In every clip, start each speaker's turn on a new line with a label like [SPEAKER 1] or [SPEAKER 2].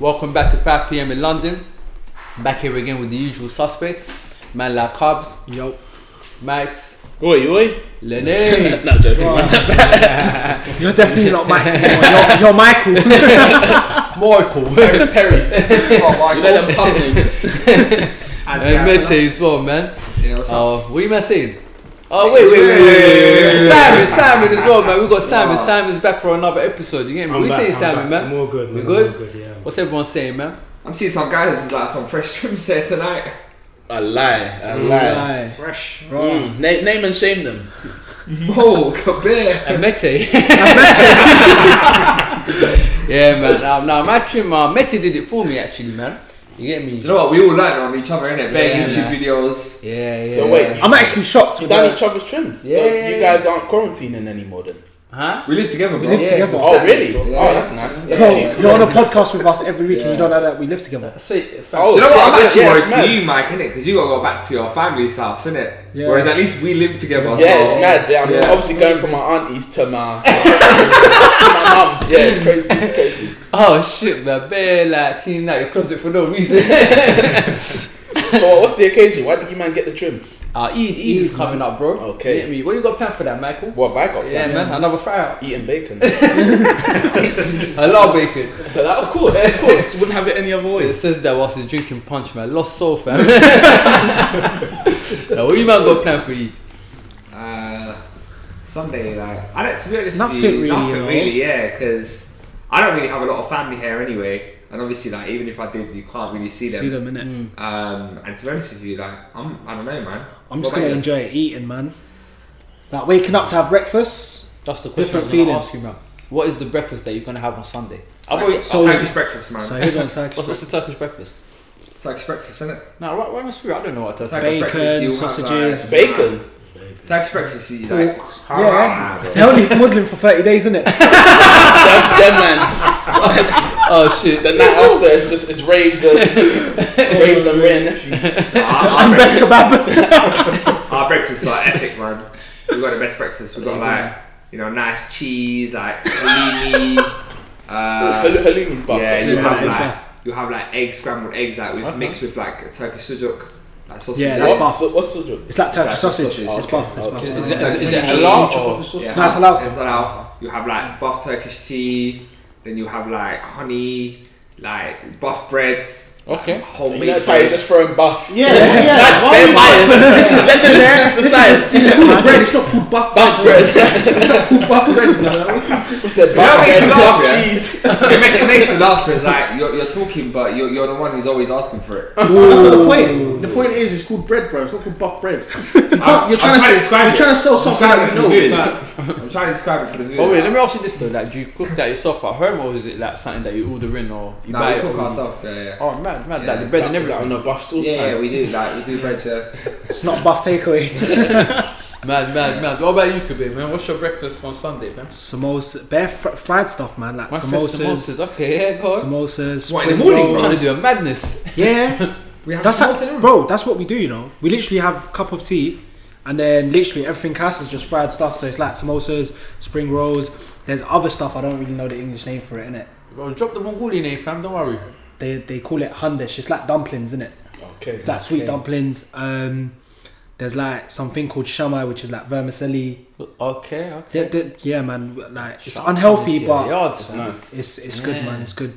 [SPEAKER 1] Welcome back to 5 p.m. in London. Back here again with the usual suspects. Man like Cobbs,
[SPEAKER 2] Yo.
[SPEAKER 1] Max,
[SPEAKER 3] Oi, oi.
[SPEAKER 1] Lenny.
[SPEAKER 3] No, joking.
[SPEAKER 2] You're definitely not Max anymore. You're, you're Michael.
[SPEAKER 1] Michael.
[SPEAKER 3] Perry, Perry.
[SPEAKER 4] Oh
[SPEAKER 3] You
[SPEAKER 4] my
[SPEAKER 3] know
[SPEAKER 4] god.
[SPEAKER 3] them pub names.
[SPEAKER 2] As
[SPEAKER 1] and
[SPEAKER 2] you
[SPEAKER 1] Mete as well, man.
[SPEAKER 4] Yeah, what's up?
[SPEAKER 1] Uh, what are you man saying? Oh wait, wait, wait, wait, wait, wait, wait. Simon, Simon as well, man. We got Simon. Simon's back for another episode. You get me?
[SPEAKER 2] I'm
[SPEAKER 1] We
[SPEAKER 2] back,
[SPEAKER 1] saying
[SPEAKER 2] I'm
[SPEAKER 1] Simon,
[SPEAKER 2] back.
[SPEAKER 1] man.
[SPEAKER 2] I'm all good.
[SPEAKER 1] We
[SPEAKER 2] man.
[SPEAKER 1] good?
[SPEAKER 2] I'm all good, yeah.
[SPEAKER 1] What's everyone saying, man?
[SPEAKER 4] I'm seeing some guys who's like some fresh trims here tonight.
[SPEAKER 3] A lie, a
[SPEAKER 1] Mm.
[SPEAKER 3] lie.
[SPEAKER 2] Fresh.
[SPEAKER 3] Mm, na- name and shame them.
[SPEAKER 4] Mo, Kabir.
[SPEAKER 1] And Mete. yeah, man. Now, now, my trim, uh, Mete did it for me, actually, man. You get me?
[SPEAKER 4] You know what? We all learn on each other, innit? Better
[SPEAKER 1] Yeah,
[SPEAKER 4] YouTube
[SPEAKER 1] man.
[SPEAKER 4] videos.
[SPEAKER 1] Yeah, yeah.
[SPEAKER 3] So wait,
[SPEAKER 2] I'm actually shocked.
[SPEAKER 3] you've
[SPEAKER 2] bro.
[SPEAKER 3] done each other's trims.
[SPEAKER 1] Yeah,
[SPEAKER 3] so
[SPEAKER 1] yeah,
[SPEAKER 3] you
[SPEAKER 1] yeah.
[SPEAKER 3] guys aren't quarantining anymore then.
[SPEAKER 1] Huh?
[SPEAKER 4] We live together, bro.
[SPEAKER 2] live
[SPEAKER 1] Yeah,
[SPEAKER 2] together.
[SPEAKER 1] good
[SPEAKER 3] Oh,
[SPEAKER 1] family,
[SPEAKER 3] really?
[SPEAKER 1] bro.
[SPEAKER 4] Yeah.
[SPEAKER 3] Oh, that's nice. That's
[SPEAKER 2] Bro,
[SPEAKER 3] cute.
[SPEAKER 2] you're on a podcast with us every week and you
[SPEAKER 1] Yeah.
[SPEAKER 2] don't know that we live together.
[SPEAKER 1] Sweet. fact.
[SPEAKER 3] Oh,
[SPEAKER 4] Do you know what? I'm
[SPEAKER 3] shit,
[SPEAKER 4] actually
[SPEAKER 3] yeah,
[SPEAKER 4] worried
[SPEAKER 3] it's
[SPEAKER 4] for
[SPEAKER 3] mad.
[SPEAKER 4] you, Mike, innit? Because you gotta go back to your family's house, innit?
[SPEAKER 2] Yeah.
[SPEAKER 4] Whereas at least we live together.
[SPEAKER 3] Yeah,
[SPEAKER 4] so-
[SPEAKER 3] it's mad. Yeah, I'm
[SPEAKER 4] Yeah.
[SPEAKER 3] obviously going from my auntie's to my to my mum's. Yeah, it's crazy. It's crazy.
[SPEAKER 1] Oh shit, man. Bear like cleaning out your closet for no reason.
[SPEAKER 3] So what's the occasion? Why did you man get the trims?
[SPEAKER 1] uh, Eid, Eid is coming up, bro.
[SPEAKER 3] Okay.
[SPEAKER 1] You get me? What you got planned for that, Michael?
[SPEAKER 3] What have I got?
[SPEAKER 1] Yeah,
[SPEAKER 3] planned?
[SPEAKER 1] man. Another fry out.
[SPEAKER 3] Eating bacon.
[SPEAKER 1] I love bacon.
[SPEAKER 3] But that, of course, of course, wouldn't have it any other
[SPEAKER 1] It
[SPEAKER 3] way.
[SPEAKER 1] says that whilst he's drinking punch, man. Lost soul, fam. now, what you man got planned for Eid?
[SPEAKER 4] Uh, Sunday, like, I don't, to be honest
[SPEAKER 2] Nothing
[SPEAKER 4] with you,
[SPEAKER 2] really,
[SPEAKER 4] nothing
[SPEAKER 2] you know.
[SPEAKER 4] really, yeah, because I don't really have a lot of family here anyway. And obviously, like, even if I did, you can't really see them.
[SPEAKER 2] See them in it.
[SPEAKER 4] Um, and to be honest with you, like, I'm, I don't know, man.
[SPEAKER 2] I'm
[SPEAKER 4] What
[SPEAKER 2] just
[SPEAKER 4] about
[SPEAKER 2] gonna
[SPEAKER 4] you?
[SPEAKER 2] enjoy eating, man. Like waking up to have breakfast.
[SPEAKER 1] That's the question
[SPEAKER 2] Different
[SPEAKER 1] I was
[SPEAKER 2] feeling.
[SPEAKER 1] going to ask you, man. What is the breakfast that you're going to have on Sunday? I've
[SPEAKER 4] Turkish-
[SPEAKER 1] already,
[SPEAKER 4] Turkish
[SPEAKER 2] so-
[SPEAKER 4] breakfast, man.
[SPEAKER 2] So here's one side.
[SPEAKER 1] what's, what's the Turkish breakfast?
[SPEAKER 4] Turkish breakfast, isn't it?
[SPEAKER 1] No, right, right, through. I don't know what Turkish
[SPEAKER 4] Turkish breakfast,
[SPEAKER 2] Bacon,
[SPEAKER 4] you
[SPEAKER 2] sausages.
[SPEAKER 4] Have, like,
[SPEAKER 3] Bacon.
[SPEAKER 4] Turkish breakfast, you like.
[SPEAKER 2] Pork. Yeah. They're only Muslim for 30 days, isn't it?
[SPEAKER 3] Them, them man.
[SPEAKER 1] Oh shit.
[SPEAKER 3] The night after, it's just it's raves and raves and rare nephews.
[SPEAKER 4] Our,
[SPEAKER 2] And
[SPEAKER 4] our,
[SPEAKER 2] best kebab.
[SPEAKER 4] breakfast, our breakfasts are epic, man. We've got the best breakfast. We've got like, you know, nice cheese, like halloumi. Uh,
[SPEAKER 3] Hal- Halloumi's buff.
[SPEAKER 4] yeah,
[SPEAKER 3] Yeah,
[SPEAKER 4] you
[SPEAKER 2] Yeah,
[SPEAKER 4] have
[SPEAKER 2] it's
[SPEAKER 4] like
[SPEAKER 2] bad.
[SPEAKER 4] you have like eggs, scrambled eggs, like with mixed with like Turkish sujuk, like sausage.
[SPEAKER 2] Yeah, that's
[SPEAKER 3] What's the, what's the drink?
[SPEAKER 2] It's like
[SPEAKER 4] Turkish
[SPEAKER 2] Turkish sausage.
[SPEAKER 4] sausage.
[SPEAKER 2] It's
[SPEAKER 3] Okay.
[SPEAKER 2] buff. It's
[SPEAKER 3] Okay.
[SPEAKER 2] buff.
[SPEAKER 1] Is it, is it, is it
[SPEAKER 2] Turkish-
[SPEAKER 1] halal or?
[SPEAKER 4] Yeah,
[SPEAKER 2] No, it's halal
[SPEAKER 4] It's
[SPEAKER 2] stuff.
[SPEAKER 4] halal. You have like buff Turkish tea. Then you have like honey, like buff breads.
[SPEAKER 1] Okay.
[SPEAKER 4] Homemade.
[SPEAKER 3] You know, it's how you're
[SPEAKER 4] bread.
[SPEAKER 3] just throwing buff.
[SPEAKER 5] Yeah, yeah. Why
[SPEAKER 3] Bear
[SPEAKER 5] would-
[SPEAKER 3] mind, Let the listeners decide.
[SPEAKER 5] It's called bread. It's not called buff
[SPEAKER 3] Buff bread.
[SPEAKER 5] Called buff bread. No.
[SPEAKER 3] It's a
[SPEAKER 4] Yeah,
[SPEAKER 3] buff
[SPEAKER 4] it's
[SPEAKER 3] bread,
[SPEAKER 4] buff,
[SPEAKER 3] buff
[SPEAKER 4] yeah.
[SPEAKER 3] cheese.
[SPEAKER 4] it, make, it makes me laugh because like you're, you're talking, but you're, you're the one who's always asking for it. I'm
[SPEAKER 5] That's not the point. The point is, it's called bread, bro. It's not called buff bread. You can't, you're
[SPEAKER 4] I'm
[SPEAKER 5] trying
[SPEAKER 4] trying to
[SPEAKER 5] to
[SPEAKER 4] describe
[SPEAKER 5] sell, you're
[SPEAKER 4] it.
[SPEAKER 5] trying to sell something
[SPEAKER 4] Describe it
[SPEAKER 5] that
[SPEAKER 4] for
[SPEAKER 5] you
[SPEAKER 4] the
[SPEAKER 5] know.
[SPEAKER 4] viewers.
[SPEAKER 5] But
[SPEAKER 4] trying to describe it for the viewers.
[SPEAKER 1] Oh wait, let me ask you this though. Like, do you cook that yourself at home, or is it like something that you order in, or you buy
[SPEAKER 4] nah, we
[SPEAKER 1] it?
[SPEAKER 4] cook
[SPEAKER 1] from-
[SPEAKER 4] ourselves. Yeah, yeah.
[SPEAKER 1] Oh man, man,
[SPEAKER 4] Yeah,
[SPEAKER 1] like the bread and
[SPEAKER 3] Is that
[SPEAKER 1] everything.
[SPEAKER 3] on a "Oh, buff sauce?
[SPEAKER 4] yeah, yeah, we do like we do bread. Yeah.
[SPEAKER 2] It's not buff takeaway.
[SPEAKER 1] Man, man, man. What about you, Kabir? Man, what's your breakfast on Sunday, man?
[SPEAKER 2] Samosa. Bare fr- fried stuff, man. Like
[SPEAKER 1] Man says
[SPEAKER 2] samosas.
[SPEAKER 1] samosas. Okay, yeah, go on.
[SPEAKER 2] Samosas.
[SPEAKER 4] What, in the
[SPEAKER 2] spring
[SPEAKER 4] morning,
[SPEAKER 2] rolls.
[SPEAKER 4] bro?
[SPEAKER 1] trying to do a madness.
[SPEAKER 2] Yeah.
[SPEAKER 4] We have
[SPEAKER 2] That's
[SPEAKER 4] sauce in
[SPEAKER 2] how,
[SPEAKER 4] it.
[SPEAKER 2] bro. That's what we do, you know. We literally have a cup of tea, and then literally everything else is just fried stuff. So it's like samosas, spring rolls. There's other stuff I don't really know the English name for it, innit?
[SPEAKER 1] Bro, drop the Mongolian name, fam. Don't worry.
[SPEAKER 2] They they call it hundish. It's like dumplings, innit?
[SPEAKER 3] Okay.
[SPEAKER 2] It's like sweet
[SPEAKER 1] Okay.
[SPEAKER 2] dumplings. Um, there's like something called shamai, which is like vermicelli.
[SPEAKER 1] Okay, okay.
[SPEAKER 2] Yeah, the- yeah man. Like it's unhealthy, but
[SPEAKER 1] yards.
[SPEAKER 3] Nice.
[SPEAKER 2] it's it's good,
[SPEAKER 1] Yeah.
[SPEAKER 2] man. It's good.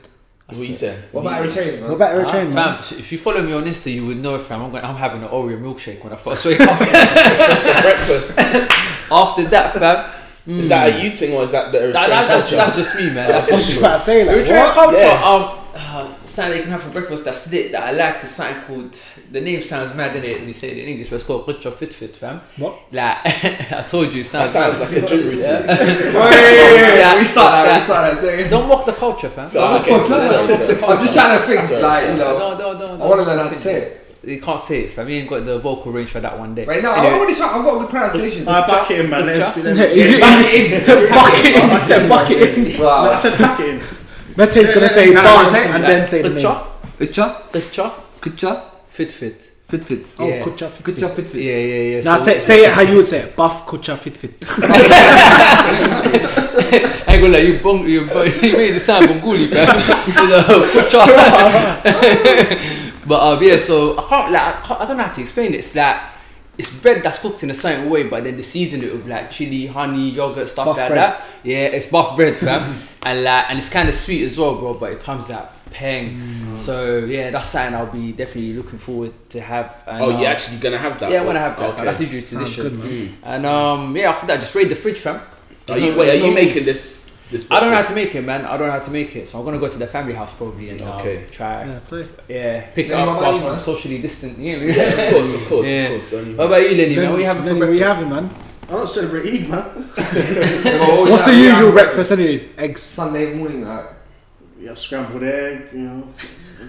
[SPEAKER 3] What you saying?
[SPEAKER 4] What about Eritreans,
[SPEAKER 2] What
[SPEAKER 4] man?
[SPEAKER 2] about
[SPEAKER 1] Ah,
[SPEAKER 2] Eritrean, man?
[SPEAKER 1] fam, if you follow me on Insta, you would know, fam. I'm, going, I'm having an Oreo milkshake when I first wake up.
[SPEAKER 3] For breakfast.
[SPEAKER 1] After that, fam, mm.
[SPEAKER 3] Is that a Uting or is that the Eritrean
[SPEAKER 1] that, that, that's,
[SPEAKER 3] culture?
[SPEAKER 1] that's just me, man. That's
[SPEAKER 2] I was
[SPEAKER 1] just
[SPEAKER 2] just
[SPEAKER 1] me.
[SPEAKER 2] about to say
[SPEAKER 1] We
[SPEAKER 2] like,
[SPEAKER 1] were trying to
[SPEAKER 2] what?
[SPEAKER 1] come to
[SPEAKER 3] Yeah.
[SPEAKER 1] um, uh, something they can have for breakfast that's lit that I like is something called the name sounds mad in it when you say it in English, but it's called Richa Fit Fit, fam.
[SPEAKER 2] What?
[SPEAKER 1] Like I told you, it
[SPEAKER 3] That
[SPEAKER 1] sounds.
[SPEAKER 3] sounds like a gym routine.
[SPEAKER 1] Yeah.
[SPEAKER 4] Wait, we start that.
[SPEAKER 1] Yeah.
[SPEAKER 4] We start that thing.
[SPEAKER 1] Don't mock the culture, fam.
[SPEAKER 3] So, okay, sorry, sorry.
[SPEAKER 4] I'm just trying to think,
[SPEAKER 3] Sorry,
[SPEAKER 4] like
[SPEAKER 3] sorry.
[SPEAKER 4] you know,
[SPEAKER 1] No, no, no, no.
[SPEAKER 4] I want to learn how to say it.
[SPEAKER 1] You can't say it, fam. You ain't got the vocal range for that one day.
[SPEAKER 4] Right now,
[SPEAKER 1] Anyway,
[SPEAKER 4] I want to try. I've got the pronunciation.
[SPEAKER 5] I pack it in, man. Let's be
[SPEAKER 2] Yeah,
[SPEAKER 5] let
[SPEAKER 2] is
[SPEAKER 5] me-
[SPEAKER 2] it-
[SPEAKER 4] Pack it in.
[SPEAKER 2] Bucket in. I said bucket in.
[SPEAKER 5] No, I
[SPEAKER 4] Wow.
[SPEAKER 5] said pack it in.
[SPEAKER 2] Mete's gonna say
[SPEAKER 4] no, no,
[SPEAKER 2] dance
[SPEAKER 4] no, no,
[SPEAKER 2] and
[SPEAKER 4] no.
[SPEAKER 2] then say the name.
[SPEAKER 1] Richa,
[SPEAKER 4] Kucha,
[SPEAKER 1] Richa,
[SPEAKER 4] kucha,
[SPEAKER 1] Fit Fit.
[SPEAKER 3] Fit fit.
[SPEAKER 2] Oh,
[SPEAKER 1] Yeah.
[SPEAKER 2] kucha fit
[SPEAKER 3] Good
[SPEAKER 2] fit.
[SPEAKER 3] job, fit fit.
[SPEAKER 1] Yeah, yeah, yeah.
[SPEAKER 2] Now
[SPEAKER 1] so-
[SPEAKER 2] say, say it how you would say it. Buff kucha fit fit.
[SPEAKER 1] I ain't gonna lie, you bong, you, bong, you made the sound Bonguli, fam. You know, put your- but um, yeah, so I can't like I, can't, I don't know how to explain it. It's like it's bread that's cooked in a certain way, but then they season it with like chili, honey, yogurt, stuff
[SPEAKER 2] Buff
[SPEAKER 1] like
[SPEAKER 2] bread.
[SPEAKER 1] that. Yeah, it's buff bread, fam, and like and it's kind of sweet as well, bro. But it comes out peng.
[SPEAKER 2] Mm.
[SPEAKER 1] So yeah, that's something I'll be definitely looking forward to have. And,
[SPEAKER 3] Oh,
[SPEAKER 1] um,
[SPEAKER 3] you actually gonna have that?
[SPEAKER 1] yeah, I
[SPEAKER 3] bro?
[SPEAKER 1] want to have that. fam.
[SPEAKER 3] Okay.
[SPEAKER 1] That's usually tradition.
[SPEAKER 2] Sounds good, man.
[SPEAKER 1] And um, yeah, after that, just raid the fridge, fam.
[SPEAKER 3] Are
[SPEAKER 1] There's
[SPEAKER 3] you,
[SPEAKER 1] no-
[SPEAKER 3] wait,
[SPEAKER 1] there's
[SPEAKER 3] are you
[SPEAKER 1] no
[SPEAKER 3] making
[SPEAKER 1] rules.
[SPEAKER 3] this? This.
[SPEAKER 1] I don't know how
[SPEAKER 3] breakfast?
[SPEAKER 1] to make it, man. I don't know how to make it, so I'm gonna go to the family house probably and um,
[SPEAKER 3] Okay.
[SPEAKER 1] try. Yeah,
[SPEAKER 2] Yeah, play.
[SPEAKER 1] pick it
[SPEAKER 4] Yeah,
[SPEAKER 1] up
[SPEAKER 4] what
[SPEAKER 1] whilst
[SPEAKER 4] about you,
[SPEAKER 1] I'm
[SPEAKER 4] man?
[SPEAKER 1] socially distant. Yeah,
[SPEAKER 3] Yeah, of course, of course,
[SPEAKER 1] Yeah.
[SPEAKER 3] of course. Um, Only
[SPEAKER 1] What about you, Lenny? Man,
[SPEAKER 2] Lenny,
[SPEAKER 1] what you having for
[SPEAKER 2] Lenny, what
[SPEAKER 1] breakfast?
[SPEAKER 2] you having, man?
[SPEAKER 5] I don't celebrate Eid, man.
[SPEAKER 2] What's the usual breakfast, anyways? Eggs.
[SPEAKER 4] Sunday morning, uh, like.
[SPEAKER 5] Yeah, scrambled egg, you know.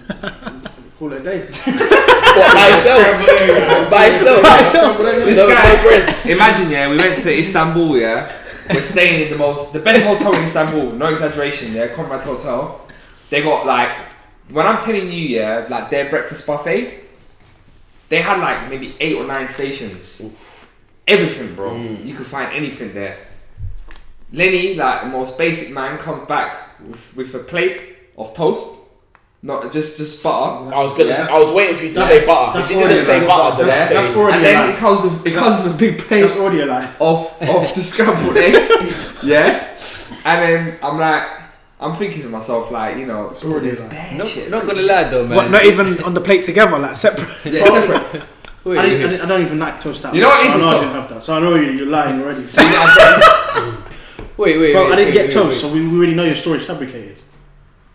[SPEAKER 5] Call it a day.
[SPEAKER 3] What, by yourself? by yourself?
[SPEAKER 5] Scrambled egg,
[SPEAKER 3] No,
[SPEAKER 5] man.
[SPEAKER 4] This guy-
[SPEAKER 3] no bread.
[SPEAKER 4] Imagine, yeah, we went to Istanbul, yeah. We're staying in the most, the best hotel in Istanbul, no exaggeration, yeah, Conrad Hotel. They got like, when I'm telling you, yeah, like their breakfast buffet, they had like maybe eight or nine stations. Everything, bro.
[SPEAKER 3] Mm.
[SPEAKER 4] You could find anything there. Lenny, like the most basic man, comes back with, with a plate of toast, not just just butter.
[SPEAKER 3] I was gonna.
[SPEAKER 4] Yeah.
[SPEAKER 3] I was waiting for you to say butter. If
[SPEAKER 5] that's
[SPEAKER 3] you didn't
[SPEAKER 5] already
[SPEAKER 3] say
[SPEAKER 5] allowed.
[SPEAKER 3] butter, then
[SPEAKER 5] That's-
[SPEAKER 3] say-
[SPEAKER 5] that's already
[SPEAKER 4] and then
[SPEAKER 5] allowed.
[SPEAKER 4] it comes with it comes with a big plate
[SPEAKER 5] That's already a lie.
[SPEAKER 4] off off the scrambled eggs. Yeah. And then I'm like, I'm thinking to myself, like, you know, it's
[SPEAKER 5] already
[SPEAKER 4] this
[SPEAKER 5] like-
[SPEAKER 4] bad
[SPEAKER 1] No,
[SPEAKER 4] shit.
[SPEAKER 1] not gonna lie though, man.
[SPEAKER 2] What? Not even on the plate together, like separate.
[SPEAKER 1] Yeah,
[SPEAKER 5] Bro,
[SPEAKER 1] separate.
[SPEAKER 5] I,
[SPEAKER 1] Wait,
[SPEAKER 5] don't, I, don't, I don't even like toast that
[SPEAKER 4] You know
[SPEAKER 5] much,
[SPEAKER 4] what, it's a
[SPEAKER 5] so I know I
[SPEAKER 4] song.
[SPEAKER 5] didn't have that. So I know you- you're lying already.
[SPEAKER 1] wait, wait,
[SPEAKER 5] Bro,
[SPEAKER 1] wait,
[SPEAKER 5] I didn't
[SPEAKER 1] wait,
[SPEAKER 5] get
[SPEAKER 1] wait,
[SPEAKER 5] toast,
[SPEAKER 1] wait.
[SPEAKER 5] so we we already know your story's fabricated.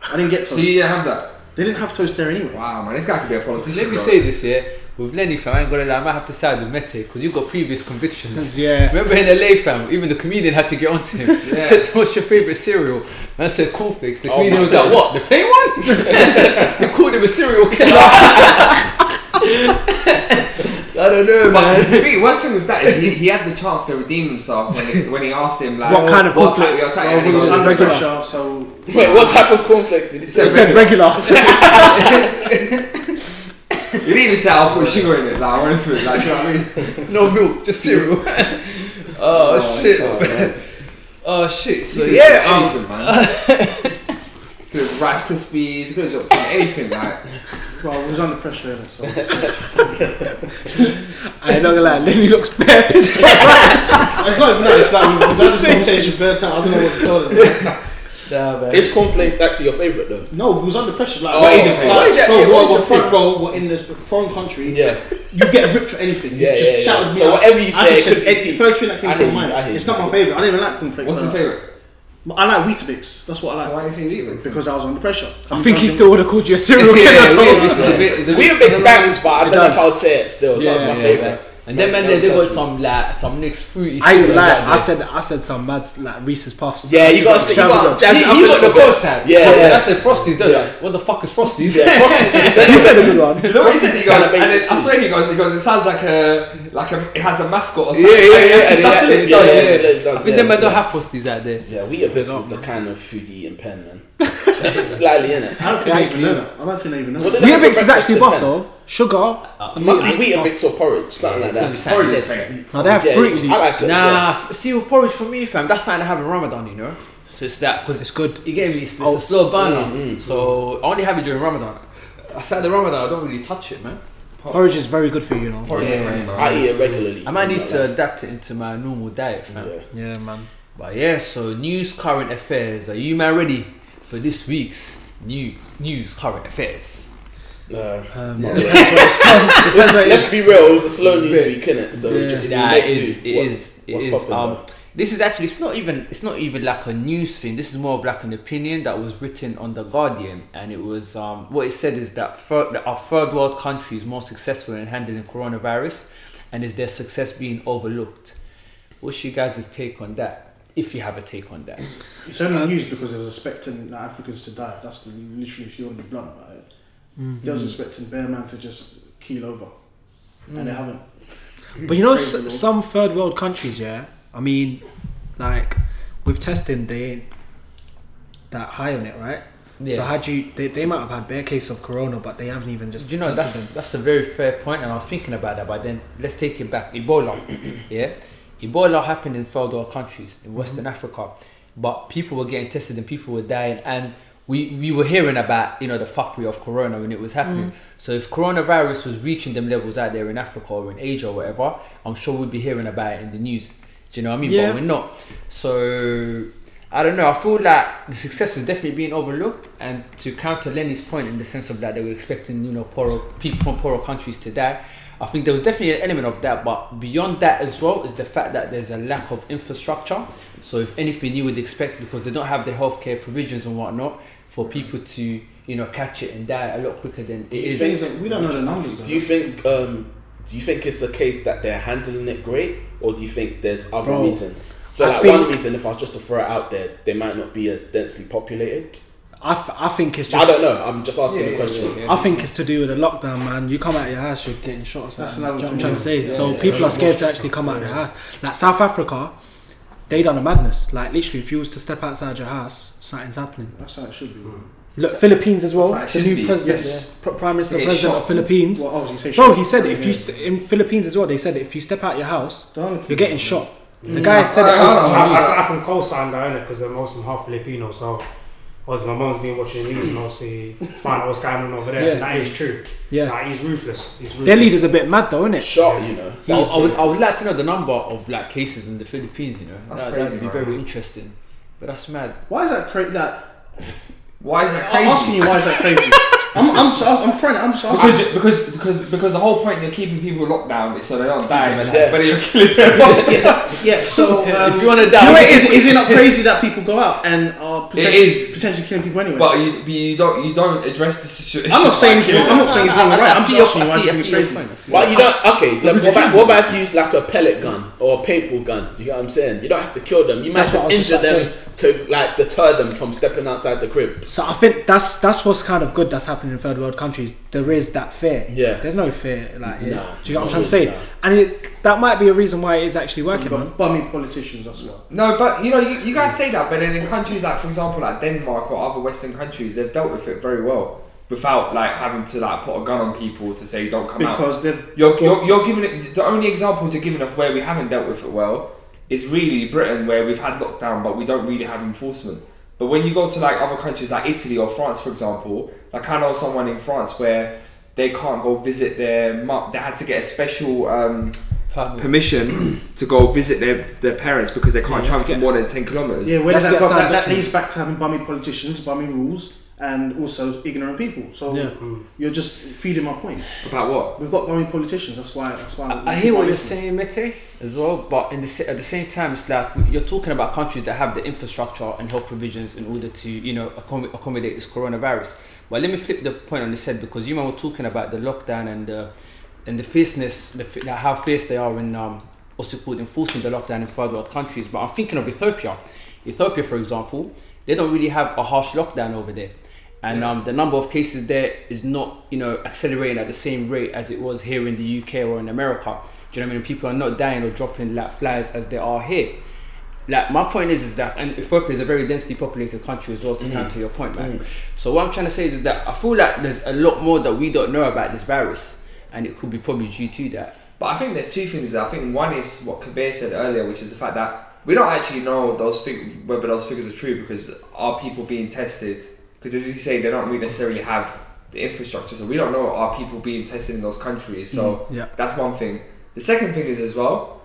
[SPEAKER 5] I didn't get
[SPEAKER 4] So
[SPEAKER 5] toast.
[SPEAKER 4] you didn't have that?
[SPEAKER 5] they didn't have toast there anyway.
[SPEAKER 4] Wow, man, this guy could be a politician.
[SPEAKER 1] Let me
[SPEAKER 4] bro.
[SPEAKER 1] say this here. With Lenny, fam, I ain't gonna lie, I might have to side with Mete because you've got previous convictions.
[SPEAKER 2] Yeah.
[SPEAKER 1] Remember in LA, fam, even the comedian had to get onto him.
[SPEAKER 4] Yeah.
[SPEAKER 1] said, What's your favourite cereal? And I said, Cornflakes. The
[SPEAKER 3] Oh
[SPEAKER 1] comedian
[SPEAKER 3] my
[SPEAKER 1] was like,
[SPEAKER 3] days.
[SPEAKER 1] What? The plain one? he called him a cereal killer.
[SPEAKER 3] I don't know,
[SPEAKER 4] But the thing, worst thing with that is he, he had the chance to redeem himself when, he, when he asked him like
[SPEAKER 2] What kind of
[SPEAKER 4] type
[SPEAKER 2] conflict?
[SPEAKER 4] of attack and
[SPEAKER 5] Well, we
[SPEAKER 4] he
[SPEAKER 5] was
[SPEAKER 4] goes,
[SPEAKER 2] Regular.
[SPEAKER 5] under pressure, so
[SPEAKER 3] Wait, what type of cornflakes did he
[SPEAKER 2] It
[SPEAKER 3] say?
[SPEAKER 2] said regular.
[SPEAKER 4] You didn't even say I'll put sugar in it, like or anything, like do you know what I mean?
[SPEAKER 1] No milk, just cereal. oh, shit. Oh shit. So
[SPEAKER 4] Could've
[SPEAKER 1] yeah.
[SPEAKER 4] done anything, man. could have Rice Krispies, could have done anything, like
[SPEAKER 5] well, it was under pressure. innit, So,
[SPEAKER 2] I ain't not gonna lie, Lenny looks bare pissed off.
[SPEAKER 5] it's not even that. It's like we've had
[SPEAKER 2] just
[SPEAKER 5] this conversation bare time. I don't know what to tell them.
[SPEAKER 1] Nah, uh, man.
[SPEAKER 3] Is cornflakes actually your favourite though?
[SPEAKER 5] No, we was under pressure. Like,
[SPEAKER 3] Oh,
[SPEAKER 5] like,
[SPEAKER 3] is it fair?
[SPEAKER 5] like,
[SPEAKER 3] What is that?
[SPEAKER 5] bro,
[SPEAKER 3] Yeah,
[SPEAKER 5] we're-
[SPEAKER 3] what is
[SPEAKER 5] we're
[SPEAKER 3] your
[SPEAKER 5] front row. We're in this foreign country.
[SPEAKER 3] Yeah.
[SPEAKER 5] You get ripped for anything. You
[SPEAKER 3] Yeah,
[SPEAKER 5] just
[SPEAKER 3] yeah, yeah.
[SPEAKER 5] shouted me
[SPEAKER 3] So
[SPEAKER 5] out.
[SPEAKER 3] whatever you
[SPEAKER 5] I
[SPEAKER 3] say, it
[SPEAKER 5] just said
[SPEAKER 3] could be
[SPEAKER 5] it, the first thing that
[SPEAKER 3] I
[SPEAKER 5] came
[SPEAKER 3] hear
[SPEAKER 5] to
[SPEAKER 3] you, I hear
[SPEAKER 5] mind. It's
[SPEAKER 3] you.
[SPEAKER 5] not my favorite. I don't even like cornflakes.
[SPEAKER 4] what's your
[SPEAKER 5] like
[SPEAKER 4] favourite?
[SPEAKER 5] that. I like Weetabix. That's what I like
[SPEAKER 4] Why is he leaving?
[SPEAKER 5] because I was under pressure.
[SPEAKER 2] I think he still would have called you a serial
[SPEAKER 1] yeah,
[SPEAKER 2] killer.
[SPEAKER 1] weird, this is a bit. it's a
[SPEAKER 3] We
[SPEAKER 1] bit-
[SPEAKER 3] have big bangs, but I
[SPEAKER 2] It
[SPEAKER 3] don't know
[SPEAKER 2] does.
[SPEAKER 3] if I would say it still.
[SPEAKER 1] Yeah,
[SPEAKER 3] Yeah, That's my
[SPEAKER 1] yeah,
[SPEAKER 3] favourite.
[SPEAKER 1] man. And then man, they, they got some like some next fruity.
[SPEAKER 2] I ain't
[SPEAKER 1] cereal
[SPEAKER 2] lie,
[SPEAKER 1] down
[SPEAKER 2] I
[SPEAKER 1] there.
[SPEAKER 2] said I said some mad like Reese's Puffs.
[SPEAKER 3] Yeah, you gotta say you gotta
[SPEAKER 2] Extravagant.
[SPEAKER 3] jazz
[SPEAKER 1] He,
[SPEAKER 3] it up
[SPEAKER 1] he got the
[SPEAKER 3] a little
[SPEAKER 1] ghost
[SPEAKER 3] bit.
[SPEAKER 1] hand.
[SPEAKER 3] Yeah,
[SPEAKER 1] I said,
[SPEAKER 3] yeah.
[SPEAKER 1] I said Frosties, don't
[SPEAKER 3] Yeah.
[SPEAKER 1] I? What the fuck is Frosties?
[SPEAKER 3] Yeah, cornflakes,
[SPEAKER 2] You said a good one.
[SPEAKER 4] You know what he said? He goes,
[SPEAKER 3] Kinda
[SPEAKER 4] and
[SPEAKER 3] makes it
[SPEAKER 4] then, I
[SPEAKER 3] too.
[SPEAKER 4] swear he goes, he goes, it sounds like a, like a, it has a mascot or
[SPEAKER 1] Yeah, yeah, yeah.
[SPEAKER 4] something. And it
[SPEAKER 1] yeah, yeah,
[SPEAKER 4] actually does, doesn't it?
[SPEAKER 1] yeah, yeah,
[SPEAKER 4] Does, yeah.
[SPEAKER 3] it does,
[SPEAKER 1] I
[SPEAKER 3] does,
[SPEAKER 1] think
[SPEAKER 3] yeah,
[SPEAKER 1] them man don't
[SPEAKER 3] yeah.
[SPEAKER 1] have Frosties out there.
[SPEAKER 3] Yeah, we are is the kind of food you eat in Penn, man. It's slightly in it.
[SPEAKER 5] I don't think
[SPEAKER 2] Yeah,
[SPEAKER 5] I even
[SPEAKER 2] actually
[SPEAKER 5] know
[SPEAKER 2] is.
[SPEAKER 5] that. I don't think I even know
[SPEAKER 3] What
[SPEAKER 5] that.
[SPEAKER 3] did I have for
[SPEAKER 2] Weetabix is actually
[SPEAKER 3] breakfast
[SPEAKER 2] buff
[SPEAKER 3] in Penn?
[SPEAKER 2] though. Sugar.
[SPEAKER 1] Uh,
[SPEAKER 3] It must be wheat and bits or porridge, something like
[SPEAKER 1] It's gonna be
[SPEAKER 3] that.
[SPEAKER 1] something
[SPEAKER 4] Porridge is
[SPEAKER 1] dead.
[SPEAKER 4] fake.
[SPEAKER 2] Now they have
[SPEAKER 3] Yeah,
[SPEAKER 2] fruity.
[SPEAKER 3] I like it. yeah.
[SPEAKER 1] Nah, f- cereal porridge for me, fam. That's something I have in Ramadan, you know. So it's that because
[SPEAKER 2] It's good.
[SPEAKER 1] He gave me it's, it's
[SPEAKER 2] Oh, mm.
[SPEAKER 1] a slow burner, so I only have it during Ramadan. Outside the Ramadan, I don't really touch it, man.
[SPEAKER 2] Porridge is very good for you, you know.
[SPEAKER 4] Porridge is
[SPEAKER 1] Yeah.
[SPEAKER 4] fake, man.
[SPEAKER 3] I eat it regularly.
[SPEAKER 1] I might need
[SPEAKER 3] Like
[SPEAKER 1] to adapt it into my normal diet,
[SPEAKER 3] that.
[SPEAKER 1] fam.
[SPEAKER 3] Yeah.
[SPEAKER 2] Yeah, man.
[SPEAKER 1] But yeah, so news, current affairs. Are you man ready for this week's new news, current affairs?
[SPEAKER 3] No.
[SPEAKER 1] Um,
[SPEAKER 4] Yeah.
[SPEAKER 3] Let's be real, it was a slow news
[SPEAKER 1] Bit.
[SPEAKER 3] week, innit? So
[SPEAKER 2] Yeah.
[SPEAKER 3] just
[SPEAKER 1] Nah,
[SPEAKER 3] make
[SPEAKER 1] it is.
[SPEAKER 3] do.
[SPEAKER 1] It
[SPEAKER 3] What-
[SPEAKER 1] is. It
[SPEAKER 3] what's
[SPEAKER 1] is.
[SPEAKER 3] poppin',
[SPEAKER 1] um,
[SPEAKER 3] bro?
[SPEAKER 1] this is actually. It's not even. It's not even like a news thing. This is more of like an opinion that was written on the Guardian, and it was. Um, what it said is that, thir- that our third world countries more successful in handling coronavirus, and is their success being overlooked? What's you guys' take on that? If you have a take on that,
[SPEAKER 5] It's only news because they was expecting like, Africans to die. That's the, literally, if you want to be blunt about it, they
[SPEAKER 3] Mm-hmm.
[SPEAKER 5] was expecting Bear Man to just keel over, and they
[SPEAKER 3] Mm.
[SPEAKER 5] haven't.
[SPEAKER 2] But you know,
[SPEAKER 5] Praise the Lord.
[SPEAKER 2] s- some third world countries, yeah. I mean, like with testing, they ain't that high on it, right? So
[SPEAKER 1] Yeah.
[SPEAKER 2] how do you? They, they might have had bare case of corona, but they haven't even just.
[SPEAKER 1] Do you know
[SPEAKER 2] tested
[SPEAKER 1] that's that's a very fair point, and I was thinking about that. But then let's take it back. Ebola, yeah, Ebola happened in third world countries in Western
[SPEAKER 2] Mm-hmm.
[SPEAKER 1] Africa, but people were getting tested and people were dying, and we we were hearing about you know the fuckery of corona when it was happening.
[SPEAKER 2] Mm.
[SPEAKER 1] So if coronavirus was reaching them levels out there in Africa or in Asia or whatever, I'm sure we'd be hearing about it in the news. Do you know what I mean?
[SPEAKER 2] Yeah.
[SPEAKER 1] But we're not. So I don't know. I feel like the success is definitely being overlooked, and to counter Lenny's point in the sense of that they were expecting you know poorer people from poorer countries to die. I think there was definitely an element of that, but beyond that as well is the fact that there's a lack of infrastructure. So if anything, you would expect because they don't have the healthcare provisions and whatnot for people to you know catch it and die a lot quicker than it
[SPEAKER 3] Do you
[SPEAKER 1] is.
[SPEAKER 5] Things that- we don't know the numbers.
[SPEAKER 3] Do you think? Um, do you think it's a case that they're handling it great, or do you think there's other
[SPEAKER 2] Bro,
[SPEAKER 3] reasons? So,
[SPEAKER 2] I
[SPEAKER 3] like
[SPEAKER 2] think-
[SPEAKER 3] one reason, if I was just to throw it out there, they might not be as densely populated.
[SPEAKER 2] I, f- I think it's
[SPEAKER 3] I
[SPEAKER 2] just.
[SPEAKER 3] don't know. I'm just asking a question.
[SPEAKER 2] I think it's to do with the lockdown, man. You come out of your house, you're getting shot. Or
[SPEAKER 5] That's
[SPEAKER 2] something.
[SPEAKER 5] another
[SPEAKER 2] Do you know what I'm
[SPEAKER 5] thing,
[SPEAKER 2] trying
[SPEAKER 5] yeah.
[SPEAKER 2] to say.
[SPEAKER 5] Yeah,
[SPEAKER 2] so
[SPEAKER 5] yeah,
[SPEAKER 2] people
[SPEAKER 5] yeah.
[SPEAKER 2] are scared to actually come out of their house. Like South Africa, they done a madness. Like literally, if you was to step outside your house, something's happening.
[SPEAKER 5] That's how it should be. man.
[SPEAKER 2] Look, Philippines as well.
[SPEAKER 4] Like, it
[SPEAKER 2] The
[SPEAKER 4] should
[SPEAKER 2] new
[SPEAKER 4] be.
[SPEAKER 2] president,
[SPEAKER 5] Yes.
[SPEAKER 2] yeah, Pr- prime minister,
[SPEAKER 4] Yeah,
[SPEAKER 2] president
[SPEAKER 4] shot.
[SPEAKER 2] of Philippines.
[SPEAKER 5] Well, oh, obviously,
[SPEAKER 2] Bro, he said if you
[SPEAKER 5] Yeah.
[SPEAKER 2] st- in Philippines as well, they said if you step out your house,
[SPEAKER 5] Don't
[SPEAKER 2] you're getting shot. The guy said
[SPEAKER 4] I-
[SPEAKER 2] it.
[SPEAKER 4] I-
[SPEAKER 2] on the
[SPEAKER 4] I-
[SPEAKER 2] news.
[SPEAKER 6] I, I can co-sign that innit? uh, because I'm also half Filipino, so was my mum's been watching the news and obviously find out what's going on over there.
[SPEAKER 2] Yeah.
[SPEAKER 6] and That is true.
[SPEAKER 2] yeah,
[SPEAKER 6] Like, he's ruthless. He's ruthless.
[SPEAKER 2] their leader's a bit mad though, isn't it?
[SPEAKER 3] Sure, you know.
[SPEAKER 1] I,
[SPEAKER 2] He's-
[SPEAKER 1] I would, I would like to know the number of like cases in the Philippines. You know,
[SPEAKER 4] That's
[SPEAKER 1] that,
[SPEAKER 4] crazy,
[SPEAKER 1] would be
[SPEAKER 4] bro.
[SPEAKER 1] very interesting. But that's mad.
[SPEAKER 5] Why is that crazy? That
[SPEAKER 4] Why is that
[SPEAKER 5] I'm
[SPEAKER 4] crazy?
[SPEAKER 5] asking you why is that crazy? I'm I'm so, I'm trying. to- I'm so.
[SPEAKER 4] Because, because because because the whole point you're keeping people locked down is so they don't die,
[SPEAKER 1] them
[SPEAKER 3] alive.
[SPEAKER 4] but you're killing them.
[SPEAKER 5] yeah. So um,
[SPEAKER 1] if you want to
[SPEAKER 5] do
[SPEAKER 1] die,
[SPEAKER 5] you know, is, is it not crazy that people go out and are potentially,
[SPEAKER 4] is.
[SPEAKER 5] potentially killing people anyway?
[SPEAKER 4] but you but you don't you don't address the situation.
[SPEAKER 5] I'm not saying it's wrong. I'm not saying it's wrong or
[SPEAKER 1] I, I
[SPEAKER 5] right. I'm
[SPEAKER 1] see
[SPEAKER 5] just
[SPEAKER 1] your,
[SPEAKER 5] asking you
[SPEAKER 1] I
[SPEAKER 5] why
[SPEAKER 1] see, I
[SPEAKER 5] people
[SPEAKER 1] see
[SPEAKER 5] are
[SPEAKER 1] your
[SPEAKER 5] crazy.
[SPEAKER 1] point. I see
[SPEAKER 3] Well,
[SPEAKER 1] your
[SPEAKER 3] you don't. Okay, like,
[SPEAKER 4] Because
[SPEAKER 3] what,
[SPEAKER 4] you
[SPEAKER 3] about,
[SPEAKER 4] can.
[SPEAKER 3] what about if you use like a pellet gun or a paintball gun? Do you know what I'm saying? You don't have to kill them. You might
[SPEAKER 2] That's what I
[SPEAKER 3] just
[SPEAKER 2] was just
[SPEAKER 3] injure them
[SPEAKER 2] about
[SPEAKER 3] to like deter them from stepping outside the crib.
[SPEAKER 2] So I think that's that's what's kind of good that's happening in third world countries. There is that fear.
[SPEAKER 3] Yeah.
[SPEAKER 2] There's no fear like here.
[SPEAKER 3] Nah,
[SPEAKER 2] Do you know what I'm
[SPEAKER 3] not
[SPEAKER 2] trying to say?
[SPEAKER 3] really,
[SPEAKER 2] And it, that might be a reason why it is actually working, man.
[SPEAKER 5] But, but I mean, politicians as well.
[SPEAKER 4] No, but you know, you, you guys say that, but then in countries like, for example, like Denmark or other Western countries, they've dealt with it very well without like having to like put a gun on people to say don't come out.
[SPEAKER 5] Because they've
[SPEAKER 4] You're, you're, you're giving it the only examples you're giving of where we haven't dealt with it well is really Britain, where we've had lockdown but we don't really have enforcement. But when you go to like other countries like Italy or France, for example, like I know someone in France where they can't go visit their mum. They had to get a special. Um,
[SPEAKER 1] point.
[SPEAKER 4] permission to go visit their, their parents because they can't travel for more than 10 kilometres.
[SPEAKER 5] Yeah, where
[SPEAKER 2] Let's
[SPEAKER 5] does
[SPEAKER 2] get
[SPEAKER 5] that go?
[SPEAKER 2] Sam
[SPEAKER 5] That, that
[SPEAKER 2] Beckman.
[SPEAKER 5] leads back to having bummy politicians, bummy rules, and also ignorant people. So
[SPEAKER 2] Yeah.
[SPEAKER 5] you're just feeding my point.
[SPEAKER 4] About what?
[SPEAKER 5] We've got bummy politicians. That's why. That's why.
[SPEAKER 1] I, I hear what you're saying, Mete, as well, but in the, sa- at the same time, it's like you're talking about countries that have the infrastructure and health provisions in order to, you know, accom- accommodate this coronavirus. But let me flip the point on this head because you man were talking about the lockdown and the and the fierceness, the, fi- like how fierce they are in um, what's it called, enforcing the lockdown in third world countries. But I'm thinking of Ethiopia. Ethiopia, for example, they don't really have a harsh lockdown over there. And um, the number of cases there is not, you know, accelerating at the same rate as it was here in the UK or in America. Do you know what I mean? People are not dying or dropping like flies as they are here. Like my point is, is that and Ethiopia is a very densely populated country as
[SPEAKER 5] Mm.
[SPEAKER 1] well. To counter your point, man. So what I'm trying to say is, is that I feel like there's a lot more that we don't know about this virus, and it could be probably due to that.
[SPEAKER 4] But I think there's two things. I think one is what Kabir said earlier, which is the fact that we don't actually know those fig- whether those figures are true because are people being tested? Because as you say, they don't really necessarily have the infrastructure, so we don't know are people being tested in those countries. So
[SPEAKER 2] Yeah.
[SPEAKER 4] That's one thing. The second thing is as well,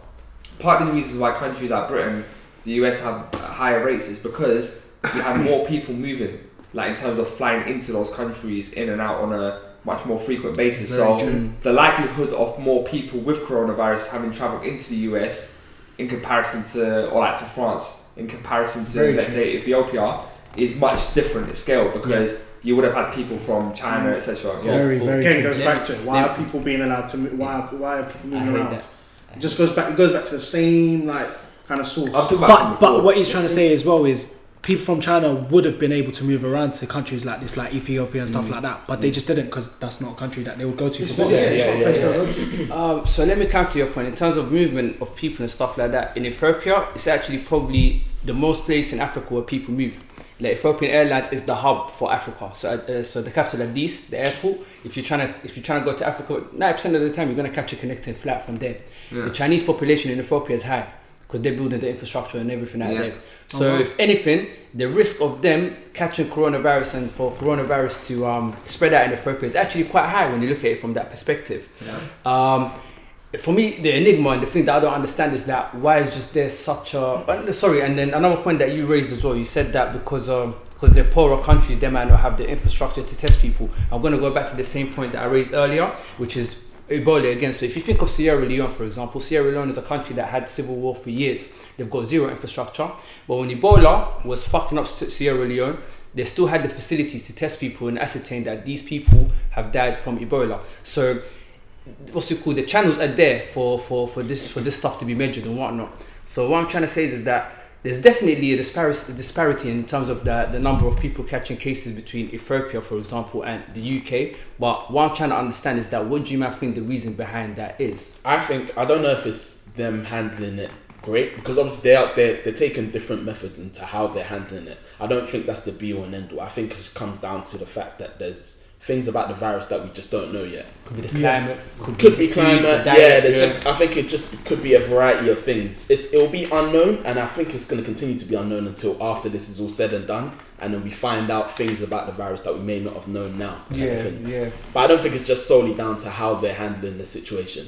[SPEAKER 4] part of the reasons why countries like Britain, the US have higher rates is because you have more people moving, like in terms of flying into those countries in and out on a much more frequent basis. so the likelihood of more people with coronavirus having travelled into the US in comparison to, or like to France, in comparison to,
[SPEAKER 2] Very
[SPEAKER 4] let's
[SPEAKER 2] true.
[SPEAKER 4] say, Ethiopia, is much different in scale because you would have had people from
[SPEAKER 2] Mm.
[SPEAKER 4] China, etc. Yeah.
[SPEAKER 2] Very, very
[SPEAKER 5] Again, it
[SPEAKER 2] true.
[SPEAKER 5] goes
[SPEAKER 1] Yeah.
[SPEAKER 5] back to it. why
[SPEAKER 1] Yeah.
[SPEAKER 5] are people being allowed to? mo- Why are, why are people
[SPEAKER 1] I
[SPEAKER 5] moving
[SPEAKER 1] hate
[SPEAKER 5] around?
[SPEAKER 1] that.
[SPEAKER 5] It just goes back. It goes back to the same like kind of source.
[SPEAKER 4] I've talked about
[SPEAKER 2] But
[SPEAKER 4] it before.
[SPEAKER 2] but what he's trying to say as well is people from China would have been able to move around to countries like this, like Ethiopia and stuff like that, but they just didn't because that's not a country that they would go to.
[SPEAKER 5] It's
[SPEAKER 2] for
[SPEAKER 5] not-
[SPEAKER 2] business.
[SPEAKER 5] it's not
[SPEAKER 3] yeah,
[SPEAKER 5] based
[SPEAKER 3] yeah,
[SPEAKER 5] on logic.
[SPEAKER 1] Um, so let me counter your point in terms of movement of people and stuff like that. In Ethiopia, it's actually probably the most place in Africa where people move. like Ethiopian Airlines is the hub for Africa. So, uh, so the capital Addis, the airport. If you're trying to if you're trying to go to Africa, ninety percent of the time you're gonna catch a connecting flight from there. The Chinese population in Ethiopia is high because they're building the infrastructure and everything out
[SPEAKER 4] Yeah.
[SPEAKER 1] there. So
[SPEAKER 2] wow.
[SPEAKER 1] if anything, the risk of them catching coronavirus and for coronavirus to um, spread out in Ethiopia is actually quite high when you look at it from that perspective. Um, for me, the enigma and the thing that I don't understand is that why is just there such a uh, sorry. And then another point that you raised as well. You said that because um, because they're poorer countries, they might not have the infrastructure to test people. I'm going to go back to the same point that I raised earlier, which is Ebola again. So if you think of Sierra Leone, for example, Sierra Leone is a country that had civil war for years. They've got zero infrastructure. But when Ebola was fucking up S- Sierra Leone, they still had the facilities to test people and ascertain that these people have died from Ebola. So what's it called? The channels are there for, for, for this for this stuff to be measured and whatnot. So what I'm trying to say is that there's definitely a disparity, disparity in terms of the, the number of people catching cases between Ethiopia, for example, and the UK. But what I'm trying to understand is that what do you might think the reason behind that is?
[SPEAKER 3] I think I don't know if it's them handling it great because obviously they're out there they're taking different methods into how they're handling it. I don't think that's the be all and end all. I think it just comes down to the fact that there's things about the virus that we just don't know yet.
[SPEAKER 1] Could be the climate.
[SPEAKER 3] Could
[SPEAKER 1] the food,
[SPEAKER 3] be
[SPEAKER 1] the diet,
[SPEAKER 3] climate, yeah. There's just I think it just could be a variety of things. It's it'll be unknown, and I think it's going to continue to be unknown until after this is all said and done, and then we find out things about the virus that we may not have known now. kind of
[SPEAKER 1] yeah,
[SPEAKER 3] thing.
[SPEAKER 1] yeah.
[SPEAKER 3] But I don't think it's just solely down to how they're handling the situation.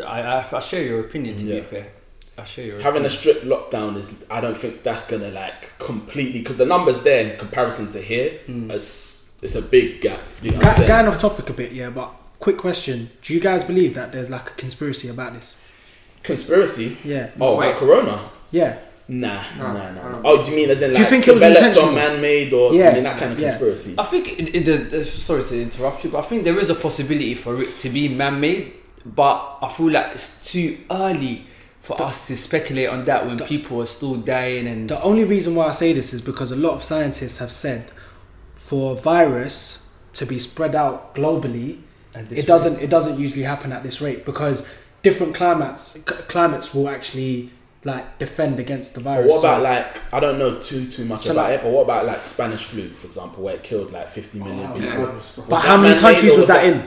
[SPEAKER 1] I, I, I share your opinion. To
[SPEAKER 3] Yeah.
[SPEAKER 1] be fair, I share your.
[SPEAKER 3] Having a strict lockdown is, I don't think that's gonna like completely because the numbers there in comparison to here,
[SPEAKER 1] Mm.
[SPEAKER 3] it's, it's a big gap. You know what I'm
[SPEAKER 2] Ga-
[SPEAKER 3] saying?
[SPEAKER 2] Going off topic a bit, yeah, but quick question: Do you guys believe that there's like a conspiracy about this?
[SPEAKER 3] Conspiracy.
[SPEAKER 2] Yeah,
[SPEAKER 3] Oh,
[SPEAKER 4] Wait.
[SPEAKER 3] like Corona.
[SPEAKER 2] yeah,
[SPEAKER 3] Nah,
[SPEAKER 4] No,
[SPEAKER 3] nah, nah.
[SPEAKER 4] I don't-
[SPEAKER 3] Oh, do you mean as in
[SPEAKER 2] Do
[SPEAKER 3] like
[SPEAKER 2] you think it was
[SPEAKER 3] developed
[SPEAKER 2] intentional?
[SPEAKER 3] or man-made or you
[SPEAKER 2] Yeah,
[SPEAKER 3] mean that kind of
[SPEAKER 2] yeah.
[SPEAKER 3] conspiracy?
[SPEAKER 1] I think it, it, there's- there's- sorry to interrupt you, but I think there is a possibility for it to be man-made, but I feel like it's too early for us to speculate on that when people are still dying and
[SPEAKER 2] The only reason why I say this is because a lot of scientists have said for a virus to be spread out globally,
[SPEAKER 1] and this
[SPEAKER 2] it doesn't it doesn't usually happen at this rate because different climates c- climates will actually like defend against the
[SPEAKER 3] But
[SPEAKER 2] virus.
[SPEAKER 3] what about
[SPEAKER 2] So-
[SPEAKER 3] like I don't know too too much
[SPEAKER 2] So,
[SPEAKER 3] about
[SPEAKER 2] like-
[SPEAKER 3] it, but what about like Spanish flu, for example, where it killed like 50 million
[SPEAKER 2] Oh,
[SPEAKER 5] That was
[SPEAKER 3] people?
[SPEAKER 5] horrendous, bro.
[SPEAKER 2] but
[SPEAKER 3] was
[SPEAKER 2] how
[SPEAKER 3] that
[SPEAKER 2] many
[SPEAKER 3] man-made
[SPEAKER 2] countries
[SPEAKER 3] or
[SPEAKER 2] was
[SPEAKER 3] was
[SPEAKER 2] that
[SPEAKER 3] that-
[SPEAKER 2] in?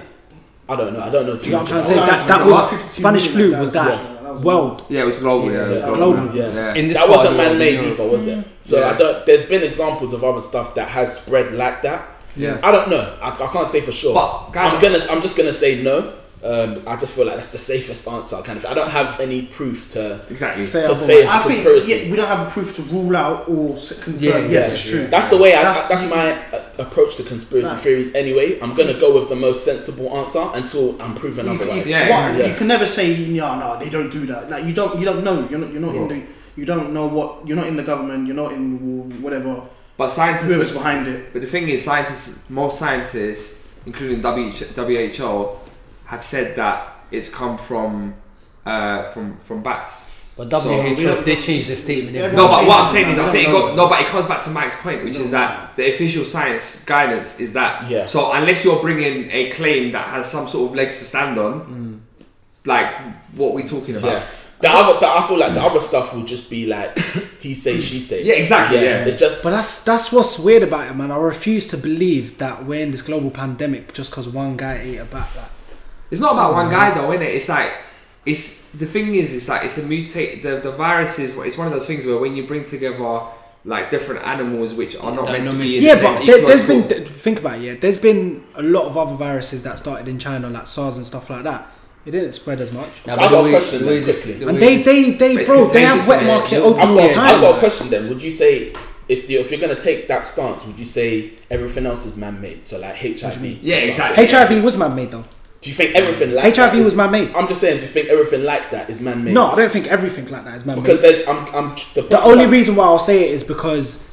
[SPEAKER 3] I don't know. I don't know too
[SPEAKER 2] You know
[SPEAKER 3] much.
[SPEAKER 2] what
[SPEAKER 3] about
[SPEAKER 2] I'm trying to say?
[SPEAKER 3] it.
[SPEAKER 2] That, that
[SPEAKER 5] That
[SPEAKER 2] was
[SPEAKER 5] was 15
[SPEAKER 2] Spanish
[SPEAKER 5] million,
[SPEAKER 2] flu
[SPEAKER 5] that
[SPEAKER 2] was
[SPEAKER 5] was global,
[SPEAKER 2] that
[SPEAKER 5] that was
[SPEAKER 2] world.
[SPEAKER 4] Yeah, it was global. Yeah, it was
[SPEAKER 3] Yeah.
[SPEAKER 4] global.
[SPEAKER 3] Yeah.
[SPEAKER 4] Yeah.
[SPEAKER 1] in this
[SPEAKER 3] that
[SPEAKER 1] part of
[SPEAKER 3] wasn't
[SPEAKER 1] the world, in
[SPEAKER 3] man-made
[SPEAKER 1] Europe.
[SPEAKER 3] either, was it? So
[SPEAKER 4] Yeah.
[SPEAKER 3] I don't. There's been examples of other stuff that has spread like that.
[SPEAKER 4] Yeah.
[SPEAKER 3] I don't know. I, I can't say for sure.
[SPEAKER 4] But, guys-
[SPEAKER 3] I'm gonna. I'm just gonna say no. Um, I just feel like that's the safest answer. Kind of. I don't have any proof to
[SPEAKER 4] Exactly.
[SPEAKER 2] Say
[SPEAKER 3] to
[SPEAKER 2] otherwise.
[SPEAKER 3] say it's a
[SPEAKER 5] I think
[SPEAKER 3] conspiracy.
[SPEAKER 5] yeah, we don't have proof to rule out or s- confirm.
[SPEAKER 1] Yeah,
[SPEAKER 5] yes,
[SPEAKER 3] yeah,
[SPEAKER 5] it's true.
[SPEAKER 3] That's the way I.
[SPEAKER 5] That's-
[SPEAKER 3] That's, my uh, approach to conspiracy
[SPEAKER 5] Nah.
[SPEAKER 3] theories. Anyway, I'm gonna go with the most sensible answer until I'm proven
[SPEAKER 5] You,
[SPEAKER 3] otherwise.
[SPEAKER 5] you,
[SPEAKER 4] Yeah,
[SPEAKER 5] what-
[SPEAKER 4] yeah.
[SPEAKER 5] you can never say no, no. They don't do that. Like you don't, you don't know. You're not, you're not in the, you don't know what. You're not in the government. You're not in whatever.
[SPEAKER 4] But
[SPEAKER 5] Whoever's
[SPEAKER 4] scientists.
[SPEAKER 5] behind it.
[SPEAKER 4] But the thing is, scientists, most scientists, including WHO, have said that it's come from uh, from from bats.
[SPEAKER 1] But
[SPEAKER 4] So-
[SPEAKER 1] WHO they changed the statement. every
[SPEAKER 4] No,
[SPEAKER 5] Everyone
[SPEAKER 4] but what I'm
[SPEAKER 5] changes
[SPEAKER 4] saying is,
[SPEAKER 5] now,
[SPEAKER 4] I
[SPEAKER 5] we
[SPEAKER 4] think it
[SPEAKER 5] don't
[SPEAKER 4] got, no, but it comes back to Mike's point, which is that the official science guidance is that.
[SPEAKER 3] Yeah.
[SPEAKER 4] So unless you're bringing a claim that has some sort of legs to stand on, like what we talking
[SPEAKER 3] Mm.
[SPEAKER 4] about?
[SPEAKER 3] Yeah. The other, the, I feel like the other stuff will just be like he say, she say.
[SPEAKER 4] Yeah, exactly, yeah.
[SPEAKER 3] It's just
[SPEAKER 2] But that's that's what's weird about it, man. I refuse to believe that we're in this global pandemic just because one guy ate a bat. Like,
[SPEAKER 4] It's not about one guy though, innit? It's like it's the thing is, it's like it's a mutate. The the virus is it's one of those things where when you bring together like different animals which are not
[SPEAKER 1] That
[SPEAKER 4] meant to
[SPEAKER 1] no
[SPEAKER 4] be
[SPEAKER 1] means-
[SPEAKER 4] in the
[SPEAKER 2] yeah,
[SPEAKER 4] same
[SPEAKER 2] but there, there's been
[SPEAKER 4] ecological-
[SPEAKER 2] th- think about it, yeah. There's been a lot of other viruses that started in China, like SARS and stuff like that. It didn't spread as much.
[SPEAKER 1] Now,
[SPEAKER 3] I
[SPEAKER 1] but
[SPEAKER 3] got a
[SPEAKER 1] the way-
[SPEAKER 3] question
[SPEAKER 1] the
[SPEAKER 3] then,
[SPEAKER 1] way this-
[SPEAKER 3] quickly.
[SPEAKER 1] the way
[SPEAKER 2] And they,
[SPEAKER 1] this-
[SPEAKER 2] they, they,
[SPEAKER 4] it's
[SPEAKER 2] bro, they have
[SPEAKER 4] contagious,
[SPEAKER 2] wet
[SPEAKER 4] innit?
[SPEAKER 2] market
[SPEAKER 4] I've
[SPEAKER 2] open
[SPEAKER 3] I've got,
[SPEAKER 2] all the
[SPEAKER 3] a- I've
[SPEAKER 2] time.
[SPEAKER 3] got a question then. Would you say if the, if you're gonna take that stance, would you say everything else is man-made? So like HIV.
[SPEAKER 4] Yeah,
[SPEAKER 3] for example.
[SPEAKER 4] exactly.
[SPEAKER 2] HIV was man made though.
[SPEAKER 3] Do you think everything like that
[SPEAKER 2] HIV
[SPEAKER 3] is-
[SPEAKER 2] was man made.
[SPEAKER 3] I'm just saying. Do you think everything like that is man-made?
[SPEAKER 2] No, I don't think everything like that is man
[SPEAKER 3] because
[SPEAKER 2] made.
[SPEAKER 3] then I'm I'm the,
[SPEAKER 2] The only reason why I'll say it is because,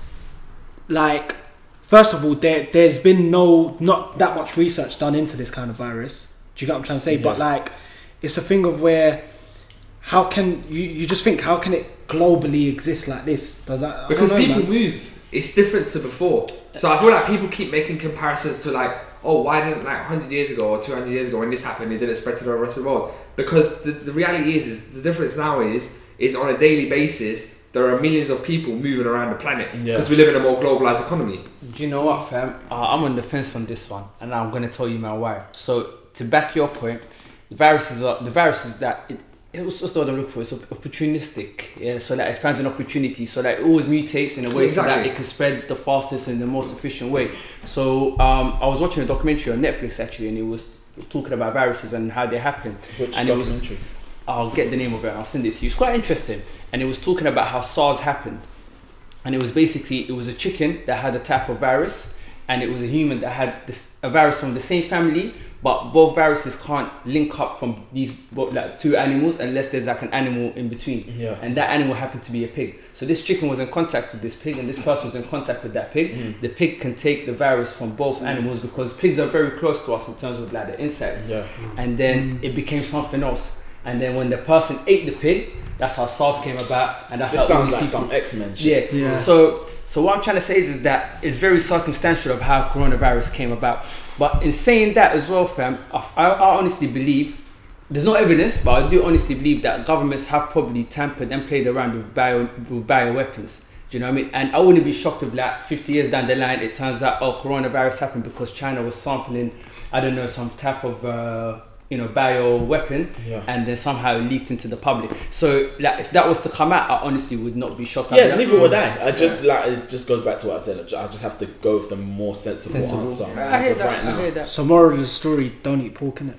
[SPEAKER 2] like, first of all, there there's been no not that much research done into this kind of virus. Do you get what I'm trying to say? But
[SPEAKER 3] Yeah.
[SPEAKER 2] like, it's a thing of where, how can you you just think how can it globally exist like this? Does that I don't
[SPEAKER 4] because
[SPEAKER 2] know,
[SPEAKER 4] people
[SPEAKER 2] man.
[SPEAKER 4] move. It's different to before. So I feel like people keep making comparisons to like, oh, why didn't like 100 years ago or 200 years ago when this happened, it didn't spread to the rest of the world? Because the, the reality is, is the difference now is, is on a daily basis, there are millions of people moving around the planet
[SPEAKER 3] Yeah.
[SPEAKER 4] because we live in a more globalized economy.
[SPEAKER 1] Do you know what, fam? Uh, I'm on the fence on this one, and I'm gonna tell you my why. So to back your point, the viruses are the viruses that it, it was just what I'm looking for. It's op- opportunistic, yeah. So that it finds an opportunity, so that it always mutates in a way so that
[SPEAKER 4] Exactly.
[SPEAKER 1] it can spread the fastest and the most efficient way. So um, I was watching a documentary on Netflix actually, and it was talking about viruses and how they happen.
[SPEAKER 3] Which
[SPEAKER 1] And it was-
[SPEAKER 3] documentary?
[SPEAKER 1] I'll get the name of it and I'll send it to you. It's quite interesting. And it was talking about how SARS happened. And it was basically it was a chicken that had a type of virus, and it was a human that had this, a virus from the same family, but both viruses can't link up from these bo- like two animals unless there's like an animal in between
[SPEAKER 3] Yeah.
[SPEAKER 1] and that animal happened to be a pig. So this chicken was in contact with this pig, and this person was in contact with that pig.
[SPEAKER 3] Mm.
[SPEAKER 1] The pig can take the virus from both animals because pigs are very close to us in terms of like the insects.
[SPEAKER 3] Yeah.
[SPEAKER 1] And
[SPEAKER 3] Mm.
[SPEAKER 1] then it became something else. And then when the person ate the pig, that's how SARS came about, and that's
[SPEAKER 3] This
[SPEAKER 1] how all
[SPEAKER 3] sounds
[SPEAKER 1] these
[SPEAKER 3] like
[SPEAKER 1] people
[SPEAKER 3] some X Men shit.
[SPEAKER 1] yeah.
[SPEAKER 2] Yeah.
[SPEAKER 1] So so what I'm trying to say is, is that it's very circumstantial of how coronavirus came about. But in saying that as well, fam, I, I I honestly believe there's no evidence, but I do honestly believe that governments have probably tampered and played around with bio with bioweapons. Do you know what I mean? And I wouldn't be shocked if like 50 years down the line it turns out oh coronavirus happened because China was sampling, I don't know, some type of uh, you know bio weapon
[SPEAKER 3] Yeah.
[SPEAKER 1] and then somehow it leaked into the public. So like if that was to come out, I honestly would not be shocked. I'd be
[SPEAKER 3] Yeah,
[SPEAKER 1] like,
[SPEAKER 3] neither would I. I just like it just goes back to what I said. I ju- I just have to go with the more sensible,
[SPEAKER 1] Sensible.
[SPEAKER 3] answer.
[SPEAKER 1] I hear
[SPEAKER 3] As of
[SPEAKER 1] that. I
[SPEAKER 3] right
[SPEAKER 1] hear that.
[SPEAKER 2] So moral of the story: don't eat pork in it.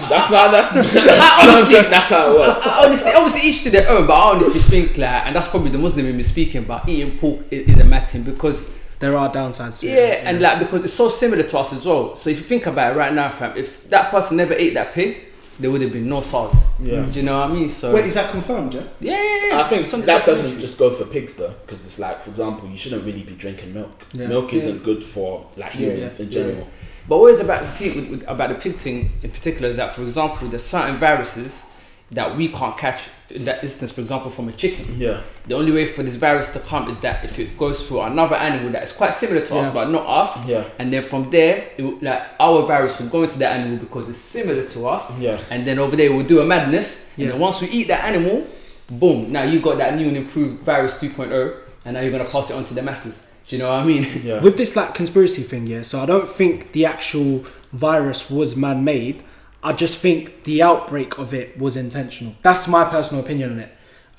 [SPEAKER 3] now. That's not. That's
[SPEAKER 1] Honestly.
[SPEAKER 3] that's how it works.
[SPEAKER 1] I honestly, obviously, each to their own. But I honestly think like, and that's probably the Muslim in me speaking. But eating pork is, is a mad thing because
[SPEAKER 2] There are downsides. To
[SPEAKER 1] yeah,
[SPEAKER 2] it.
[SPEAKER 1] and like because it's so similar to us as well. So if you think about it right now, fam, if that person never ate that pig, there would have been no SARS.
[SPEAKER 3] Yeah.
[SPEAKER 1] Do you know what I mean? So
[SPEAKER 5] Wait, is that confirmed? Yeah.
[SPEAKER 1] yeah, yeah, yeah.
[SPEAKER 3] I think
[SPEAKER 1] Some
[SPEAKER 3] that doesn't
[SPEAKER 1] documentary.
[SPEAKER 3] just go for pigs though, because it's like, for example, you shouldn't really be drinking milk.
[SPEAKER 2] Yeah.
[SPEAKER 3] Milk isn't good for like
[SPEAKER 1] Yeah,
[SPEAKER 3] humans in
[SPEAKER 1] yeah.
[SPEAKER 3] general.
[SPEAKER 1] But what is about the thing with, with, about the pig thing in particular is that, for example, there's certain viruses that we can't catch. In that instance, for example, from a chicken.
[SPEAKER 3] Yeah,
[SPEAKER 1] The only way for this virus to come is that if it goes through another animal that is quite similar to us
[SPEAKER 2] Yeah.
[SPEAKER 1] but not us,
[SPEAKER 3] yeah,
[SPEAKER 1] and then from there, it, will- like our virus will go into that animal because it's similar to us,
[SPEAKER 3] yeah.
[SPEAKER 1] and then over there we'll do a madness,
[SPEAKER 2] Yeah.
[SPEAKER 1] and then once we eat that animal, boom! Now you got that new and improved virus 2.0, and now you're gonna pass it on to the masses. Do you know what I mean?
[SPEAKER 3] Yeah.
[SPEAKER 2] With this like conspiracy thing, yeah. So I don't think the actual virus was man-made. I just think the outbreak of it was intentional. That's my personal opinion on it.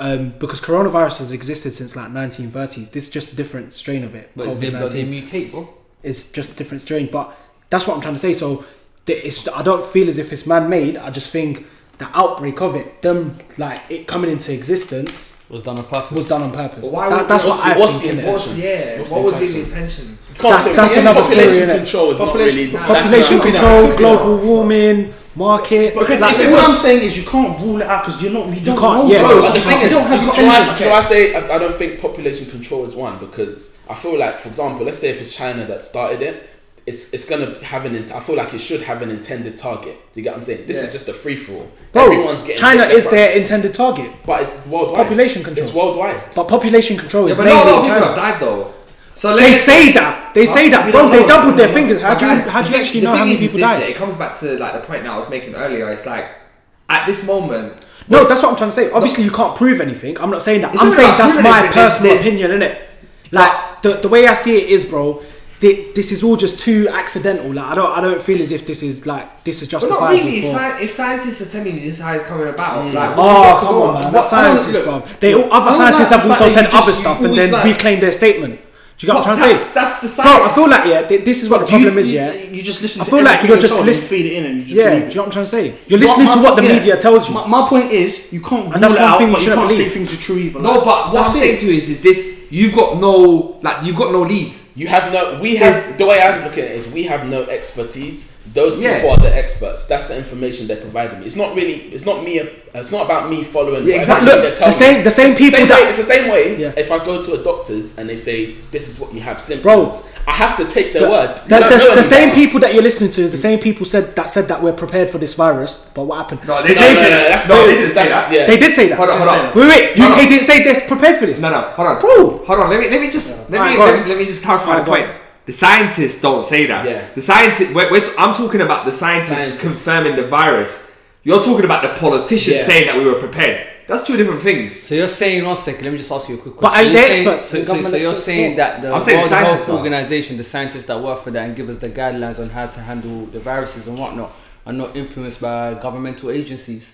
[SPEAKER 2] Um, because coronavirus has existed since like 1930s. This is just a different strain of it.
[SPEAKER 1] But they, but
[SPEAKER 2] COVID-19.
[SPEAKER 1] they mutate, bro.
[SPEAKER 2] It's just a different strain. But that's what I'm trying to say. So the, it's, I don't feel as if it's man-made. I just think the outbreak of it, them like it coming into existence,
[SPEAKER 1] Was done on purpose.
[SPEAKER 2] was done on purpose.
[SPEAKER 4] But why
[SPEAKER 2] That-
[SPEAKER 4] would-
[SPEAKER 2] that's
[SPEAKER 3] what's
[SPEAKER 2] what
[SPEAKER 3] the-
[SPEAKER 2] I
[SPEAKER 3] what's the
[SPEAKER 2] think. innit?
[SPEAKER 3] intention?
[SPEAKER 4] yeah,
[SPEAKER 3] What's
[SPEAKER 4] what
[SPEAKER 3] the
[SPEAKER 4] would be the
[SPEAKER 3] intention?
[SPEAKER 4] intention?
[SPEAKER 2] That's- that's
[SPEAKER 3] Yeah,
[SPEAKER 2] another story,
[SPEAKER 3] population
[SPEAKER 2] innit?
[SPEAKER 3] control is not
[SPEAKER 5] Population-
[SPEAKER 3] really
[SPEAKER 2] Population
[SPEAKER 3] that's not-
[SPEAKER 2] control, global warming, markets.
[SPEAKER 5] Because
[SPEAKER 2] like,
[SPEAKER 5] what I'm saying is you can't rule it out because you're not. You don't
[SPEAKER 2] can't,
[SPEAKER 5] know.
[SPEAKER 2] yeah,
[SPEAKER 5] bro. Like,
[SPEAKER 2] but
[SPEAKER 3] the
[SPEAKER 5] you
[SPEAKER 3] thing is,
[SPEAKER 5] don't have
[SPEAKER 3] so
[SPEAKER 5] the
[SPEAKER 3] I,
[SPEAKER 5] evidence.
[SPEAKER 3] so I say I, I don't think population control is one because I feel like, for example, let's say if it's China that started it, it's it's gonna have an. int- I feel like it should have an intended target. You get what I'm saying? This
[SPEAKER 4] Yeah.
[SPEAKER 3] is just a free for all.
[SPEAKER 2] Bro, China
[SPEAKER 3] hit
[SPEAKER 2] is
[SPEAKER 3] different,
[SPEAKER 2] their intended target,
[SPEAKER 3] but it's worldwide.
[SPEAKER 2] population control.
[SPEAKER 3] It's worldwide.
[SPEAKER 2] but population control
[SPEAKER 4] Yeah,
[SPEAKER 2] is
[SPEAKER 4] but
[SPEAKER 2] mainly
[SPEAKER 4] not a lot of people
[SPEAKER 2] China.
[SPEAKER 4] have died though. So
[SPEAKER 2] They
[SPEAKER 4] let's
[SPEAKER 2] say that. They say that,
[SPEAKER 5] We
[SPEAKER 2] bro.
[SPEAKER 5] don't
[SPEAKER 2] They
[SPEAKER 5] know.
[SPEAKER 2] doubled their
[SPEAKER 5] We don't
[SPEAKER 2] fingers. How do you,
[SPEAKER 4] Guys,
[SPEAKER 2] how do
[SPEAKER 4] the
[SPEAKER 2] you actually
[SPEAKER 4] thing-
[SPEAKER 2] know
[SPEAKER 4] the
[SPEAKER 2] how
[SPEAKER 4] thing
[SPEAKER 2] many
[SPEAKER 4] is, is
[SPEAKER 2] people
[SPEAKER 4] this,
[SPEAKER 2] died?
[SPEAKER 4] It comes back to like the point that I was making earlier. It's like at this moment,
[SPEAKER 2] No, that's what I'm trying to say. Obviously, you can't prove anything. I'm not saying that.
[SPEAKER 4] It's
[SPEAKER 2] I'm
[SPEAKER 4] not
[SPEAKER 2] saying
[SPEAKER 4] about
[SPEAKER 2] that's
[SPEAKER 4] proving
[SPEAKER 2] my
[SPEAKER 4] anything, it's
[SPEAKER 2] personal
[SPEAKER 4] this.
[SPEAKER 2] opinion, innit? Like the, the way I see it is, bro. thi- This is all just too accidental. Like I don't, I don't feel as if this is like this is
[SPEAKER 4] but not
[SPEAKER 2] justifiable.
[SPEAKER 4] really. If,
[SPEAKER 2] for-
[SPEAKER 4] sci- if scientists are telling you this is how it's coming about, like
[SPEAKER 2] Oh
[SPEAKER 5] That's
[SPEAKER 2] come
[SPEAKER 5] what-
[SPEAKER 2] on, man!
[SPEAKER 5] what-
[SPEAKER 2] That's
[SPEAKER 5] I don't- look,
[SPEAKER 2] scientists, bro. They all,
[SPEAKER 5] I don't
[SPEAKER 2] other
[SPEAKER 5] like
[SPEAKER 2] scientists
[SPEAKER 5] the
[SPEAKER 2] have
[SPEAKER 5] fact
[SPEAKER 2] also
[SPEAKER 5] that
[SPEAKER 2] said
[SPEAKER 5] you just-
[SPEAKER 2] other
[SPEAKER 5] you
[SPEAKER 2] stuff and
[SPEAKER 5] always
[SPEAKER 2] then
[SPEAKER 5] like-
[SPEAKER 2] reclaimed their statement. Do you get
[SPEAKER 4] Well,
[SPEAKER 2] what I'm trying to
[SPEAKER 4] that's,
[SPEAKER 2] say?
[SPEAKER 4] that's the science.
[SPEAKER 2] Bro, I feel like yeah, th- this is what the
[SPEAKER 5] Do you-
[SPEAKER 2] problem is,
[SPEAKER 5] you-
[SPEAKER 2] yeah.
[SPEAKER 5] You just listen.
[SPEAKER 2] I
[SPEAKER 5] to
[SPEAKER 2] feel like
[SPEAKER 5] everything
[SPEAKER 2] you're
[SPEAKER 5] you're
[SPEAKER 2] just
[SPEAKER 5] told and you
[SPEAKER 2] lis-
[SPEAKER 5] Feed it in and you just
[SPEAKER 2] Yeah, do you
[SPEAKER 5] believe
[SPEAKER 2] know
[SPEAKER 5] it.
[SPEAKER 2] what I'm trying to say? You're
[SPEAKER 5] My-
[SPEAKER 2] listening
[SPEAKER 5] my
[SPEAKER 2] to what the
[SPEAKER 5] point- yeah.
[SPEAKER 2] media tells you.
[SPEAKER 5] My, my point is, you can't
[SPEAKER 2] And that's
[SPEAKER 5] rule it
[SPEAKER 2] one
[SPEAKER 5] out,
[SPEAKER 2] thing
[SPEAKER 5] but
[SPEAKER 2] you
[SPEAKER 5] you
[SPEAKER 2] shouldn't
[SPEAKER 5] can't say
[SPEAKER 2] believe.
[SPEAKER 5] things are true either.
[SPEAKER 4] no,
[SPEAKER 5] like.
[SPEAKER 4] but what
[SPEAKER 5] That's
[SPEAKER 4] I'm
[SPEAKER 5] it.
[SPEAKER 4] saying to you is, is this: you've got no, like you've got no lead.
[SPEAKER 3] You have no. We have the way I'm looking at it is we have no expertise. Those
[SPEAKER 4] Yeah.
[SPEAKER 3] people are the experts. That's the information they're providing me. It's not really. It's not me. It's not about me following.
[SPEAKER 4] Yeah,
[SPEAKER 3] whatever
[SPEAKER 4] exactly.
[SPEAKER 3] they're
[SPEAKER 2] Look,
[SPEAKER 3] telling
[SPEAKER 2] the same-
[SPEAKER 3] me.
[SPEAKER 2] the same
[SPEAKER 3] It's
[SPEAKER 2] people
[SPEAKER 3] same
[SPEAKER 2] that-
[SPEAKER 3] way, it's the same way.
[SPEAKER 2] Yeah.
[SPEAKER 3] If I go to a doctor's and they say this is what you have symptoms, I have to take their
[SPEAKER 2] The-
[SPEAKER 3] word.
[SPEAKER 2] The,
[SPEAKER 3] You don't
[SPEAKER 2] the-
[SPEAKER 3] know
[SPEAKER 2] the
[SPEAKER 3] any
[SPEAKER 2] same
[SPEAKER 3] better.
[SPEAKER 2] people that you're listening to is the same people said that said that we're prepared for this virus, but what happened?
[SPEAKER 4] No,
[SPEAKER 2] The
[SPEAKER 4] they-
[SPEAKER 2] same-
[SPEAKER 3] No, no, no, that's
[SPEAKER 4] No,
[SPEAKER 3] not.
[SPEAKER 4] they didn't say
[SPEAKER 3] that's,
[SPEAKER 4] that.
[SPEAKER 3] Yeah.
[SPEAKER 2] They did say that.
[SPEAKER 4] Hold on, hold on.
[SPEAKER 2] Wait, wait,
[SPEAKER 4] Hold
[SPEAKER 2] UK
[SPEAKER 4] on.
[SPEAKER 2] didn't say they're prepared for this.
[SPEAKER 4] No, no, hold on.
[SPEAKER 2] Bro.
[SPEAKER 4] Hold on. Let me let me just let
[SPEAKER 2] Alright,
[SPEAKER 4] me
[SPEAKER 2] go
[SPEAKER 4] let
[SPEAKER 2] on.
[SPEAKER 4] me, let me just clarify
[SPEAKER 2] Alright,
[SPEAKER 4] the
[SPEAKER 2] go on.
[SPEAKER 4] point. The scientists don't say that.
[SPEAKER 3] Yeah.
[SPEAKER 4] The scientists. We're, we're t- I'm talking about the scientists,
[SPEAKER 3] Scientists.
[SPEAKER 4] confirming the virus. You're talking about the politicians
[SPEAKER 3] Yeah.
[SPEAKER 4] saying that we were prepared. That's two different things.
[SPEAKER 1] So you're saying one second. Let me just ask you a quick
[SPEAKER 2] But
[SPEAKER 1] question.
[SPEAKER 2] ain't
[SPEAKER 1] You're
[SPEAKER 2] they
[SPEAKER 1] saying-
[SPEAKER 2] experts?
[SPEAKER 1] So,
[SPEAKER 2] The
[SPEAKER 1] so, so
[SPEAKER 2] government
[SPEAKER 1] you're
[SPEAKER 2] experts
[SPEAKER 1] saying
[SPEAKER 2] too.
[SPEAKER 1] that the
[SPEAKER 4] I'm saying
[SPEAKER 1] World
[SPEAKER 4] scientists
[SPEAKER 1] Health
[SPEAKER 4] are.
[SPEAKER 1] Organization, the scientists that work for that and give us the guidelines on how to handle the viruses and whatnot, are not influenced by governmental agencies.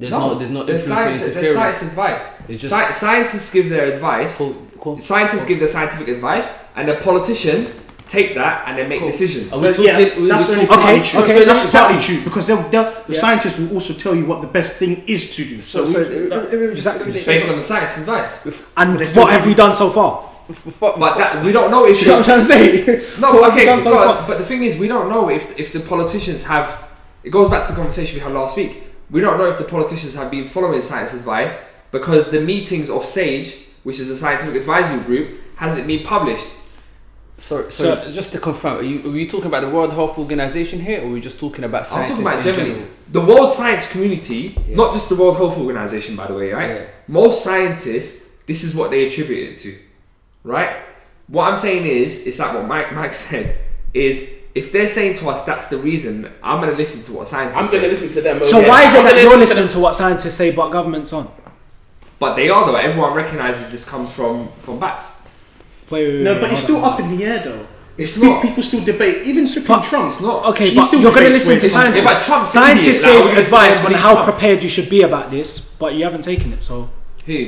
[SPEAKER 1] There's no, there's no
[SPEAKER 4] there's
[SPEAKER 1] influence
[SPEAKER 4] science,
[SPEAKER 1] or
[SPEAKER 4] there's
[SPEAKER 1] interference.
[SPEAKER 4] science advice.
[SPEAKER 1] It's just
[SPEAKER 4] Sci- scientists give their advice.
[SPEAKER 1] cool, cool.
[SPEAKER 4] Scientists give their scientific advice, and the politicians take that and they make
[SPEAKER 1] Cool.
[SPEAKER 4] decisions.
[SPEAKER 1] Are we
[SPEAKER 5] But
[SPEAKER 1] talking?
[SPEAKER 5] yeah,
[SPEAKER 1] we- we
[SPEAKER 5] that's
[SPEAKER 1] talking
[SPEAKER 5] only partly
[SPEAKER 2] okay,
[SPEAKER 5] true.
[SPEAKER 2] okay,
[SPEAKER 5] so
[SPEAKER 2] that's
[SPEAKER 5] that's partly
[SPEAKER 2] fine.
[SPEAKER 5] true because they'll, they'll, the
[SPEAKER 1] Yeah.
[SPEAKER 5] scientists will also tell you what the best thing is to do.
[SPEAKER 1] So,
[SPEAKER 5] So,
[SPEAKER 1] so, uh,
[SPEAKER 5] we-
[SPEAKER 1] let me just-
[SPEAKER 2] Exactly.
[SPEAKER 1] let me
[SPEAKER 4] It's
[SPEAKER 1] just-
[SPEAKER 4] based on the science advice.
[SPEAKER 2] And
[SPEAKER 5] But it's
[SPEAKER 2] what
[SPEAKER 5] still-
[SPEAKER 2] have we done so far?
[SPEAKER 4] But that, we don't know if
[SPEAKER 2] You know what I'm trying to say?
[SPEAKER 4] No,
[SPEAKER 2] What have we
[SPEAKER 4] okay,
[SPEAKER 2] done so
[SPEAKER 4] but,
[SPEAKER 2] far?
[SPEAKER 4] but the thing is, we don't know if if the politicians have. It goes back to the conversation we had last week. We don't know if the politicians have been following science advice because the meetings of SAGE, which is a scientific advisory group, hasn't been published.
[SPEAKER 1] Sorry, so, just to confirm, are you, are you talking about the World Health Organization here, or are you just talking about
[SPEAKER 4] I'm
[SPEAKER 1] scientists
[SPEAKER 4] talking about
[SPEAKER 1] in
[SPEAKER 4] generally
[SPEAKER 1] general?
[SPEAKER 4] the world science community,
[SPEAKER 1] Yeah.
[SPEAKER 4] not just the World Health Organization, by the way. Right,
[SPEAKER 1] Yeah.
[SPEAKER 4] most scientists, this is what they attribute it to, right? What I'm saying is, is that what Mike Mike said is. If they're saying to us that's the reason, I'm gonna listen to what scientists.
[SPEAKER 3] I'm
[SPEAKER 4] say.
[SPEAKER 3] going to listen to them.
[SPEAKER 2] So
[SPEAKER 3] okay?
[SPEAKER 2] why is it
[SPEAKER 3] I'm gonna
[SPEAKER 2] that you're
[SPEAKER 3] listen to
[SPEAKER 2] listening to what scientists say but governments aren't?
[SPEAKER 4] But they are though. Everyone recognises this comes from from bats.
[SPEAKER 2] Wait, wait, wait,
[SPEAKER 5] no,
[SPEAKER 2] wait,
[SPEAKER 5] but it's
[SPEAKER 2] hold
[SPEAKER 5] still
[SPEAKER 2] on.
[SPEAKER 5] up in the air though.
[SPEAKER 4] It's
[SPEAKER 5] Pe-
[SPEAKER 4] not.
[SPEAKER 5] People still debate, even flipping
[SPEAKER 2] But-
[SPEAKER 5] Trump.
[SPEAKER 4] It's not.
[SPEAKER 2] Okay,
[SPEAKER 5] He
[SPEAKER 2] but
[SPEAKER 5] still
[SPEAKER 2] you're going to
[SPEAKER 5] debates
[SPEAKER 2] listen to
[SPEAKER 5] ways on-
[SPEAKER 2] scientists.
[SPEAKER 4] Yeah, but Trump's an
[SPEAKER 2] scientists
[SPEAKER 4] idiot, like,
[SPEAKER 2] gave
[SPEAKER 4] we're gonna
[SPEAKER 2] advice
[SPEAKER 4] say
[SPEAKER 2] on
[SPEAKER 4] everybody
[SPEAKER 2] how
[SPEAKER 4] Trump.
[SPEAKER 2] prepared you should be about this, but you haven't taken it. So
[SPEAKER 4] Who?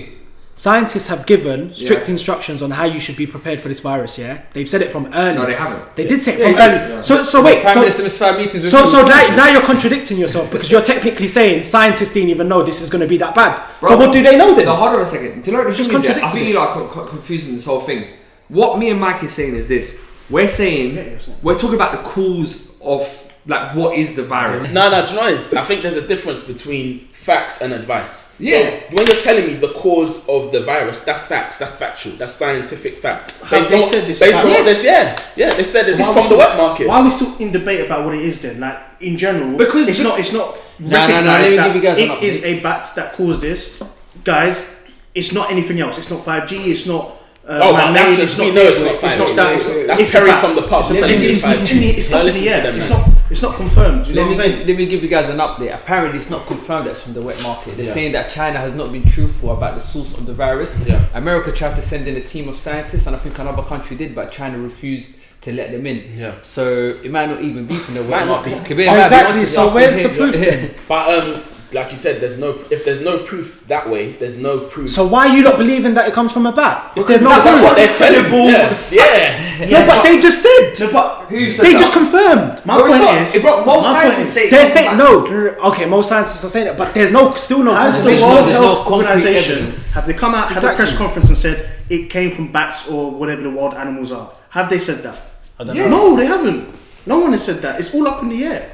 [SPEAKER 2] scientists have given strict
[SPEAKER 4] Yeah.
[SPEAKER 2] instructions on how you should be prepared for this virus. Yeah, they've said it from early.
[SPEAKER 4] No, they haven't.
[SPEAKER 2] They did say it from
[SPEAKER 1] Yeah,
[SPEAKER 2] early.
[SPEAKER 4] yeah.
[SPEAKER 2] So, so wait.
[SPEAKER 1] Prime
[SPEAKER 2] so-
[SPEAKER 1] Minister missed five meetings. with
[SPEAKER 2] So, so
[SPEAKER 1] Putin.
[SPEAKER 2] now, now you're contradicting yourself because you're technically saying scientists didn't even know this is going to be that bad. so
[SPEAKER 4] Bro,
[SPEAKER 2] what do they know then?
[SPEAKER 4] No, hold on a second. Do you know what the
[SPEAKER 2] Just
[SPEAKER 4] thing is? yeah? I
[SPEAKER 2] contradicted
[SPEAKER 4] think you like co- co- confusing this whole thing. What me and Mike is saying is this: we're saying
[SPEAKER 5] Yeah, yeah, it's not-
[SPEAKER 4] we're talking about the cause of like what is the virus.
[SPEAKER 3] No, no, do you know what it is? I think there's a difference between facts and advice. So,
[SPEAKER 4] Yeah.
[SPEAKER 3] when you're telling me the cause of the virus, that's facts, that's factual, that's scientific facts.
[SPEAKER 5] Have they
[SPEAKER 3] on-
[SPEAKER 5] said this
[SPEAKER 3] Based on
[SPEAKER 5] fact?
[SPEAKER 3] what they said. Yeah, they said this
[SPEAKER 5] why
[SPEAKER 3] is
[SPEAKER 5] are
[SPEAKER 3] from
[SPEAKER 5] we
[SPEAKER 3] the
[SPEAKER 5] still-
[SPEAKER 3] wet market.
[SPEAKER 5] Why are we still in debate about what it is then? Like in general,
[SPEAKER 4] Because
[SPEAKER 5] it's
[SPEAKER 4] the-
[SPEAKER 5] not. It's not.
[SPEAKER 1] no, no, no, let me
[SPEAKER 5] recognised that
[SPEAKER 1] give you guys an
[SPEAKER 5] It is
[SPEAKER 1] update.
[SPEAKER 5] a bat that caused this, guys. It's not anything else. It's not five G. It's not. Uh,
[SPEAKER 3] Oh, man,
[SPEAKER 5] man-made,
[SPEAKER 3] that's just,
[SPEAKER 5] it's not
[SPEAKER 3] we know it's
[SPEAKER 5] this,
[SPEAKER 3] not
[SPEAKER 5] It's
[SPEAKER 3] 5G.
[SPEAKER 5] not that. it's-
[SPEAKER 3] That's
[SPEAKER 5] it's a
[SPEAKER 3] Perry
[SPEAKER 5] bat.
[SPEAKER 3] from the past.
[SPEAKER 5] It's, it's, it's, it's, in the- it's
[SPEAKER 3] Don't
[SPEAKER 5] up in
[SPEAKER 3] listen
[SPEAKER 5] the
[SPEAKER 3] to
[SPEAKER 5] air.
[SPEAKER 3] them,
[SPEAKER 5] It's
[SPEAKER 3] man.
[SPEAKER 5] not. It's not confirmed. You know
[SPEAKER 1] Let
[SPEAKER 5] what
[SPEAKER 1] me,
[SPEAKER 5] I'm saying?
[SPEAKER 1] give, let me give you guys an update. Apparently, it's not confirmed that's from the wet market. They're saying that China has not been truthful about the source of the virus.
[SPEAKER 3] Yeah.
[SPEAKER 1] America tried to send in a team of scientists, and I think another country did, but China refused to let them in.
[SPEAKER 3] Yeah.
[SPEAKER 1] So it might not even be from the wet market. It's Quebec.
[SPEAKER 2] Oh,
[SPEAKER 1] Might be
[SPEAKER 2] exactly,
[SPEAKER 1] wanted
[SPEAKER 2] so
[SPEAKER 1] after
[SPEAKER 2] where's the
[SPEAKER 1] him.
[SPEAKER 2] proof then?
[SPEAKER 3] But um, like you said, there's no if there's no proof that way, there's no proof.
[SPEAKER 2] so why are you not believing that it comes from a bat? If there's no
[SPEAKER 3] that's
[SPEAKER 2] proof,
[SPEAKER 3] what they're telling me. Yeah. yeah.
[SPEAKER 2] yeah, but they just said.
[SPEAKER 5] No, but
[SPEAKER 4] Who said
[SPEAKER 2] They
[SPEAKER 4] that?
[SPEAKER 2] just confirmed.
[SPEAKER 5] my
[SPEAKER 4] No, it's
[SPEAKER 5] point
[SPEAKER 4] not.
[SPEAKER 5] is,
[SPEAKER 4] It- bro, most
[SPEAKER 5] my point
[SPEAKER 4] scientists
[SPEAKER 5] is-
[SPEAKER 4] say it
[SPEAKER 2] They're
[SPEAKER 4] comes
[SPEAKER 2] saying
[SPEAKER 4] from
[SPEAKER 2] no. no, no, Okay, most scientists are saying that, but there's no, still no.
[SPEAKER 5] Has the
[SPEAKER 1] There's
[SPEAKER 2] confirmation.
[SPEAKER 1] no-
[SPEAKER 5] World
[SPEAKER 1] there's no
[SPEAKER 5] Health
[SPEAKER 1] concrete
[SPEAKER 5] Organization
[SPEAKER 1] evidence.
[SPEAKER 5] have they come out had a
[SPEAKER 2] Exactly.
[SPEAKER 5] press conference and said it came from bats or whatever the wild animals are? Have they said that?
[SPEAKER 1] I don't know.
[SPEAKER 5] No, they haven't. No one has said that. It's all up in the air.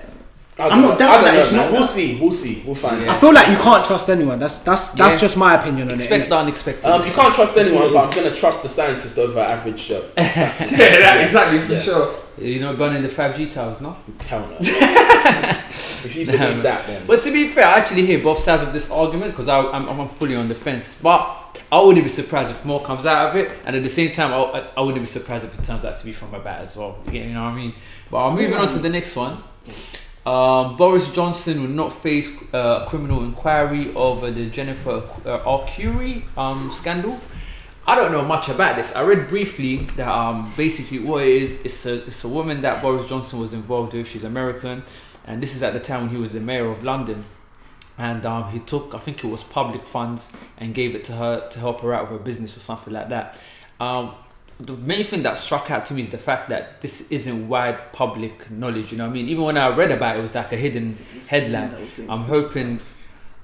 [SPEAKER 3] I
[SPEAKER 5] I'm
[SPEAKER 3] don't
[SPEAKER 5] not
[SPEAKER 3] know.
[SPEAKER 5] doubting
[SPEAKER 3] I don't
[SPEAKER 5] that
[SPEAKER 3] know,
[SPEAKER 5] it's
[SPEAKER 3] man.
[SPEAKER 5] not
[SPEAKER 3] We'll
[SPEAKER 5] that.
[SPEAKER 3] see. We'll see. We'll find
[SPEAKER 1] Yeah.
[SPEAKER 2] I feel like you can't trust anyone. That's that's that's
[SPEAKER 1] Yeah.
[SPEAKER 2] just my opinion on
[SPEAKER 1] Expect
[SPEAKER 2] it.
[SPEAKER 1] the unexpected.
[SPEAKER 3] out. Um, you can't trust anyone, but
[SPEAKER 1] what
[SPEAKER 3] I'm gonna trust the scientist over average Joe.
[SPEAKER 4] yeah, that- exactly for
[SPEAKER 3] Yeah.
[SPEAKER 4] sure.
[SPEAKER 1] You know, burning the 5G towers, no?
[SPEAKER 3] Hell no. if you believe
[SPEAKER 1] man.
[SPEAKER 3] that, then
[SPEAKER 1] But to be fair, I actually hear both sides of this argument because I'm, I'm fully on the fence. But I wouldn't be surprised if more comes out of it, and at the same time, I, I, I wouldn't be surprised if it turns out to be from a bat as well. You know what I mean? But I'm moving on to the next one. Um, Boris Johnson will not face uh, criminal inquiry over the Jennifer uh, R. Curie um, scandal. I don't know much about this. I read briefly that um, basically what it is, it's a, it's a woman that Boris Johnson was involved with. She's American. And this is at the time when he was the mayor of London. And um, he took, I think it was public funds and gave it to her to help her out with her business or something like that. Um, the main thing that struck out to me is the fact that this isn't wide public knowledge. You know what I mean? Even when I read about it, it was like a hidden headline. I'm hoping,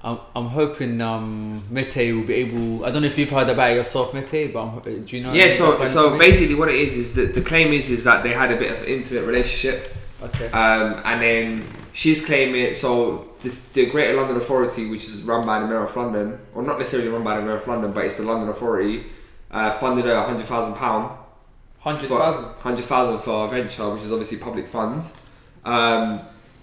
[SPEAKER 1] I'm, I'm hoping um, Mete will be able. I don't know if you've heard about it yourself, Mete, but I'm, ho- do you know?
[SPEAKER 4] Yeah.
[SPEAKER 1] any
[SPEAKER 4] So
[SPEAKER 1] background
[SPEAKER 4] so
[SPEAKER 1] information?
[SPEAKER 4] basically, what it is is that the claim is is that they had a bit of an intimate relationship.
[SPEAKER 1] Okay.
[SPEAKER 4] Um, and then she's claiming so this, the Greater London Authority, which is run by the Mayor of London, or not necessarily run by the Mayor of London, but it's the London Authority, uh, funded her hundred thousand pound,
[SPEAKER 1] Hundred thousand.
[SPEAKER 4] hundred thousand for a venture, which is obviously public funds. Um,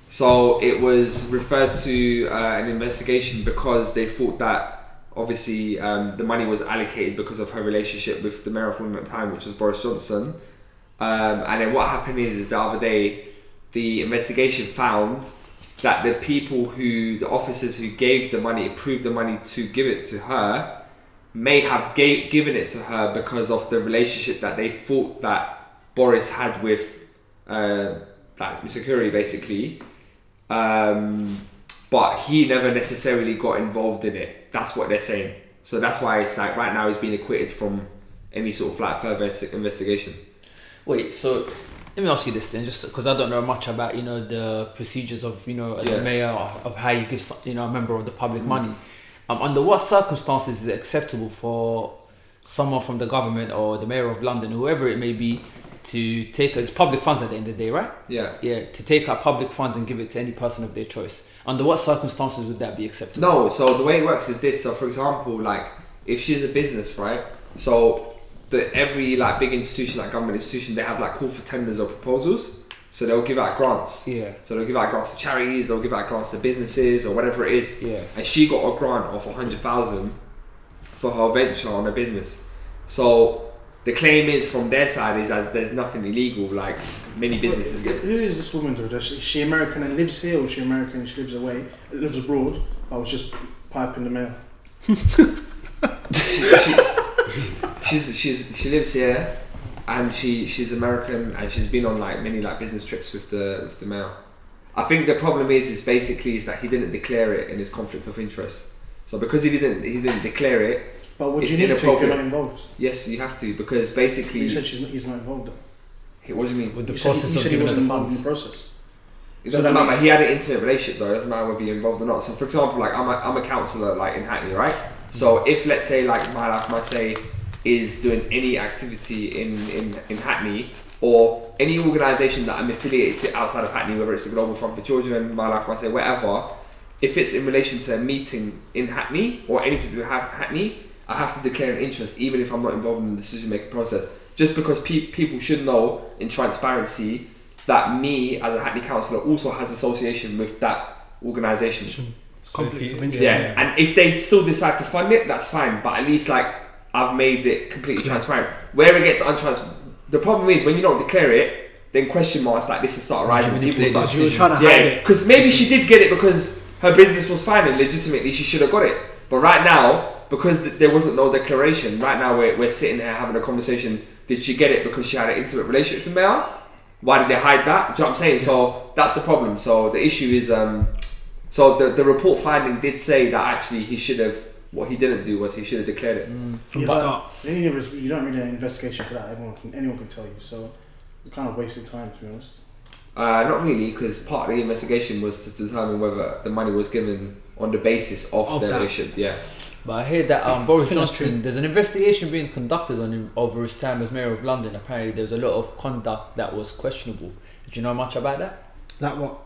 [SPEAKER 4] so it was referred to uh, an investigation because they thought that obviously um, the money was allocated because of her relationship with the mayor of London at the time, which was Boris Johnson. Um, and then what happened is, is the other day, the investigation found that the people who the officers who gave the money approved the money to give it to her may have gave, given it to her because of the relationship that they thought that Boris had with uh, that Mr. Curry basically um, but he never necessarily got involved in it that's what they're saying so that's why it's like right now he's being acquitted from any sort of like further investi- investigation
[SPEAKER 1] Wait, so let me ask you this then, just because I don't know much about you know the procedures of you know as
[SPEAKER 4] Yeah. Mm.
[SPEAKER 1] a mayor of of how you give some- you know a member of the public money. Um, under what circumstances is it acceptable for someone from the government or the mayor of London, whoever it may be, to take as public funds at the end of the day, right?
[SPEAKER 4] yeah
[SPEAKER 1] Yeah, to take out public funds and give it to any person of their choice. Under what circumstances would that be acceptable?
[SPEAKER 4] No, so the way it works is this. So for example, like if she's a business, right? So the every like big institution, like government institution, they have like call for tenders or proposals. So they'll give out grants.
[SPEAKER 1] Yeah,
[SPEAKER 4] So they'll give out grants to charities, they'll give out grants to businesses or whatever it is.
[SPEAKER 1] yeah.
[SPEAKER 4] And she got a grant of a hundred thousand for her venture on her business. So the claim is from their side is as there's nothing illegal. Like many businesses
[SPEAKER 5] Who
[SPEAKER 4] get.
[SPEAKER 5] is this woman, though? Is she American and lives here, or is she American and she lives away, lives abroad? I was just piping the mail.
[SPEAKER 4] She's she's she lives here, and she she's American, and she's been on like many like business trips with the with the mail. I think the problem is is basically is that he didn't declare it in his conflict of interest. So because he didn't he didn't declare it,
[SPEAKER 5] But would
[SPEAKER 4] It's
[SPEAKER 5] you need to if you're
[SPEAKER 4] inappropriate.
[SPEAKER 5] not involved?
[SPEAKER 4] yes you have to because
[SPEAKER 5] You
[SPEAKER 4] basically
[SPEAKER 5] said she's not, he's not involved. Then.
[SPEAKER 4] what do you mean?
[SPEAKER 1] With the
[SPEAKER 5] You said he-
[SPEAKER 1] process
[SPEAKER 5] you
[SPEAKER 1] of
[SPEAKER 5] said he
[SPEAKER 1] giving her
[SPEAKER 5] wasn't
[SPEAKER 1] the
[SPEAKER 5] involved
[SPEAKER 1] funds.
[SPEAKER 5] in the process.
[SPEAKER 4] It
[SPEAKER 5] So
[SPEAKER 4] doesn't
[SPEAKER 5] that
[SPEAKER 4] matter.
[SPEAKER 5] means-
[SPEAKER 4] He had an intimate relationship though. It doesn't matter whether you're involved or not. So for example, like I'm a, I'm a counsellor like in Hackney, right? So if let's say like my life might say is doing any activity in, in, in Hackney or any organisation that I'm affiliated to outside of Hackney, whether it's the Global Fund for Children, my life might say whatever, if it's in relation to a meeting in Hackney or anything to have Hackney, I have to declare an interest even if I'm not involved in the decision making process. Just because pe- people should know in transparency that me as a Hackney councillor also has association with that organisation.
[SPEAKER 2] Conflict of
[SPEAKER 4] Yeah.
[SPEAKER 2] interest.
[SPEAKER 4] and if they still decide to fund it, that's fine. But at least like I've made it completely transparent. Where it gets untransparent, the problem is when you don't declare it, then question marks like this will start rising. People will
[SPEAKER 1] manipulate
[SPEAKER 4] start
[SPEAKER 1] the
[SPEAKER 2] She was trying to hide
[SPEAKER 4] yeah,
[SPEAKER 2] it.
[SPEAKER 4] because maybe she did get it because her business was fine and legitimately she should have got it. But right now, because th- there wasn't no declaration, right now we're, we're sitting here having a conversation. Did she get it because she had an intimate relationship with the male? Why did they hide that? Do you know what I'm saying? So that's the problem. So the issue is, um, so the, the report finding did say that actually he should have, what he didn't do was he should have declared it.
[SPEAKER 5] Yeah,
[SPEAKER 2] From the
[SPEAKER 5] but-
[SPEAKER 2] start.
[SPEAKER 5] Then You never- you don't really an investigation for that. Everyone can, anyone can tell you. So it's kind of wasted time, to be honest.
[SPEAKER 4] Uh, not really, because part of the investigation was to determine whether the money was given on the basis of,
[SPEAKER 2] Of
[SPEAKER 4] their
[SPEAKER 2] that.
[SPEAKER 4] relationship. Yeah.
[SPEAKER 1] But I heard that um, Boris
[SPEAKER 2] I think that's
[SPEAKER 1] Johnson, there's an investigation being conducted on him over his time as mayor of London. Apparently, there's a lot of conduct that was questionable. Do you know much about that?
[SPEAKER 2] That what?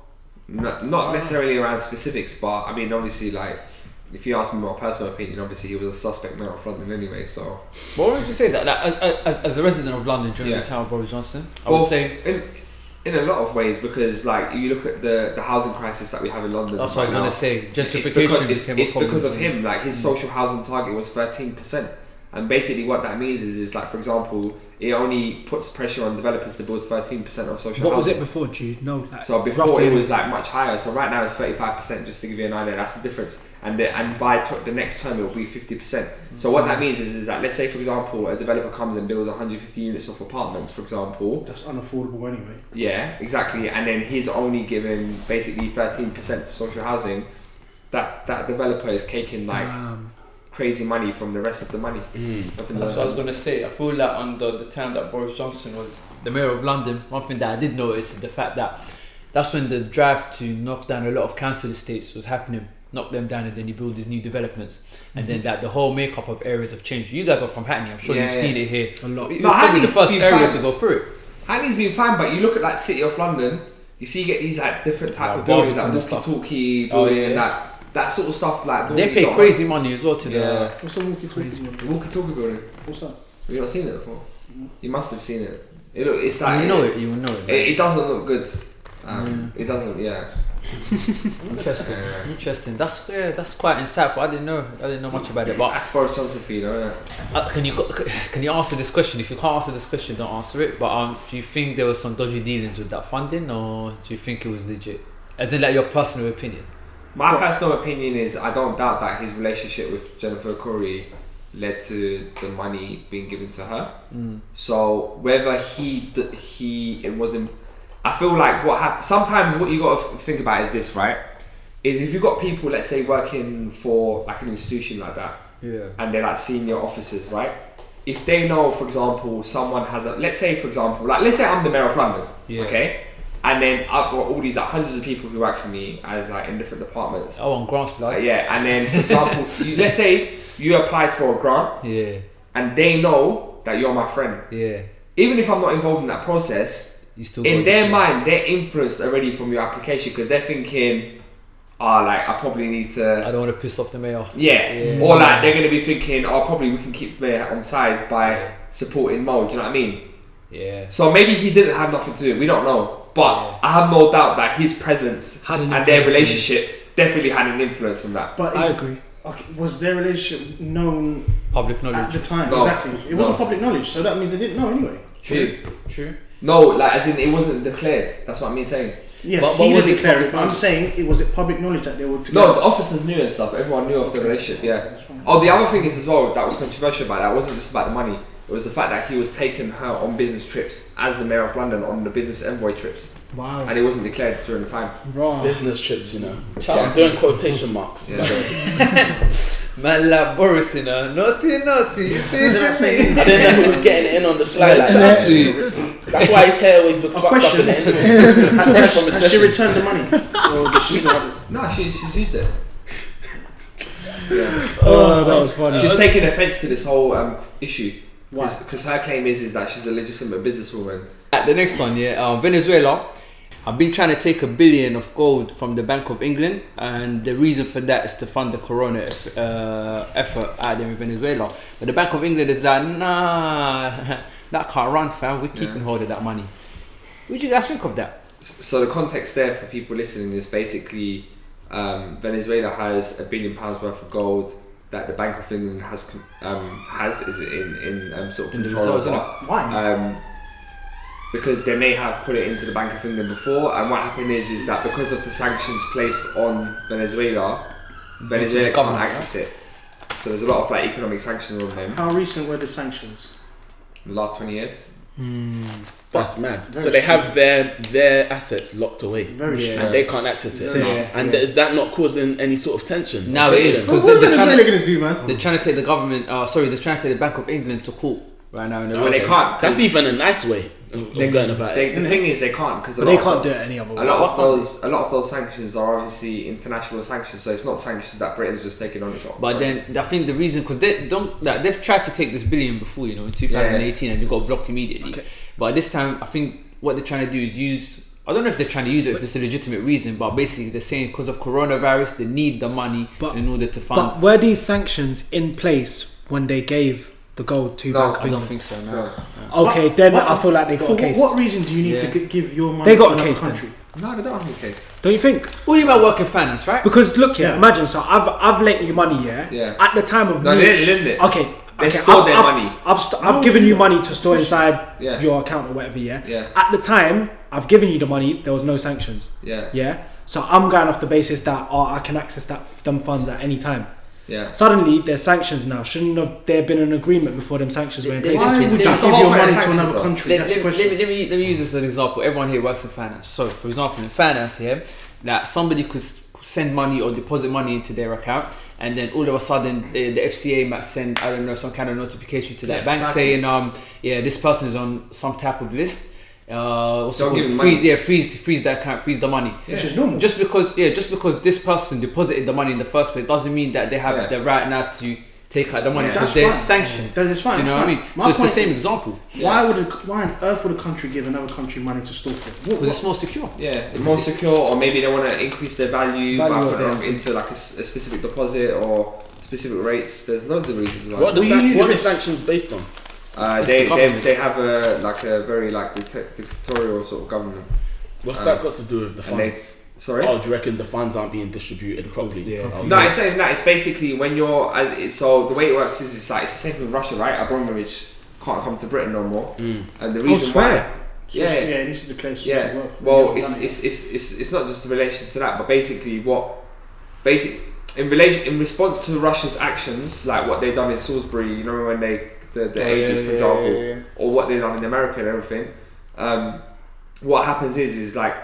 [SPEAKER 4] No, not necessarily around specifics, but I mean, obviously, like if you ask me my personal opinion, obviously he was a suspect mayor of London anyway. So
[SPEAKER 1] But why would you say that? Like, as, as, as a resident of London during
[SPEAKER 4] Yeah.
[SPEAKER 1] the time of Boris Johnson, I
[SPEAKER 4] Well,
[SPEAKER 1] would say
[SPEAKER 4] in in a lot of ways, because like you look at the the housing crisis that we have in London.
[SPEAKER 1] that's what I was
[SPEAKER 4] right
[SPEAKER 1] going
[SPEAKER 4] now,
[SPEAKER 1] to say.
[SPEAKER 4] It's
[SPEAKER 1] Gentrification
[SPEAKER 4] because, it's,
[SPEAKER 1] became a
[SPEAKER 4] it's
[SPEAKER 1] problem. Mm.
[SPEAKER 4] because of him. Like his social housing target was thirteen percent, and basically what that means is, is like for example, it only puts pressure on developers to build thirteen percent of social.
[SPEAKER 2] What was
[SPEAKER 4] housing.
[SPEAKER 2] it before, Jude? No. Like,
[SPEAKER 4] So before
[SPEAKER 2] roughly
[SPEAKER 4] it was like much higher. So right now it's thirty five percent, just to give you an idea. That's the difference. And the, and by t- the next term it will be fifty percent. So what
[SPEAKER 1] Mm.
[SPEAKER 4] that means is is that let's say for example a developer comes and builds one hundred fifty units of apartments, for example.
[SPEAKER 5] That's unaffordable anyway.
[SPEAKER 4] Yeah, exactly. And then he's only given basically thirteen percent to social housing. That that developer is taking like
[SPEAKER 1] Ah.
[SPEAKER 2] Um,
[SPEAKER 4] crazy money from the rest of the money. Of the-
[SPEAKER 1] Mm. That's what I was going to say. I feel like under the time that Boris Johnson was the mayor of London, one thing that I did notice is the fact that that's when the drive to knock down a lot of council estates was happening. Knock them down and then you build these new developments. And then that the whole makeup of areas have changed. You guys are from Hackney, I'm sure
[SPEAKER 4] Yeah,
[SPEAKER 1] you've
[SPEAKER 4] Mhm. yeah.
[SPEAKER 1] seen it here.
[SPEAKER 2] a lot.
[SPEAKER 1] It was
[SPEAKER 4] No,
[SPEAKER 1] probably the
[SPEAKER 4] Hackney's
[SPEAKER 1] first
[SPEAKER 4] been
[SPEAKER 1] area
[SPEAKER 4] fine.
[SPEAKER 1] to go through it.
[SPEAKER 4] Hackney's been fine, but you look at like City of London, you see you get these like different type
[SPEAKER 1] Like
[SPEAKER 4] of buildings, like
[SPEAKER 1] Barbican and
[SPEAKER 4] walkie
[SPEAKER 1] stuff.
[SPEAKER 4] talkie
[SPEAKER 1] Oh,
[SPEAKER 4] building
[SPEAKER 1] yeah.
[SPEAKER 4] and that that sort of stuff like
[SPEAKER 1] They
[SPEAKER 4] normally
[SPEAKER 1] pay
[SPEAKER 4] don't-
[SPEAKER 1] crazy money as well to
[SPEAKER 4] Yeah.
[SPEAKER 5] What's the walkie talkie?
[SPEAKER 4] Walkie talkie building.
[SPEAKER 5] What's that?
[SPEAKER 4] Have you not seen it before? You must have seen it. It look it's
[SPEAKER 1] the.
[SPEAKER 4] like
[SPEAKER 1] you know it, you will know it.
[SPEAKER 4] It, it doesn't look good. Um, It doesn't. Yeah.
[SPEAKER 1] Interesting.
[SPEAKER 4] Yeah.
[SPEAKER 1] Interesting. That's yeah, that's quite insightful. I didn't know. I didn't know much about it. But
[SPEAKER 4] That's Boris Johnson for you, though, isn't it?
[SPEAKER 1] Uh, can you can you answer this question? If you can't answer this question, don't answer it. But um, do you think there was some dodgy dealings with that funding, or do you think it was legit? As in, like your personal opinion.
[SPEAKER 4] My personal opinion is I don't doubt that his relationship with Jennifer Corey led to the money being given to her. So whether he d- he it wasn't, I feel like what happened. Sometimes what you got to think about is this, right? Is if you got people, let's say, working for like an institution like that,
[SPEAKER 1] Yeah.
[SPEAKER 4] and they're like senior officers, right? If they know, for example, someone has a let's say, for example, like let's say I'm the mayor of London,
[SPEAKER 1] Yeah.
[SPEAKER 4] okay, and then I've got all these like hundreds of people who work for me as like in different departments.
[SPEAKER 1] Oh, on Grant's
[SPEAKER 4] Like,
[SPEAKER 1] blood.
[SPEAKER 4] yeah, and then for example, you, let's say you applied for a grant
[SPEAKER 1] Yeah.
[SPEAKER 4] and they know that you're my friend.
[SPEAKER 1] Yeah.
[SPEAKER 4] Even if I'm not involved in that process,
[SPEAKER 1] You still
[SPEAKER 4] in
[SPEAKER 1] got
[SPEAKER 4] their
[SPEAKER 1] it.
[SPEAKER 4] mind, they're influenced already from your application because they're thinking, ah, like I probably need to
[SPEAKER 1] I don't want to piss off the mayor.
[SPEAKER 4] yeah.
[SPEAKER 1] Yeah.
[SPEAKER 4] Or like they're gonna be thinking, oh, probably we can keep Mayor on side by supporting Mo. Do you know what I mean?
[SPEAKER 1] Yeah.
[SPEAKER 4] So maybe he didn't have nothing to do. We don't know, but
[SPEAKER 1] Yeah.
[SPEAKER 4] I have no doubt that his presence
[SPEAKER 2] Had an
[SPEAKER 4] and their
[SPEAKER 2] influence.
[SPEAKER 4] relationship definitely had an influence on that.
[SPEAKER 5] But
[SPEAKER 2] I
[SPEAKER 5] is,
[SPEAKER 2] agree.
[SPEAKER 5] okay, was their relationship known
[SPEAKER 1] Public
[SPEAKER 5] at
[SPEAKER 1] knowledge.
[SPEAKER 5] the time?
[SPEAKER 4] No.
[SPEAKER 5] Exactly. It wasn't
[SPEAKER 4] No.
[SPEAKER 5] public knowledge, so that means they didn't know anyway.
[SPEAKER 4] True.
[SPEAKER 1] True.
[SPEAKER 4] No, like as in it wasn't declared. That's what I mean saying.
[SPEAKER 5] Yes,
[SPEAKER 1] But- but
[SPEAKER 5] he
[SPEAKER 1] was
[SPEAKER 5] didn't
[SPEAKER 1] it
[SPEAKER 5] declare
[SPEAKER 1] public
[SPEAKER 5] it, but I'm
[SPEAKER 1] knowledge?
[SPEAKER 5] saying it was it public knowledge that they were together.
[SPEAKER 4] No, the officers knew and stuff. Everyone knew of the relationship. Yeah.
[SPEAKER 5] That's fine.
[SPEAKER 4] Oh, the other thing is as well that was controversial about that wasn't just about the money. It was the fact that he was taking her on business trips as the mayor of London on the business envoy trips,
[SPEAKER 2] Wow.
[SPEAKER 1] Oh.
[SPEAKER 4] and it wasn't declared during the time.
[SPEAKER 2] Wrong.
[SPEAKER 3] Business trips, you know.
[SPEAKER 1] Yeah.
[SPEAKER 3] I'm doing quotation marks.
[SPEAKER 4] Yeah.
[SPEAKER 1] Man, like Boris, you know, naughty, naughty. You
[SPEAKER 5] Exactly.
[SPEAKER 3] I didn't know who was getting in on the slide like that.
[SPEAKER 1] That's
[SPEAKER 3] That's why his hair always looks
[SPEAKER 5] A
[SPEAKER 3] fucked up in
[SPEAKER 5] question.
[SPEAKER 3] the end. That's
[SPEAKER 5] Has,
[SPEAKER 3] from a
[SPEAKER 5] has she
[SPEAKER 3] session.
[SPEAKER 5] returned the money? or does she still have it?
[SPEAKER 4] No, she's she's used it. Yeah.
[SPEAKER 2] Oh, that was funny.
[SPEAKER 4] She's taking offence to this whole um, issue.
[SPEAKER 5] Why?
[SPEAKER 4] Because her claim is is that she's a legitimate businesswoman.
[SPEAKER 1] At the next one, yeah, uh, Venezuela. I've been trying to take a billion of gold from the Bank of England, and the reason for that is to fund the Corona eff- uh, effort out there in Venezuela. But the Bank of England is like, nah, that can't run, fam. We're keeping hold of that money. What do you guys think of that?
[SPEAKER 4] So the context there for people listening is basically um, Venezuela has a billion pounds worth of gold that the Bank of England has con- um, has is in in um, sort of
[SPEAKER 1] In the
[SPEAKER 4] control
[SPEAKER 1] reserves,
[SPEAKER 4] over.
[SPEAKER 5] Why?
[SPEAKER 4] Um, because they may have put it into the Bank of England before, and what happened is is that because of the sanctions placed on Venezuela, Venezuela can't
[SPEAKER 1] government,
[SPEAKER 4] access it. So there's a lot of like economic sanctions on them.
[SPEAKER 5] How recent were the sanctions?
[SPEAKER 4] in the last 20 years.
[SPEAKER 3] That's mad.
[SPEAKER 5] Very
[SPEAKER 3] So they have their their assets locked away.
[SPEAKER 5] Very
[SPEAKER 1] Yeah.
[SPEAKER 5] strange.
[SPEAKER 3] And they can't access it.
[SPEAKER 5] Yeah.
[SPEAKER 3] And is that not causing any sort of tension?
[SPEAKER 1] No,
[SPEAKER 3] Or
[SPEAKER 1] it is.
[SPEAKER 3] friction?
[SPEAKER 1] Because
[SPEAKER 5] Well, what's
[SPEAKER 1] they're- they're
[SPEAKER 5] Venezuela going to do, man?
[SPEAKER 1] They're trying to take the government, uh, sorry, they're trying to take the Bank of England to court right now. In the
[SPEAKER 4] No, they can't.
[SPEAKER 3] That's
[SPEAKER 4] 'cause
[SPEAKER 3] even a nice way of of going about it.
[SPEAKER 4] They, the thing is, they can't because
[SPEAKER 2] But they can't do it any other
[SPEAKER 4] A
[SPEAKER 2] way.
[SPEAKER 4] lot of those, a lot of those sanctions are obviously international sanctions, so it's not sanctions that Britain's just taking on its own.
[SPEAKER 1] But then I think the reason because they don't like, they've tried to take this billion before you know in 2018 and they got blocked immediately. But this time I think what they're trying to do is use. I don't know if they're trying to use it if it's a legitimate reason, but basically they're saying because of coronavirus they need the money
[SPEAKER 2] But-
[SPEAKER 1] in order to fund.
[SPEAKER 2] But were these sanctions in place when they gave the gold to
[SPEAKER 4] No,
[SPEAKER 1] I
[SPEAKER 2] Bank of
[SPEAKER 1] don't
[SPEAKER 2] England?
[SPEAKER 1] think so. No.
[SPEAKER 4] no,
[SPEAKER 2] Okay,
[SPEAKER 5] What-
[SPEAKER 2] then
[SPEAKER 5] what-
[SPEAKER 2] I feel like they
[SPEAKER 5] but
[SPEAKER 2] full
[SPEAKER 5] what-
[SPEAKER 2] case.
[SPEAKER 5] What reason do you need
[SPEAKER 1] Yeah.
[SPEAKER 5] to g- give your money
[SPEAKER 2] They got
[SPEAKER 5] to
[SPEAKER 2] a
[SPEAKER 5] another
[SPEAKER 2] case then.
[SPEAKER 5] country?
[SPEAKER 4] no, they don't have a case.
[SPEAKER 2] Don't you think?
[SPEAKER 1] What do you mean by working finance, right?
[SPEAKER 2] Because look, yeah,
[SPEAKER 5] Yeah.
[SPEAKER 2] imagine. So I've I've lent you money, yeah.
[SPEAKER 4] Yeah.
[SPEAKER 2] At the time of
[SPEAKER 4] No,
[SPEAKER 2] me,
[SPEAKER 4] they didn't lend it.
[SPEAKER 2] okay.
[SPEAKER 4] They
[SPEAKER 2] okay,
[SPEAKER 4] stored
[SPEAKER 2] I've,
[SPEAKER 4] their
[SPEAKER 2] I've-
[SPEAKER 4] money.
[SPEAKER 2] I've, st-
[SPEAKER 5] No,
[SPEAKER 2] I've given
[SPEAKER 5] you-
[SPEAKER 2] you money to store inside
[SPEAKER 4] Yeah.
[SPEAKER 2] your account or whatever, yeah?
[SPEAKER 4] Yeah.
[SPEAKER 2] At the time, I've given you the money, there was no sanctions,
[SPEAKER 4] Yeah, yeah,
[SPEAKER 2] yeah? So I'm going off the basis that oh, I can access that them funds at any time.
[SPEAKER 4] yeah.
[SPEAKER 2] Suddenly, there's sanctions now. Shouldn't have there been an agreement before them sanctions were in place?
[SPEAKER 5] Why
[SPEAKER 1] That's
[SPEAKER 5] would
[SPEAKER 1] the
[SPEAKER 5] you give
[SPEAKER 4] whole
[SPEAKER 5] your
[SPEAKER 4] point of
[SPEAKER 5] money to
[SPEAKER 4] sanctions,
[SPEAKER 5] another
[SPEAKER 4] though.
[SPEAKER 5] country?
[SPEAKER 1] let,
[SPEAKER 5] That's the
[SPEAKER 1] let, let,
[SPEAKER 5] question.
[SPEAKER 1] me, let, me, let me use this as an example. Everyone here works in finance. So, for example, in finance here, that somebody could s- send money or deposit money into their account, and then all of a sudden, the, the FCA might send, I don't know, some kind of notification to that
[SPEAKER 4] Yeah,
[SPEAKER 1] bank
[SPEAKER 4] exactly.
[SPEAKER 1] saying, um, yeah, this person is on some type of list. Uh, what's it
[SPEAKER 4] Don't
[SPEAKER 1] called?
[SPEAKER 4] give him
[SPEAKER 1] freeze,
[SPEAKER 4] money.
[SPEAKER 1] yeah, freeze, freeze that account, freeze the money.
[SPEAKER 5] Which is normal.
[SPEAKER 1] Just because, yeah, just because this person deposited the money in the first place doesn't mean that they have
[SPEAKER 4] Yeah.
[SPEAKER 1] the right now to take out the money
[SPEAKER 4] Yeah.
[SPEAKER 1] because
[SPEAKER 5] That's
[SPEAKER 1] they're
[SPEAKER 5] fine.
[SPEAKER 1] sanctioned.
[SPEAKER 5] That is fine.
[SPEAKER 1] Do you know what
[SPEAKER 5] it's
[SPEAKER 1] I
[SPEAKER 5] fine.
[SPEAKER 1] mean?
[SPEAKER 5] My
[SPEAKER 1] so it's the
[SPEAKER 5] point
[SPEAKER 1] same
[SPEAKER 5] is,
[SPEAKER 1] example
[SPEAKER 5] Why would a, why on earth would a country give another country money to store for? What,
[SPEAKER 1] because it's more secure.
[SPEAKER 4] It's more secure, or maybe they want to increase their value, by
[SPEAKER 2] Value of
[SPEAKER 4] putting
[SPEAKER 2] their
[SPEAKER 4] them into like a, s- a specific deposit or specific rates. There's loads of reasons why.
[SPEAKER 3] What, the
[SPEAKER 5] Well,
[SPEAKER 3] san-
[SPEAKER 5] you need
[SPEAKER 3] what
[SPEAKER 5] to-
[SPEAKER 3] are sanctions based on?
[SPEAKER 4] Uh,
[SPEAKER 1] It's the
[SPEAKER 4] they, they,
[SPEAKER 1] government.
[SPEAKER 4] they have a like a very like dicta- dictatorial sort of government.
[SPEAKER 3] What's
[SPEAKER 4] Um,
[SPEAKER 3] that got to do with the
[SPEAKER 4] and they-
[SPEAKER 3] funds?
[SPEAKER 4] Sorry.
[SPEAKER 3] Oh, do you reckon the funds aren't being distributed properly?
[SPEAKER 1] Yeah.
[SPEAKER 2] Oh,
[SPEAKER 3] Okay.
[SPEAKER 4] No, it's saying that it's basically when you're as it- so the way it works is it's like it's the same with Russia, right? Abramovich can't come to Britain no more,
[SPEAKER 3] Mm.
[SPEAKER 4] and the reason why
[SPEAKER 5] So
[SPEAKER 4] Yeah.
[SPEAKER 5] yeah, yeah, he needs to declare social
[SPEAKER 4] Yeah.
[SPEAKER 5] worth. He
[SPEAKER 4] Well,
[SPEAKER 5] hasn't
[SPEAKER 4] it's
[SPEAKER 5] done it
[SPEAKER 4] it's, it's it's it's not just in relation to that, but basically what basic in relation in response to Russia's actions, like what they've done in Salisbury, you know when they the, the
[SPEAKER 1] Yeah, Oh, yeah,
[SPEAKER 4] ages, for
[SPEAKER 1] yeah,
[SPEAKER 4] example,
[SPEAKER 1] yeah, yeah.
[SPEAKER 4] or what they've done in America and everything. Um, what happens is is like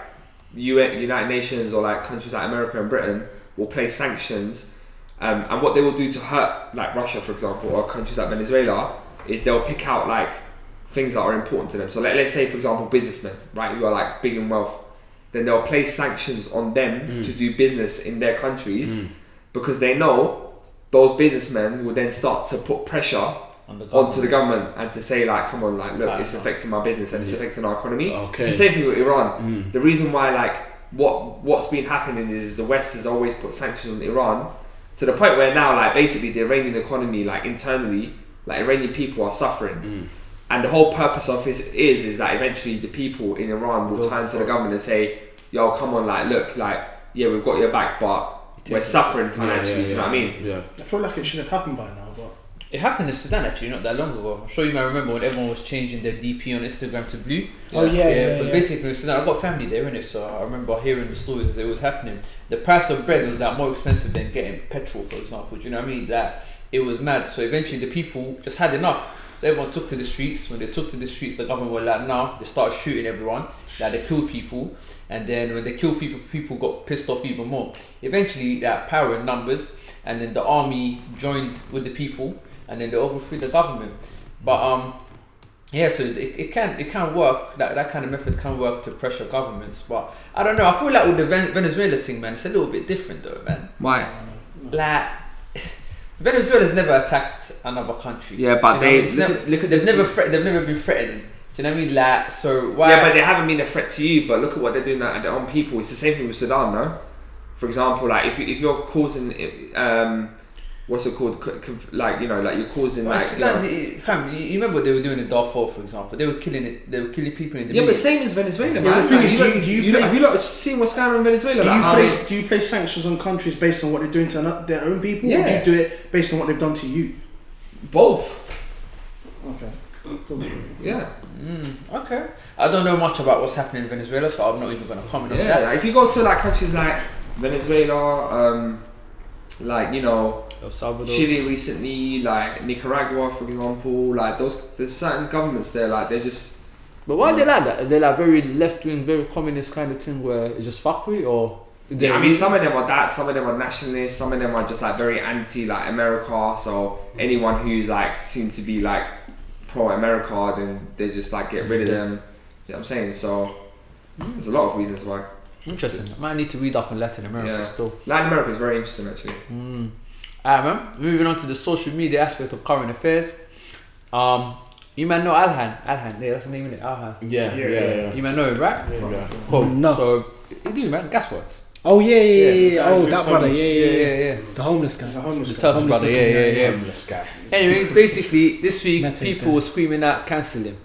[SPEAKER 4] the UN, United Nations or like countries like America and Britain will place sanctions, um, and what they will do to hurt like Russia, for example, or countries like Venezuela is they'll pick out like things that are important to them. So let, let's say, for example, businessmen, right, who are like big in wealth, then they'll place sanctions on them
[SPEAKER 1] Mm.
[SPEAKER 4] to do business in their countries because they know those businessmen will then start to put pressure
[SPEAKER 1] On the government.
[SPEAKER 4] onto the government and to say like, come on, like, look,
[SPEAKER 1] Like,
[SPEAKER 4] it's
[SPEAKER 1] uh,
[SPEAKER 4] affecting my business and it's affecting our economy.
[SPEAKER 3] Okay. Mm.
[SPEAKER 4] It's the same thing with Iran. The reason why like what what's been happening is the West has always put sanctions on Iran to the point where now like basically the Iranian economy like internally like Iranian people are suffering.
[SPEAKER 3] Mm.
[SPEAKER 4] And the whole purpose of this is is that eventually the people in Iran will turn to the government and say, "Yo, come on, like, look, like, yeah, we've got your back, but we're suffering financially."
[SPEAKER 3] yeah,
[SPEAKER 4] Do you know what I mean?
[SPEAKER 3] Yeah.
[SPEAKER 5] yet. I feel like it should have happened by now, but
[SPEAKER 1] It happened in Sudan actually not that long ago. I'm sure you might remember when everyone was changing their DP on Instagram to blue.
[SPEAKER 2] Oh, yeah, yeah,
[SPEAKER 1] because
[SPEAKER 2] yeah.
[SPEAKER 1] basically in Sudan, I got family there in it, so I remember hearing the stories as it was happening. The price of bread was like more expensive than getting petrol, for example. Do you know what I mean? That it was mad. So eventually the people just had enough. So everyone took to the streets. When they took to the streets, the government were like, "Nah." They started shooting everyone. Like they killed people, and then when they killed people, people got pissed off even more. Eventually, that power in numbers, and then the army joined with the people, and then they overthrew the government. But um, yeah, so it, it can it can work. That that kind of method can work to pressure governments. But I don't know. I feel like with the Ven- Venezuela thing, man, it's a little bit different though, man.
[SPEAKER 4] Why?
[SPEAKER 1] Like. Venezuela's never attacked another country.
[SPEAKER 4] Yeah, but
[SPEAKER 1] Do you know what I mean?
[SPEAKER 4] they-
[SPEAKER 1] It's never,
[SPEAKER 4] look at-
[SPEAKER 1] they've never thre- they've never been threatened. Do you know what I mean? Like so why?
[SPEAKER 4] Yeah, but they haven't been a threat to you. But look at what they're doing at their own people. It's the same thing with Sudan, no? For example, like if, you, if you're causing, um, what's it called? Co- conf- Like you know, like you're causing
[SPEAKER 1] Well,
[SPEAKER 4] like. you know-
[SPEAKER 1] Sudan, eh, fam, you you remember what they were doing in Darfur, for example? They were killing it. They were killing people in the
[SPEAKER 4] yeah,
[SPEAKER 1] middle.
[SPEAKER 4] but same as Venezuela, man.
[SPEAKER 5] the thing
[SPEAKER 4] Like,
[SPEAKER 5] is,
[SPEAKER 4] you
[SPEAKER 5] do
[SPEAKER 4] lot-
[SPEAKER 5] you- do you
[SPEAKER 4] you lot-
[SPEAKER 5] play-
[SPEAKER 4] have you lot seen what's going on in Venezuela?
[SPEAKER 5] do
[SPEAKER 4] Like,
[SPEAKER 5] you
[SPEAKER 4] how-
[SPEAKER 5] place do you place sanctions on countries based on what they're doing to ano- their own people, or do
[SPEAKER 4] Yeah.
[SPEAKER 5] you do it based on what they've done to you?
[SPEAKER 4] both?
[SPEAKER 5] Okay.
[SPEAKER 4] Yeah,
[SPEAKER 1] Hmm, Okay. I don't know much about what's happening in Venezuela, so I'm not even going to comment on
[SPEAKER 4] yeah.
[SPEAKER 1] that.
[SPEAKER 4] Like, if you go to like countries like Venezuela, um, like you know,
[SPEAKER 1] El Salvador.
[SPEAKER 4] Chile recently, like Nicaragua, for example, like those there's certain governments there, like they just
[SPEAKER 1] But why are they like that? They're like very left wing, very communist kind of thing where it's just fuckery or. They,
[SPEAKER 4] I mean some of them are that, some of them are nationalists, some of them are just like very anti like America. So anyone who's like seem to be like pro America, then they just like get rid of them. You know what I'm saying? So there's a lot of reasons why.
[SPEAKER 1] Interesting. I might need to read up on Latin America
[SPEAKER 4] Yeah.
[SPEAKER 1] still.
[SPEAKER 4] Latin America is very interesting actually.
[SPEAKER 1] Mm. Alright, man. Moving on to the social media aspect of current affairs. Um, You might know Alhan. Alhan, yeah, that's the name of it. Alhan.
[SPEAKER 3] Yeah. Yeah.
[SPEAKER 6] Yeah,
[SPEAKER 3] Yeah. yeah.
[SPEAKER 1] You might know him, right?
[SPEAKER 3] yeah.
[SPEAKER 1] Cool.
[SPEAKER 2] No.
[SPEAKER 1] So, you do, man. Gasworks.
[SPEAKER 2] Oh yeah, yeah, yeah.
[SPEAKER 5] Yeah,
[SPEAKER 2] yeah. Oh,
[SPEAKER 5] the
[SPEAKER 2] that
[SPEAKER 5] homeless.
[SPEAKER 2] brother. Yeah, yeah, yeah.
[SPEAKER 1] yeah.
[SPEAKER 2] The homeless guy.
[SPEAKER 5] The homeless
[SPEAKER 1] The
[SPEAKER 5] guy.
[SPEAKER 1] tough
[SPEAKER 2] Homeless
[SPEAKER 1] brother. Yeah,
[SPEAKER 2] looking
[SPEAKER 1] yeah,
[SPEAKER 2] guy,
[SPEAKER 1] yeah.
[SPEAKER 3] Homeless guy.
[SPEAKER 1] Anyways, basically, this week
[SPEAKER 2] Mate's
[SPEAKER 1] people
[SPEAKER 2] there.
[SPEAKER 1] were screaming out cancel him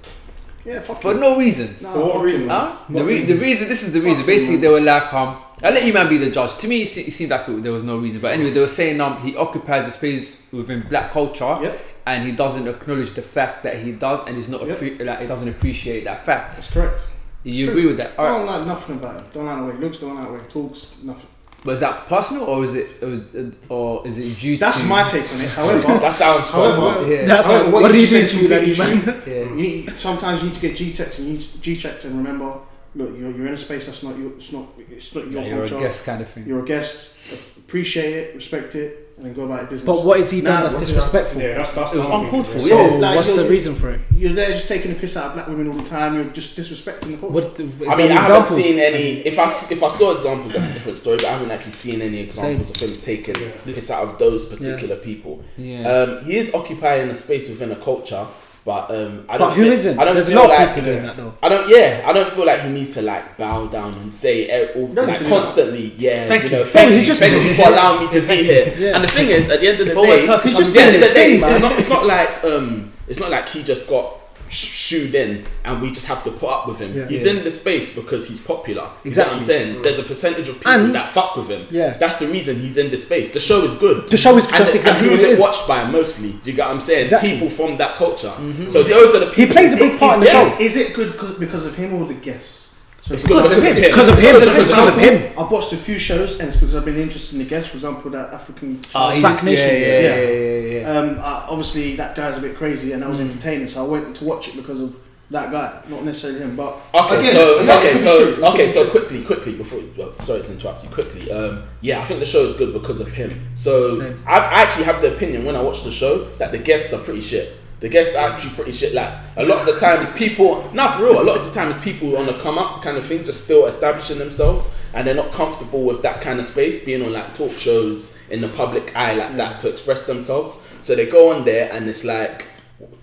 [SPEAKER 5] Yeah, fuck
[SPEAKER 1] for
[SPEAKER 5] him.
[SPEAKER 1] no reason.
[SPEAKER 5] Nah,
[SPEAKER 6] For what
[SPEAKER 5] fuck
[SPEAKER 6] reason?
[SPEAKER 5] him.
[SPEAKER 1] Huh? The,
[SPEAKER 5] What
[SPEAKER 1] re-
[SPEAKER 5] reason?
[SPEAKER 1] the reason, this is the reason.
[SPEAKER 5] Fucking
[SPEAKER 1] Basically,
[SPEAKER 5] man.
[SPEAKER 1] they were like, um, I'll let you man be the judge. To me, it, se- it seemed like it- there was no reason. But anyway, they were saying um, he occupies a space within black culture
[SPEAKER 5] Yep.
[SPEAKER 1] and he doesn't acknowledge the fact that he does and he's not
[SPEAKER 5] Yep.
[SPEAKER 1] appre- like, he doesn't appreciate that fact.
[SPEAKER 5] That's correct.
[SPEAKER 1] You
[SPEAKER 5] True. Oh.
[SPEAKER 1] agree with that? All
[SPEAKER 5] I
[SPEAKER 1] right.
[SPEAKER 5] don't like nothing about him. Don't like the way he looks, don't like the way he talks, nothing.
[SPEAKER 1] Was that personal or is it or is- or is it due
[SPEAKER 5] That's
[SPEAKER 1] to
[SPEAKER 5] my take on it. However,
[SPEAKER 3] That sounds
[SPEAKER 5] however,
[SPEAKER 1] yeah.
[SPEAKER 2] That's
[SPEAKER 5] However,
[SPEAKER 2] what,
[SPEAKER 5] what
[SPEAKER 2] what
[SPEAKER 5] you
[SPEAKER 2] did you
[SPEAKER 5] said
[SPEAKER 2] do
[SPEAKER 5] to me
[SPEAKER 2] to
[SPEAKER 5] that
[SPEAKER 2] me,
[SPEAKER 5] you
[SPEAKER 2] man?
[SPEAKER 1] yeah.
[SPEAKER 5] You need, sometimes you need to get G checked and you need G checked and remember, look, you're, you're in a space that's not your, it's not, it's not your
[SPEAKER 1] Yeah, you're a
[SPEAKER 5] culture.
[SPEAKER 1] guest kind of thing.
[SPEAKER 5] You're a guest. Appreciate it, respect it, and then go about your business.
[SPEAKER 2] But what has he done
[SPEAKER 5] Nah,
[SPEAKER 2] that's
[SPEAKER 5] what's
[SPEAKER 2] disrespectful?
[SPEAKER 6] Yeah, that's that's
[SPEAKER 1] It was
[SPEAKER 6] another thing.
[SPEAKER 1] uncalled for,
[SPEAKER 6] So,
[SPEAKER 1] yeah.
[SPEAKER 2] So
[SPEAKER 5] like,
[SPEAKER 2] what's the
[SPEAKER 5] you're-
[SPEAKER 2] reason for it?
[SPEAKER 5] You're there just taking the piss out of black women all the time. You're just disrespecting the culture.
[SPEAKER 2] What is
[SPEAKER 3] I
[SPEAKER 2] there
[SPEAKER 3] mean,
[SPEAKER 2] any
[SPEAKER 3] I haven't
[SPEAKER 2] examples?
[SPEAKER 3] seen any. If I s- if I saw examples, that's a different story. But I haven't actually seen any examples of him taking the piss out of those particular people.
[SPEAKER 1] Yeah.
[SPEAKER 3] Um, he is occupying a space within a culture, but um, I don't.
[SPEAKER 2] But who
[SPEAKER 3] feel,
[SPEAKER 2] isn't?
[SPEAKER 3] I don't
[SPEAKER 2] There's a
[SPEAKER 3] feel
[SPEAKER 2] lot
[SPEAKER 3] like
[SPEAKER 2] of people doing that though.
[SPEAKER 3] I don't. Yeah, I don't feel like he needs to like bow down and say eh, all,
[SPEAKER 5] No,
[SPEAKER 3] like
[SPEAKER 5] no.
[SPEAKER 3] constantly. Yeah,
[SPEAKER 1] Thank
[SPEAKER 3] you
[SPEAKER 1] you.
[SPEAKER 3] know,
[SPEAKER 2] Thank
[SPEAKER 3] thank,
[SPEAKER 2] you.
[SPEAKER 3] you,
[SPEAKER 2] Just-
[SPEAKER 3] thank you for allowing me to be here.
[SPEAKER 2] Yeah.
[SPEAKER 3] And the thing is, at the end of the
[SPEAKER 1] If I were
[SPEAKER 3] day,
[SPEAKER 1] Turkish,
[SPEAKER 3] it's
[SPEAKER 1] I'd
[SPEAKER 3] just
[SPEAKER 1] be
[SPEAKER 3] the end
[SPEAKER 1] dead
[SPEAKER 3] of the
[SPEAKER 1] in
[SPEAKER 3] day.
[SPEAKER 1] this
[SPEAKER 3] It's not. It's not like um. It's not like he just got sh- shooed in, and we just have to put up with him.
[SPEAKER 2] Yeah.
[SPEAKER 3] he's
[SPEAKER 2] Yeah.
[SPEAKER 3] in the space because he's popular. You know what
[SPEAKER 2] Exactly.
[SPEAKER 3] I'm saying? There's a percentage of people
[SPEAKER 2] And-
[SPEAKER 3] that fuck with him.
[SPEAKER 2] Yeah.
[SPEAKER 3] That's the reason he's in the space. The show is good.
[SPEAKER 2] The show is-
[SPEAKER 3] and,
[SPEAKER 2] that's exactly
[SPEAKER 3] and who
[SPEAKER 2] what
[SPEAKER 3] is
[SPEAKER 2] it is.
[SPEAKER 3] it watched by mostly? Do you get what I'm saying?
[SPEAKER 2] Exactly.
[SPEAKER 3] People from that culture.
[SPEAKER 2] Mm-hmm.
[SPEAKER 3] So those are the
[SPEAKER 2] He
[SPEAKER 3] people.
[SPEAKER 2] plays a big part in the
[SPEAKER 3] yeah.
[SPEAKER 2] show.
[SPEAKER 5] Is it good 'cause- because of him or the guests? So
[SPEAKER 3] It's
[SPEAKER 5] for
[SPEAKER 3] good because of him.
[SPEAKER 2] Because of him.
[SPEAKER 3] So,
[SPEAKER 2] Because
[SPEAKER 3] for
[SPEAKER 2] of
[SPEAKER 3] example,
[SPEAKER 2] him.
[SPEAKER 5] I've watched a few shows, and it's because I've been interested in the guests. For example, that African.
[SPEAKER 3] Oh,
[SPEAKER 1] Ah, he's-
[SPEAKER 2] Spac Nation.
[SPEAKER 1] Yeah, yeah,
[SPEAKER 5] Yeah.
[SPEAKER 1] yeah, yeah, yeah, yeah.
[SPEAKER 5] Um, I, obviously, that guy's a bit crazy, and I
[SPEAKER 1] Hmm.
[SPEAKER 5] was entertaining, so I went to watch it because of that guy, not necessarily him. But
[SPEAKER 3] Okay,
[SPEAKER 5] again,
[SPEAKER 3] so
[SPEAKER 5] that
[SPEAKER 3] okay,
[SPEAKER 5] could be
[SPEAKER 3] so
[SPEAKER 5] true.
[SPEAKER 3] okay, so quickly, quickly before well, sorry to interrupt you. Quickly, um, yeah, I think the show is good because of him. So
[SPEAKER 2] Same.
[SPEAKER 3] I, I actually have the opinion when I watch the show that the guests are pretty shit. The guests are actually pretty shit. Like a lot of the time, it's people. Not for real. A lot of the time, it's people on the come up kind of thing, just still establishing themselves, and they're not comfortable with that kind of space, being on like talk shows in the public eye like that to express themselves. So they go on there, and it's like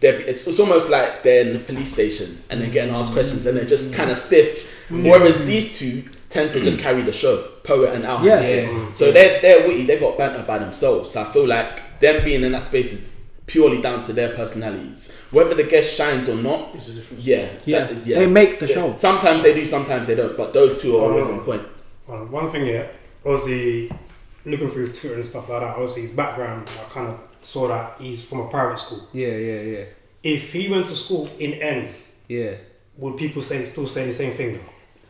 [SPEAKER 3] they're, it's, it's almost like they're in the police station and they're getting asked questions and they're
[SPEAKER 2] Mm.
[SPEAKER 3] just kind of stiff. Whereas these two tend to just carry the show, Poet and Al.
[SPEAKER 2] Yeah.
[SPEAKER 3] So they're, they're witty, they got banter by themselves. So I feel like them being in that space is purely down to their personalities. Whether the guest shines or not,
[SPEAKER 5] It's a difference.
[SPEAKER 3] yeah.
[SPEAKER 2] Yeah.
[SPEAKER 3] that is-
[SPEAKER 2] They make the
[SPEAKER 3] Yeah.
[SPEAKER 2] show.
[SPEAKER 3] Sometimes they do, sometimes they don't, but those two are
[SPEAKER 5] Oh.
[SPEAKER 3] always on point.
[SPEAKER 6] Well, one thing, yeah, obviously, looking through Twitter and stuff like that, obviously his background, I kind of saw that he's from a private school.
[SPEAKER 1] Yeah, yeah, yeah.
[SPEAKER 6] If he went to school in ends,
[SPEAKER 1] Yeah.
[SPEAKER 6] would people say still say the same thing though?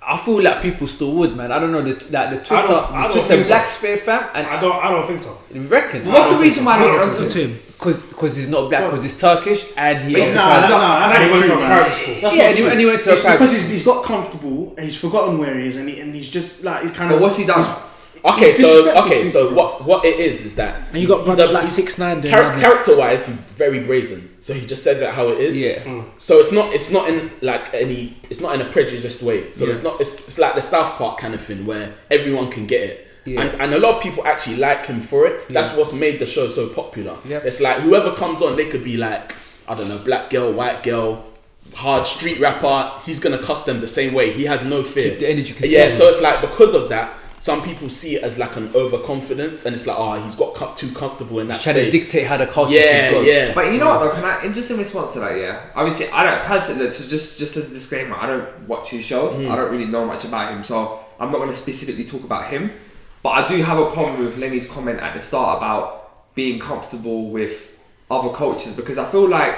[SPEAKER 1] I feel like people still would, man. I don't know the that the Twitter,
[SPEAKER 6] I don't- I
[SPEAKER 1] the
[SPEAKER 6] don't
[SPEAKER 1] Twitter
[SPEAKER 6] think so.
[SPEAKER 1] black sphere fam, and
[SPEAKER 6] I don't, I don't think so.
[SPEAKER 1] I reckon
[SPEAKER 4] What's the reason why they get onto
[SPEAKER 2] Listen to him.
[SPEAKER 1] because because he's not black, because he's Turkish, and he
[SPEAKER 5] But no,
[SPEAKER 1] occupies-
[SPEAKER 5] that's not- that's
[SPEAKER 6] And he
[SPEAKER 5] not
[SPEAKER 6] went
[SPEAKER 5] true,
[SPEAKER 6] to a
[SPEAKER 5] man.
[SPEAKER 6] private school.
[SPEAKER 5] That's
[SPEAKER 1] yeah,
[SPEAKER 5] not
[SPEAKER 1] and he,
[SPEAKER 5] true.
[SPEAKER 1] and he went to
[SPEAKER 5] It's
[SPEAKER 1] a private.
[SPEAKER 5] because he's, he's got comfortable and he's forgotten where he is and, he, and he's just like he's kind
[SPEAKER 4] But
[SPEAKER 5] of
[SPEAKER 4] what's he done?
[SPEAKER 3] Okay,
[SPEAKER 5] It's
[SPEAKER 3] so
[SPEAKER 5] disrespectful
[SPEAKER 3] okay,
[SPEAKER 5] to
[SPEAKER 3] so
[SPEAKER 5] people.
[SPEAKER 3] what what it is is that
[SPEAKER 2] And you got
[SPEAKER 3] he's-
[SPEAKER 2] brothers
[SPEAKER 3] he's a-
[SPEAKER 2] like six nine doing
[SPEAKER 3] Char-
[SPEAKER 2] that.
[SPEAKER 3] character wise, he's very brazen. So he just says it how it is.
[SPEAKER 1] Yeah.
[SPEAKER 3] So it's not it's not in like any it's not in a prejudiced way. So it's not it's, it's like the South Park kind of thing where everyone can get it.
[SPEAKER 1] Yeah.
[SPEAKER 3] And, and a lot of people actually like him for it. That's
[SPEAKER 1] Yeah.
[SPEAKER 3] what's made the show so popular.
[SPEAKER 1] Yep.
[SPEAKER 3] It's like whoever comes on, they could be like, I don't know, black girl, white girl, hard street rapper. He's gonna cuss them the same way. He has no fear.
[SPEAKER 1] Keep the energy
[SPEAKER 3] Yeah,
[SPEAKER 1] consistent.
[SPEAKER 3] so it's like because of that, some people see it as like an overconfidence, and it's like, oh, he's got co- too comfortable in that
[SPEAKER 1] Trying to
[SPEAKER 3] space.
[SPEAKER 1] dictate how the culture
[SPEAKER 3] Yeah,
[SPEAKER 1] should go.
[SPEAKER 3] yeah.
[SPEAKER 4] But you know what though? Can I, in just in response to that, yeah. Obviously, I don't personally. So just just as a disclaimer, I don't watch his shows. I don't really know much about him, so I'm not going to specifically talk about him. But I do have a problem with Lenny's comment at the start about being comfortable with other cultures because I feel like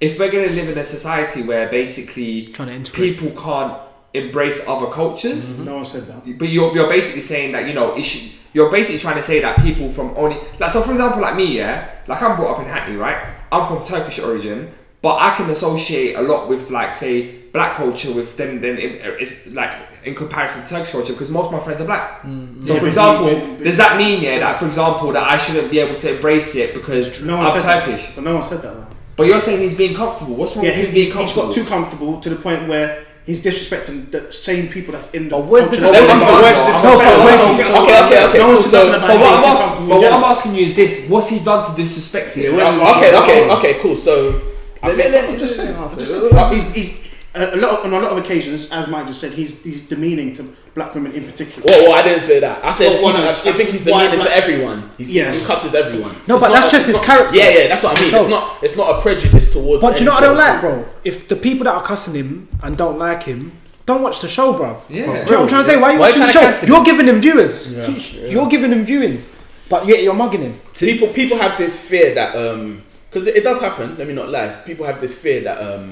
[SPEAKER 4] if we're going to live in a society where basically
[SPEAKER 2] Trying to integrate.
[SPEAKER 4] people can't embrace other cultures,
[SPEAKER 5] No one said that.
[SPEAKER 4] but you're, you're basically saying that you know it should, you're basically trying to say that people from only like so for example like me yeah like I'm brought up in Hackney right I'm from Turkish origin but I can associate a lot with like say black culture with then then it- it's like in comparison to Turkish culture because most of my friends are black so
[SPEAKER 5] Mm. Yeah,
[SPEAKER 4] for
[SPEAKER 5] but
[SPEAKER 4] example
[SPEAKER 5] you- but-
[SPEAKER 4] does that mean yeah that for example that I shouldn't be able to embrace it because
[SPEAKER 5] No one
[SPEAKER 4] I'm
[SPEAKER 5] said
[SPEAKER 4] Turkish
[SPEAKER 5] that. But no one said that. though.
[SPEAKER 4] but you're saying he's being comfortable what's wrong
[SPEAKER 5] Yeah,
[SPEAKER 4] with
[SPEAKER 5] he's,
[SPEAKER 4] him being
[SPEAKER 5] he's, he's
[SPEAKER 4] comfortable
[SPEAKER 5] got too comfortable to the point where he's disrespecting the same people that's in the.
[SPEAKER 1] But where's the No,
[SPEAKER 5] culture.
[SPEAKER 3] Let's-
[SPEAKER 4] but-
[SPEAKER 3] let's-
[SPEAKER 4] but-
[SPEAKER 3] let's-
[SPEAKER 4] but-
[SPEAKER 3] let's-
[SPEAKER 5] but-
[SPEAKER 3] let's- Okay, okay, okay.
[SPEAKER 5] No one's
[SPEAKER 3] So-
[SPEAKER 5] talking about
[SPEAKER 4] but what, I'm
[SPEAKER 5] being
[SPEAKER 4] ask,
[SPEAKER 5] comfortable
[SPEAKER 4] but what
[SPEAKER 5] in
[SPEAKER 4] I'm
[SPEAKER 5] general.
[SPEAKER 4] asking you is this: What's he done to disrespect it?
[SPEAKER 3] okay, okay, okay, cool. So I
[SPEAKER 1] Let- let-
[SPEAKER 3] think-
[SPEAKER 1] let-
[SPEAKER 5] I'm just saying.
[SPEAKER 1] let-
[SPEAKER 5] I'm
[SPEAKER 1] let-
[SPEAKER 5] just saying. Uh, he's- he's- A a lot of, on a lot of occasions, as Mike just said, he's he's demeaning to black women in particular.
[SPEAKER 3] Well, well, I didn't say that. I said
[SPEAKER 5] Well, well,
[SPEAKER 3] he's-
[SPEAKER 5] no,
[SPEAKER 3] I, I think he's
[SPEAKER 5] why-
[SPEAKER 3] demeaning to
[SPEAKER 5] why-
[SPEAKER 3] everyone. He's,
[SPEAKER 5] Yes.
[SPEAKER 3] He cusses everyone.
[SPEAKER 2] No, but that's just
[SPEAKER 3] it's
[SPEAKER 2] his
[SPEAKER 3] not-
[SPEAKER 2] character.
[SPEAKER 3] Yeah, yeah, that's what I mean.
[SPEAKER 2] So-
[SPEAKER 3] it's not it's not a prejudice towards.
[SPEAKER 2] But do you know
[SPEAKER 3] any
[SPEAKER 2] what I don't
[SPEAKER 3] sort of
[SPEAKER 2] like, bro? If the people that are cussing him and don't like him don't watch the show, bro.
[SPEAKER 4] Yeah.
[SPEAKER 2] Do you know what I'm trying to say? Why are you
[SPEAKER 1] Why you trying
[SPEAKER 2] watching
[SPEAKER 1] to
[SPEAKER 2] the
[SPEAKER 1] cuss
[SPEAKER 2] show?
[SPEAKER 1] him?
[SPEAKER 2] You're giving him viewers. You're giving him viewings. But yet you're mugging him.
[SPEAKER 3] people people have this fear that um because it, it does happen let me not lie people have this fear that um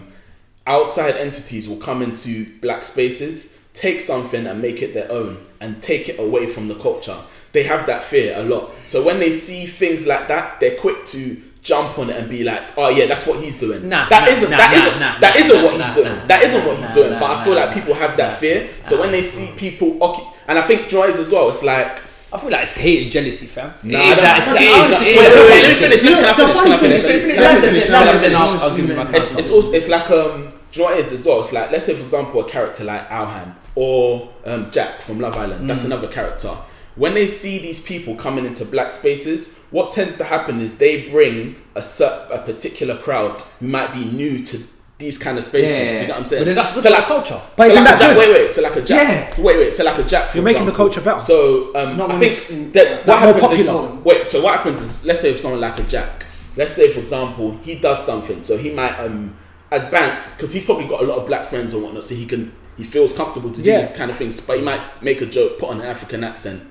[SPEAKER 3] outside entities will come into black spaces take something and make it their own and take it away from the culture they have that fear a lot so when they see things like that they're quick to jump on it and be like oh yeah that's what he's doing
[SPEAKER 1] Nah,
[SPEAKER 3] that
[SPEAKER 1] nah,
[SPEAKER 3] isn't
[SPEAKER 1] nah,
[SPEAKER 3] that
[SPEAKER 1] nah,
[SPEAKER 3] isn't
[SPEAKER 1] nah,
[SPEAKER 3] that
[SPEAKER 1] nah,
[SPEAKER 3] not
[SPEAKER 1] nah,
[SPEAKER 3] what he's
[SPEAKER 1] nah,
[SPEAKER 3] doing
[SPEAKER 1] nah,
[SPEAKER 3] that
[SPEAKER 1] nah,
[SPEAKER 3] isn't what
[SPEAKER 1] nah,
[SPEAKER 3] he's doing
[SPEAKER 1] nah,
[SPEAKER 3] but i feel
[SPEAKER 1] nah,
[SPEAKER 3] like people have that fear so when they see people occup- and i think joys as well it's like
[SPEAKER 1] I feel like it's hate and jealousy, fam. It
[SPEAKER 3] Nah, I
[SPEAKER 1] is
[SPEAKER 3] don't-
[SPEAKER 1] that. It's
[SPEAKER 3] okay,
[SPEAKER 1] that- it
[SPEAKER 3] I
[SPEAKER 1] is
[SPEAKER 3] don't
[SPEAKER 1] that-
[SPEAKER 3] think-
[SPEAKER 1] wait,
[SPEAKER 3] wait,
[SPEAKER 1] wait,
[SPEAKER 3] wait,
[SPEAKER 1] wait,
[SPEAKER 3] let me
[SPEAKER 1] wait,
[SPEAKER 3] finish,
[SPEAKER 1] wait.
[SPEAKER 3] can I
[SPEAKER 1] No,
[SPEAKER 3] finish,
[SPEAKER 1] fine,
[SPEAKER 3] can I
[SPEAKER 1] finish,
[SPEAKER 3] finish,
[SPEAKER 1] finish,
[SPEAKER 3] can I
[SPEAKER 1] let them
[SPEAKER 3] finish,
[SPEAKER 1] finish, let
[SPEAKER 3] can I
[SPEAKER 1] them finish,
[SPEAKER 3] finish?
[SPEAKER 1] I'll give you my
[SPEAKER 3] it's,
[SPEAKER 1] counter.
[SPEAKER 3] it's also it's like um do you know what it is as well it's like let's say for example a character like Alhan or um, Jack from Love Island that's another character when they see these people coming into black spaces what tends to happen is they bring a cer- a particular crowd who might be new to these kind of spaces
[SPEAKER 4] Yeah.
[SPEAKER 3] do you know what I'm saying
[SPEAKER 1] But then that's what's
[SPEAKER 3] so
[SPEAKER 1] like
[SPEAKER 3] like
[SPEAKER 1] culture.
[SPEAKER 2] But
[SPEAKER 3] so
[SPEAKER 2] isn't
[SPEAKER 3] like a
[SPEAKER 2] that
[SPEAKER 3] Jack,
[SPEAKER 2] good?
[SPEAKER 3] wait, wait. So like a Jack.
[SPEAKER 2] Yeah.
[SPEAKER 3] Wait, wait. So like a Jack. For
[SPEAKER 2] You're making the
[SPEAKER 3] example.
[SPEAKER 2] culture better.
[SPEAKER 3] So um,
[SPEAKER 5] Not
[SPEAKER 3] I
[SPEAKER 5] when it's
[SPEAKER 3] think
[SPEAKER 5] in-
[SPEAKER 3] that what
[SPEAKER 2] not more
[SPEAKER 3] happens is
[SPEAKER 2] popular.
[SPEAKER 3] wait. So what happens is let's say if someone like a Jack. Let's say for example he does something. So he might um. I as Bant, because he's probably got a lot of black friends and whatnot, so he can he feels comfortable to do
[SPEAKER 2] Yeah.
[SPEAKER 3] these kind of things. But he might make a joke, put on an African accent.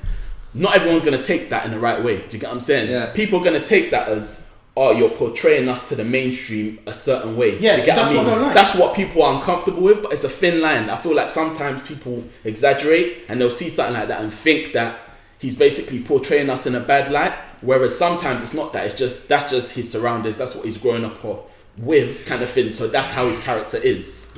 [SPEAKER 3] Not everyone's gonna take that in the right way. Do you get what I'm saying?
[SPEAKER 4] Yeah.
[SPEAKER 3] People are gonna take that as oh, you're portraying us to the mainstream a certain way.
[SPEAKER 5] Yeah,
[SPEAKER 3] Do you get what
[SPEAKER 5] that's
[SPEAKER 3] I mean?
[SPEAKER 5] what I like.
[SPEAKER 3] That's what people are uncomfortable with, but it's a thin line. I feel like sometimes people exaggerate and they'll see something like that and think that he's basically portraying us in a bad light. Whereas sometimes it's not that. It's just that's just his surroundings. That's what he's growing up on with, kind of thing. So that's how his character is.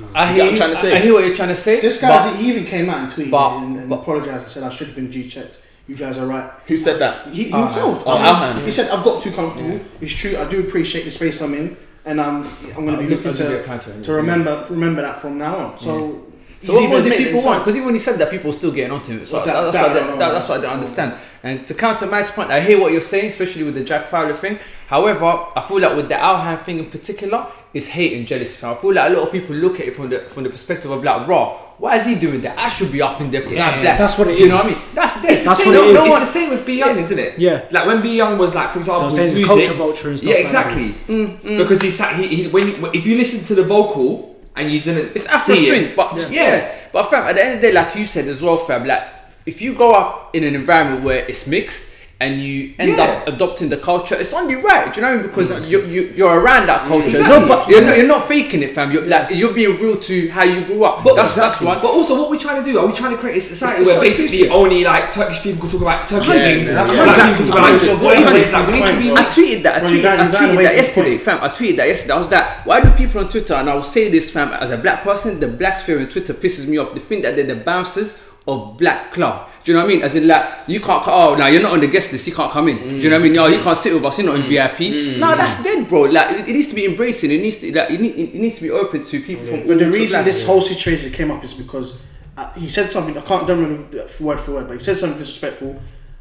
[SPEAKER 1] I
[SPEAKER 4] Mm.
[SPEAKER 3] You
[SPEAKER 1] hear
[SPEAKER 3] get what I'm
[SPEAKER 1] you,
[SPEAKER 3] trying to say?
[SPEAKER 1] I, I hear what you're trying to say.
[SPEAKER 5] This
[SPEAKER 1] but-
[SPEAKER 5] guy, he even came out and tweeted
[SPEAKER 1] but-
[SPEAKER 5] and, and
[SPEAKER 1] but-
[SPEAKER 5] apologized and said, I should have been G checked. You guys are right.
[SPEAKER 3] Who said that?
[SPEAKER 5] He, himself.
[SPEAKER 3] Oh,
[SPEAKER 5] I mean,
[SPEAKER 3] Alhan.
[SPEAKER 5] He said, I've got too comfortable. It's true. I do appreciate the space I'm in. And I'm, I'm going to
[SPEAKER 1] I'll
[SPEAKER 5] be
[SPEAKER 1] give-
[SPEAKER 5] looking
[SPEAKER 1] I'll give you a
[SPEAKER 5] to,
[SPEAKER 1] counter.
[SPEAKER 5] to remember remember that from now on. So,
[SPEAKER 1] So
[SPEAKER 5] he's
[SPEAKER 1] what more
[SPEAKER 5] even
[SPEAKER 1] did
[SPEAKER 5] admitted
[SPEAKER 1] people want?
[SPEAKER 5] himself.
[SPEAKER 1] Because even when he said that, people were still getting onto it. So
[SPEAKER 5] Well,
[SPEAKER 1] that,
[SPEAKER 5] that-
[SPEAKER 1] that's,
[SPEAKER 5] that
[SPEAKER 1] what I
[SPEAKER 5] I
[SPEAKER 1] don't,
[SPEAKER 5] don't
[SPEAKER 1] that-
[SPEAKER 5] know.
[SPEAKER 1] that's what I don't understand. And to counter Mike's point, I hear what you're saying, especially with the Jack Fowler thing. However, I feel like with the Alhan thing in particular, it's hate and jealousy. I feel like a lot of people look at it from the from the perspective of like, raw. Why is he doing that? I should be up in there because
[SPEAKER 4] Yeah,
[SPEAKER 1] I'm
[SPEAKER 4] yeah,
[SPEAKER 1] black.
[SPEAKER 2] that's what
[SPEAKER 1] you
[SPEAKER 2] it
[SPEAKER 1] know what
[SPEAKER 2] is.
[SPEAKER 1] I mean? That's that's,
[SPEAKER 2] That's
[SPEAKER 1] the
[SPEAKER 2] what
[SPEAKER 1] same.
[SPEAKER 2] it
[SPEAKER 1] No,
[SPEAKER 2] is.
[SPEAKER 1] no
[SPEAKER 4] it's
[SPEAKER 1] one-
[SPEAKER 4] the same with B Young, isn't it?
[SPEAKER 2] Yeah.
[SPEAKER 4] Like when B Young was like, for example,
[SPEAKER 2] I'm
[SPEAKER 4] his
[SPEAKER 2] saying it's
[SPEAKER 4] music,
[SPEAKER 2] culture vulture and stuff.
[SPEAKER 4] yeah,
[SPEAKER 2] like that. Mm,
[SPEAKER 4] exactly. Because he sat, he, he when you, if you listen to the vocal and you didn't,
[SPEAKER 1] It's Afro
[SPEAKER 4] see
[SPEAKER 1] swing,
[SPEAKER 4] it,
[SPEAKER 1] but yeah. But fam, at the end of the day, like you said as well, fam, like if you grow up in an environment where it's mixed and you end
[SPEAKER 4] Yeah.
[SPEAKER 1] up adopting the culture, it's only right. Do you know what I mean? Because you, you you're around that culture.
[SPEAKER 4] Exactly.
[SPEAKER 1] No, but you're, not, you're not faking it, fam. You're like you're being real to how you grew up.
[SPEAKER 4] But
[SPEAKER 1] that's that's one.
[SPEAKER 4] But also, what we're trying to do, are we trying to create a society
[SPEAKER 1] It's- it's
[SPEAKER 4] where
[SPEAKER 1] not
[SPEAKER 4] basically
[SPEAKER 1] exclusive.
[SPEAKER 4] only like Turkish people talk about Turkish things, and
[SPEAKER 5] that's
[SPEAKER 4] black
[SPEAKER 5] right.
[SPEAKER 4] people
[SPEAKER 5] Exactly.
[SPEAKER 4] talk about
[SPEAKER 5] You're
[SPEAKER 4] what
[SPEAKER 5] going
[SPEAKER 4] is
[SPEAKER 5] away
[SPEAKER 4] this?
[SPEAKER 5] from
[SPEAKER 4] Like, we need to
[SPEAKER 5] point,
[SPEAKER 4] be
[SPEAKER 5] bro.
[SPEAKER 1] I tweeted that. I
[SPEAKER 5] Well, you
[SPEAKER 1] tweeted,
[SPEAKER 5] got- you
[SPEAKER 1] I
[SPEAKER 5] got
[SPEAKER 1] tweeted
[SPEAKER 5] away
[SPEAKER 1] that
[SPEAKER 5] from
[SPEAKER 1] yesterday,
[SPEAKER 5] point.
[SPEAKER 1] fam. I tweeted that yesterday. I was that. Why do people on Twitter? And I will say this, fam, as a black person, the black sphere on Twitter pisses me off. They think that they're the bouncers of black club. Do you know what I mean? As in, like, you can't. co- Oh, now you're not on the guest list. You can't come in. Do you know what I mean? No, you can't sit with us. You're not in
[SPEAKER 5] Mm.
[SPEAKER 1] VIP. No, that's dead, bro. Like, it, it needs to be embracing. It needs to. Like, it, need, it needs to be open to people from. all
[SPEAKER 5] But
[SPEAKER 1] walks
[SPEAKER 5] the
[SPEAKER 1] of
[SPEAKER 5] reason
[SPEAKER 1] life.
[SPEAKER 5] this whole situation came up is because uh, he said something I can't don't remember the f- word for word, but he said something disrespectful.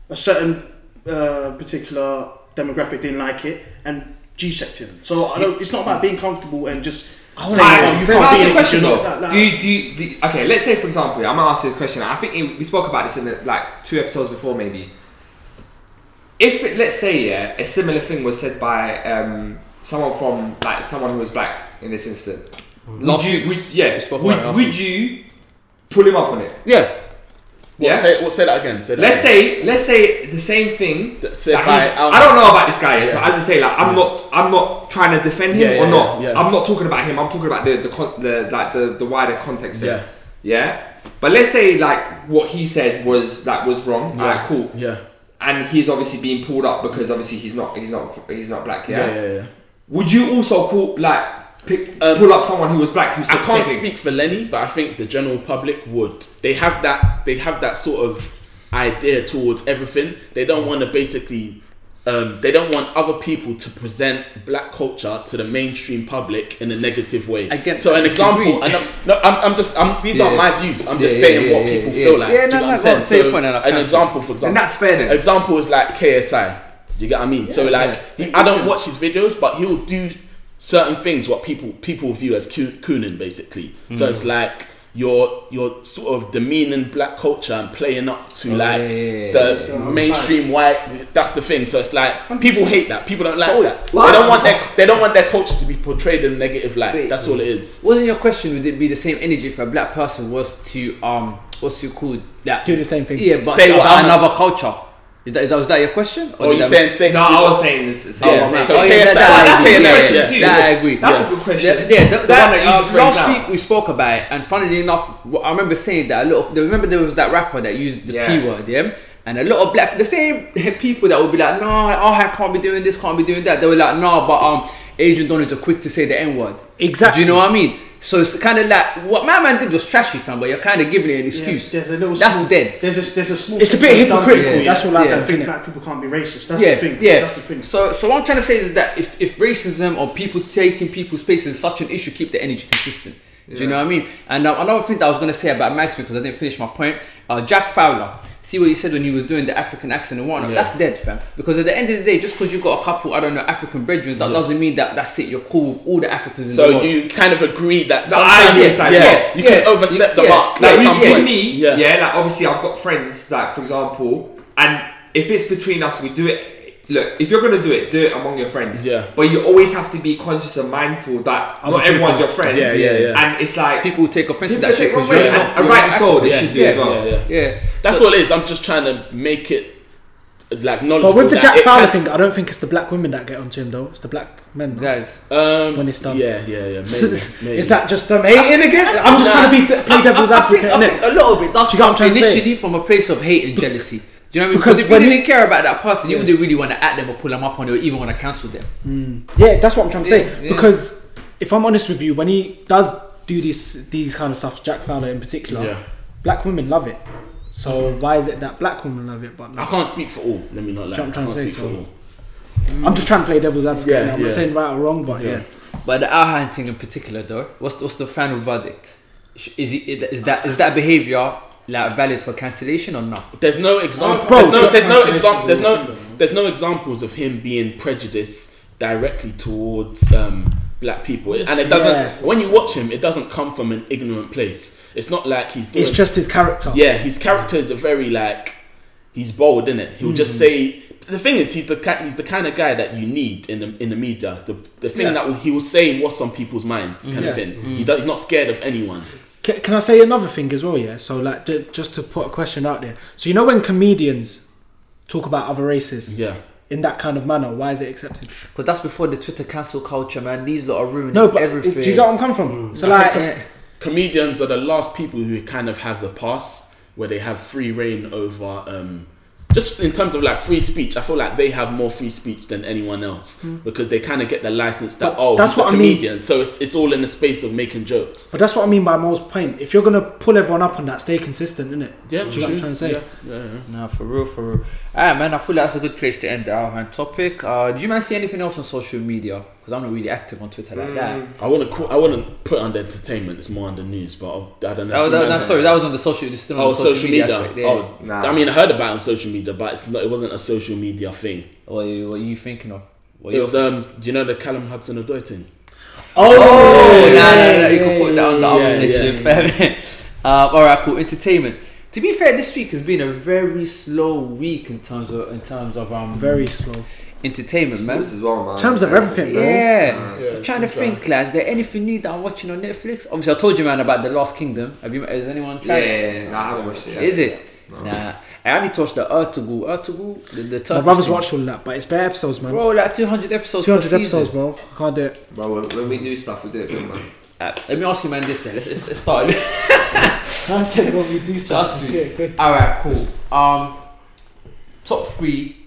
[SPEAKER 5] A certain uh, particular demographic didn't like it, and G checked him. So I don't, it's not about being comfortable and just saying,
[SPEAKER 4] Alright,
[SPEAKER 5] "Oh, you
[SPEAKER 4] so can I ask
[SPEAKER 5] can't be
[SPEAKER 4] you
[SPEAKER 5] in
[SPEAKER 4] a
[SPEAKER 5] it,
[SPEAKER 4] question
[SPEAKER 5] you
[SPEAKER 4] though?
[SPEAKER 5] should not." Like-
[SPEAKER 4] Do you, do, you, do you- okay? Let's say for example, I'm gonna ask you a question. I think it- we spoke about this in the, like two episodes before, maybe. If it, let's say yeah, a similar thing was said by um, someone from like someone who was black in this instance,
[SPEAKER 1] Last
[SPEAKER 4] would you,
[SPEAKER 1] week's-
[SPEAKER 4] would, yeah,
[SPEAKER 1] we spoke about it
[SPEAKER 4] would,
[SPEAKER 1] last
[SPEAKER 4] would you pull him up on it?
[SPEAKER 1] Yeah.
[SPEAKER 3] What,
[SPEAKER 4] Yeah.
[SPEAKER 3] say, what, say that again. Say that
[SPEAKER 4] Let's
[SPEAKER 3] again.
[SPEAKER 4] say let's say the same thing
[SPEAKER 3] Th- say
[SPEAKER 4] like,
[SPEAKER 3] by
[SPEAKER 4] he's-
[SPEAKER 3] Al-
[SPEAKER 4] I don't know about this guy yet. So as I say, like I'm not, I'm not trying to defend him
[SPEAKER 3] Yeah, yeah,
[SPEAKER 4] or not.
[SPEAKER 3] yeah, yeah.
[SPEAKER 4] I'm not talking about him. I'm talking about the the con- the like the, the wider context.
[SPEAKER 3] Yeah.
[SPEAKER 4] There. Yeah. But let's say like what he said was that was wrong. Yeah. Alright, cool.
[SPEAKER 3] Yeah.
[SPEAKER 4] And he's obviously being pulled up because obviously he's not, he's not, he's not black. Yeah.
[SPEAKER 3] Yeah. Yeah. yeah.
[SPEAKER 4] Would you also call like pick,
[SPEAKER 3] Um,
[SPEAKER 4] pull up someone who was black who said
[SPEAKER 3] I
[SPEAKER 4] the
[SPEAKER 3] can't
[SPEAKER 4] same thing?
[SPEAKER 3] speak for Lenny, but I think the general public would. They have that. They have that sort of idea towards everything. They don't want to basically. Um, they don't want other people to present black culture to the mainstream public in a negative way.
[SPEAKER 1] I get
[SPEAKER 3] so
[SPEAKER 1] that.
[SPEAKER 3] an example,
[SPEAKER 1] Disagree.
[SPEAKER 3] and I'm, no, I'm, I'm just, I'm, these
[SPEAKER 1] Yeah,
[SPEAKER 3] aren't
[SPEAKER 1] yeah.
[SPEAKER 3] my views. I'm
[SPEAKER 1] Yeah,
[SPEAKER 3] just
[SPEAKER 1] yeah,
[SPEAKER 3] saying
[SPEAKER 1] yeah,
[SPEAKER 3] what
[SPEAKER 1] yeah,
[SPEAKER 3] people
[SPEAKER 1] yeah.
[SPEAKER 3] feel like.
[SPEAKER 1] Yeah,
[SPEAKER 3] Do you
[SPEAKER 1] no,
[SPEAKER 3] know
[SPEAKER 1] no,
[SPEAKER 3] what I'm
[SPEAKER 1] go on, say
[SPEAKER 3] saying?
[SPEAKER 1] your point and I
[SPEAKER 3] So an
[SPEAKER 1] counter.
[SPEAKER 3] example, for example,
[SPEAKER 4] And that's fair then.
[SPEAKER 3] example is like KSI. Do you get what I mean? so like, he- I don't watch his videos, but he'll do certain things what people people view as coo- cooning, basically.
[SPEAKER 1] Hmm.
[SPEAKER 3] So it's like you're you're sort of demeaning black culture and playing up to like
[SPEAKER 1] Oh, yeah, yeah, yeah,
[SPEAKER 3] the
[SPEAKER 5] yeah.
[SPEAKER 3] mainstream white. That's the thing. So it's like people hate that. People don't like
[SPEAKER 1] Oh,
[SPEAKER 3] that.
[SPEAKER 1] wow.
[SPEAKER 3] They don't want their they don't want their culture to be portrayed in a negative light.
[SPEAKER 1] Wait.
[SPEAKER 3] that's all it is.
[SPEAKER 1] Wasn't your question? Would it be the same energy if a black person was to um what's it called that
[SPEAKER 2] Do the same thing.
[SPEAKER 1] Yeah, but
[SPEAKER 3] Say what
[SPEAKER 1] about
[SPEAKER 3] I'm-
[SPEAKER 1] another culture. Is that, is that was that your question?
[SPEAKER 4] Oh,
[SPEAKER 3] Or
[SPEAKER 1] did
[SPEAKER 3] Oh, you
[SPEAKER 1] I
[SPEAKER 3] saying
[SPEAKER 1] miss-
[SPEAKER 3] say
[SPEAKER 4] No, I was saying this. this- I
[SPEAKER 3] Yeah,
[SPEAKER 4] was saying-
[SPEAKER 3] so
[SPEAKER 1] Oh, yeah,
[SPEAKER 3] KSI,
[SPEAKER 1] that, that,
[SPEAKER 4] that's
[SPEAKER 1] I
[SPEAKER 4] a
[SPEAKER 1] agree,
[SPEAKER 4] good
[SPEAKER 1] yeah,
[SPEAKER 4] question
[SPEAKER 1] yeah,
[SPEAKER 4] too.
[SPEAKER 1] that I agree.
[SPEAKER 4] That's
[SPEAKER 1] yeah.
[SPEAKER 4] a good question.
[SPEAKER 1] Yeah, yeah, th-
[SPEAKER 4] The
[SPEAKER 1] that,
[SPEAKER 4] one that you
[SPEAKER 1] uh,
[SPEAKER 4] just raised
[SPEAKER 1] last
[SPEAKER 4] now.
[SPEAKER 1] week we spoke about it, and funnily enough, wh- I remember saying that a lot. Of, remember there was that rapper that used the
[SPEAKER 4] Yeah.
[SPEAKER 1] p word, yeah, and a lot of black, the same people that would be like, no, oh, I can't be doing this, can't be doing that. They were like, no, but um, Adrian Donalds are quick to say the n word.
[SPEAKER 2] Exactly.
[SPEAKER 1] Do you know what I mean? So it's kind of like what my man did was trashy, fam. But you're kind of giving it an excuse.
[SPEAKER 5] Yeah, there's a little
[SPEAKER 1] That's
[SPEAKER 5] small,
[SPEAKER 1] dead.
[SPEAKER 5] There's a, there's a small.
[SPEAKER 2] It's a bit
[SPEAKER 5] section of dumb
[SPEAKER 2] hypocritical,
[SPEAKER 5] people,
[SPEAKER 2] that's all I
[SPEAKER 5] that
[SPEAKER 2] think, innit?
[SPEAKER 5] think. Black people can't be racist. That's
[SPEAKER 1] yeah,
[SPEAKER 5] the thing.
[SPEAKER 1] yeah.
[SPEAKER 5] That's the thing.
[SPEAKER 1] So, so what I'm trying to say is that if, if racism or people taking people's space is such an issue, keep the energy consistent. Do you know what I mean? And um, another thing that I was going to say about Max because I didn't finish my point, uh, Jack Fowler. See what he said when he was doing the African accent and whatnot.
[SPEAKER 3] Yeah.
[SPEAKER 1] That's dead, fam. Because at the end of the day, just because you got a couple, I don't know, African brethren, that doesn't mean that that's it. You're cool with all the Africans in the
[SPEAKER 3] So
[SPEAKER 1] world.
[SPEAKER 3] you kind of agree that
[SPEAKER 4] No, I
[SPEAKER 3] sometimes
[SPEAKER 4] agree with
[SPEAKER 3] yeah,
[SPEAKER 4] that,
[SPEAKER 1] yeah.
[SPEAKER 3] you
[SPEAKER 1] Yeah,
[SPEAKER 3] can overstep the
[SPEAKER 1] yeah,
[SPEAKER 3] mark.
[SPEAKER 1] yeah,
[SPEAKER 3] at
[SPEAKER 4] like
[SPEAKER 1] you-
[SPEAKER 3] some
[SPEAKER 1] yeah,
[SPEAKER 3] point.
[SPEAKER 4] with me,
[SPEAKER 3] yeah.
[SPEAKER 4] yeah. like obviously I've got friends, like for example, and if it's between us, we do it look, if you're gonna do it, do it among your friends.
[SPEAKER 3] Yeah.
[SPEAKER 4] But you always have to be conscious and mindful that
[SPEAKER 2] Other
[SPEAKER 4] not everyone's
[SPEAKER 2] people.
[SPEAKER 4] your friend.
[SPEAKER 3] Yeah, yeah, yeah.
[SPEAKER 4] And it's like
[SPEAKER 1] People will take offense to that shit
[SPEAKER 4] take
[SPEAKER 1] because
[SPEAKER 4] one way,
[SPEAKER 1] you're
[SPEAKER 4] and,
[SPEAKER 1] not.
[SPEAKER 4] and
[SPEAKER 1] you're not
[SPEAKER 4] right so they
[SPEAKER 1] African.
[SPEAKER 4] should do as well.
[SPEAKER 3] yeah, yeah.
[SPEAKER 1] Yeah.
[SPEAKER 3] That's
[SPEAKER 1] So-
[SPEAKER 3] all it is. I'm just trying to make it like knowledgeable.
[SPEAKER 2] But with the
[SPEAKER 3] that
[SPEAKER 2] Jack
[SPEAKER 3] it
[SPEAKER 2] Fowler
[SPEAKER 3] can-
[SPEAKER 2] thing, I don't think it's the black women that get onto him though. It's the black men.
[SPEAKER 1] Guys,
[SPEAKER 3] um,
[SPEAKER 2] when it's done.
[SPEAKER 3] Yeah, yeah, yeah.
[SPEAKER 2] So-
[SPEAKER 3] Maybe, maybe.
[SPEAKER 2] Is that just them hating again?
[SPEAKER 1] That's-
[SPEAKER 2] I'm just
[SPEAKER 1] nah.
[SPEAKER 2] trying to be play devil's
[SPEAKER 1] I, I, I think,
[SPEAKER 2] advocate.
[SPEAKER 1] I
[SPEAKER 2] innit?
[SPEAKER 1] think a little bit. That's
[SPEAKER 2] You got
[SPEAKER 1] from
[SPEAKER 2] what I'm trying to say?
[SPEAKER 1] initially from a place of hate and jealousy. Do you know what I mean?
[SPEAKER 2] Because
[SPEAKER 1] Because if you
[SPEAKER 2] when
[SPEAKER 1] didn't
[SPEAKER 2] you-
[SPEAKER 1] care about that person, you wouldn't really want to at them or pull them up on it or even want to cancel them.
[SPEAKER 2] Yeah, that's what I'm trying to say.
[SPEAKER 1] Yeah, yeah.
[SPEAKER 2] Because if I'm honest with you, when he does do these these kind of stuff, Jack Fowler in particular,
[SPEAKER 3] Yeah.
[SPEAKER 2] black women love it. So why is it that black women love it, but
[SPEAKER 3] I
[SPEAKER 2] not?
[SPEAKER 3] can't speak for all. Let me not lie.
[SPEAKER 2] Do you know what I'm
[SPEAKER 3] I
[SPEAKER 2] trying to
[SPEAKER 3] can't
[SPEAKER 2] say?
[SPEAKER 3] speak for
[SPEAKER 2] So-
[SPEAKER 3] all.
[SPEAKER 2] I'm just trying to play devil's advocate.
[SPEAKER 3] Ah. Yeah,
[SPEAKER 2] now. I'm
[SPEAKER 3] yeah.
[SPEAKER 2] not saying right or wrong, but
[SPEAKER 3] Yeah.
[SPEAKER 2] yeah.
[SPEAKER 1] But the out hunting in particular, though, what's what's the final verdict? Sh- Is it is that is that behavior like valid for cancellation or not?
[SPEAKER 3] There's no example.
[SPEAKER 2] Bro,
[SPEAKER 3] there's no. There's no
[SPEAKER 6] Jack
[SPEAKER 3] example. There's
[SPEAKER 6] Fowler's
[SPEAKER 3] no. There's no examples of him being prejudiced directly towards um, black people, and it doesn't.
[SPEAKER 2] Yeah.
[SPEAKER 3] When you watch him, it doesn't come from an ignorant place. It's not like he's. Doing
[SPEAKER 2] It's just his character.
[SPEAKER 3] Yeah, his character is a very like he's bold, isn't it? He'll
[SPEAKER 2] Hmm.
[SPEAKER 3] just say the thing is he's the ki- he's the kind of guy that you need in the in the media. The the thing
[SPEAKER 2] Yeah.
[SPEAKER 3] that he will say what's on people's minds kind
[SPEAKER 2] Yeah. Hmm.
[SPEAKER 3] of thing. He does, he's not scared of anyone.
[SPEAKER 2] Can, can I say another thing as well? Yeah. So like, ju- just to put a question out there. So you know when comedians talk about other races
[SPEAKER 3] Yeah.
[SPEAKER 2] in that kind of manner, why is it accepted?
[SPEAKER 1] Because that's before the Twitter cancel culture, man. These lot are ruining
[SPEAKER 2] No, but
[SPEAKER 1] everything. eh.
[SPEAKER 2] do you get where I'm coming
[SPEAKER 3] Mm.
[SPEAKER 2] from? So
[SPEAKER 1] I
[SPEAKER 2] like,
[SPEAKER 1] think, yeah.
[SPEAKER 3] Comedians are the last people who kind of have the pass where they have free reign over um just in terms of like free speech, I feel like they have more free speech than anyone else because they kind of get the license that
[SPEAKER 2] Hmm. But
[SPEAKER 3] oh
[SPEAKER 2] that's
[SPEAKER 3] he's a
[SPEAKER 2] what I mean.
[SPEAKER 3] comedian, so it's it's all in the space of making jokes.
[SPEAKER 2] But that's what I mean by Mo's point. If you're gonna pull everyone up on that, stay consistent, innit?
[SPEAKER 3] Yeah,
[SPEAKER 2] Do you know what I'm trying to say?
[SPEAKER 3] Yeah, yeah, yeah.
[SPEAKER 1] No, for real, for real. Alright, man. I feel like that's a good place to end the out hunt topic. Uh, did you man see anything else on social media? Because I'm not really active on Twitter like that.
[SPEAKER 3] I want to. Call, I wouldn't put it under entertainment. It's more under news, but I'll- I don't know.
[SPEAKER 1] Oh, no,
[SPEAKER 3] if you
[SPEAKER 1] no,
[SPEAKER 3] remember.
[SPEAKER 1] sorry, that was on the social. it's Still on
[SPEAKER 3] oh
[SPEAKER 1] the social, media, aspect. Yeah.
[SPEAKER 3] Oh,
[SPEAKER 4] Nah.
[SPEAKER 3] I mean, I heard about it on social media, but it's not. It wasn't a social media thing.
[SPEAKER 1] What, are you, what are you thinking of? What
[SPEAKER 3] It
[SPEAKER 1] you-
[SPEAKER 3] was um. Do you know the Callum Hudson Odoi thing?
[SPEAKER 1] Oh,
[SPEAKER 2] yeah,
[SPEAKER 1] no, no,
[SPEAKER 2] yeah,
[SPEAKER 1] no, you can
[SPEAKER 2] yeah,
[SPEAKER 1] put that on the
[SPEAKER 3] yeah,
[SPEAKER 1] other
[SPEAKER 3] yeah,
[SPEAKER 1] section. um, all right, cool. Entertainment. To be fair, this week has been a very slow week in terms of in terms of um
[SPEAKER 2] Very slow.
[SPEAKER 1] entertainment, man.
[SPEAKER 4] as well, man.
[SPEAKER 2] In terms of everything, bro.
[SPEAKER 1] Yeah.
[SPEAKER 3] Yeah,
[SPEAKER 1] I'm trying to think, like, is there anything new that I'm watching on Netflix? Obviously, I told you, man, about The Last Kingdom. Have you? Has anyone
[SPEAKER 4] Yeah,
[SPEAKER 1] tried? it?
[SPEAKER 4] yeah, yeah. Nah, I haven't watched it. Yet.
[SPEAKER 1] Is it? Nah. I only touched the Ertugrul. Ertugrul, the, the
[SPEAKER 2] My
[SPEAKER 1] Turkish
[SPEAKER 2] brothers
[SPEAKER 1] thing.
[SPEAKER 2] watched all that, but it's bare episodes, man.
[SPEAKER 1] Bro, like 200 episodes. per
[SPEAKER 2] 200
[SPEAKER 1] season.
[SPEAKER 2] episodes, bro. I can't do it.
[SPEAKER 4] Bro, when, when we do stuff, we do it, good, man.
[SPEAKER 1] Uh, let me ask you, man, this then. Let's, let's, let's start.
[SPEAKER 2] I said when we do
[SPEAKER 1] stuff, That's we do All right, cool. Um, top three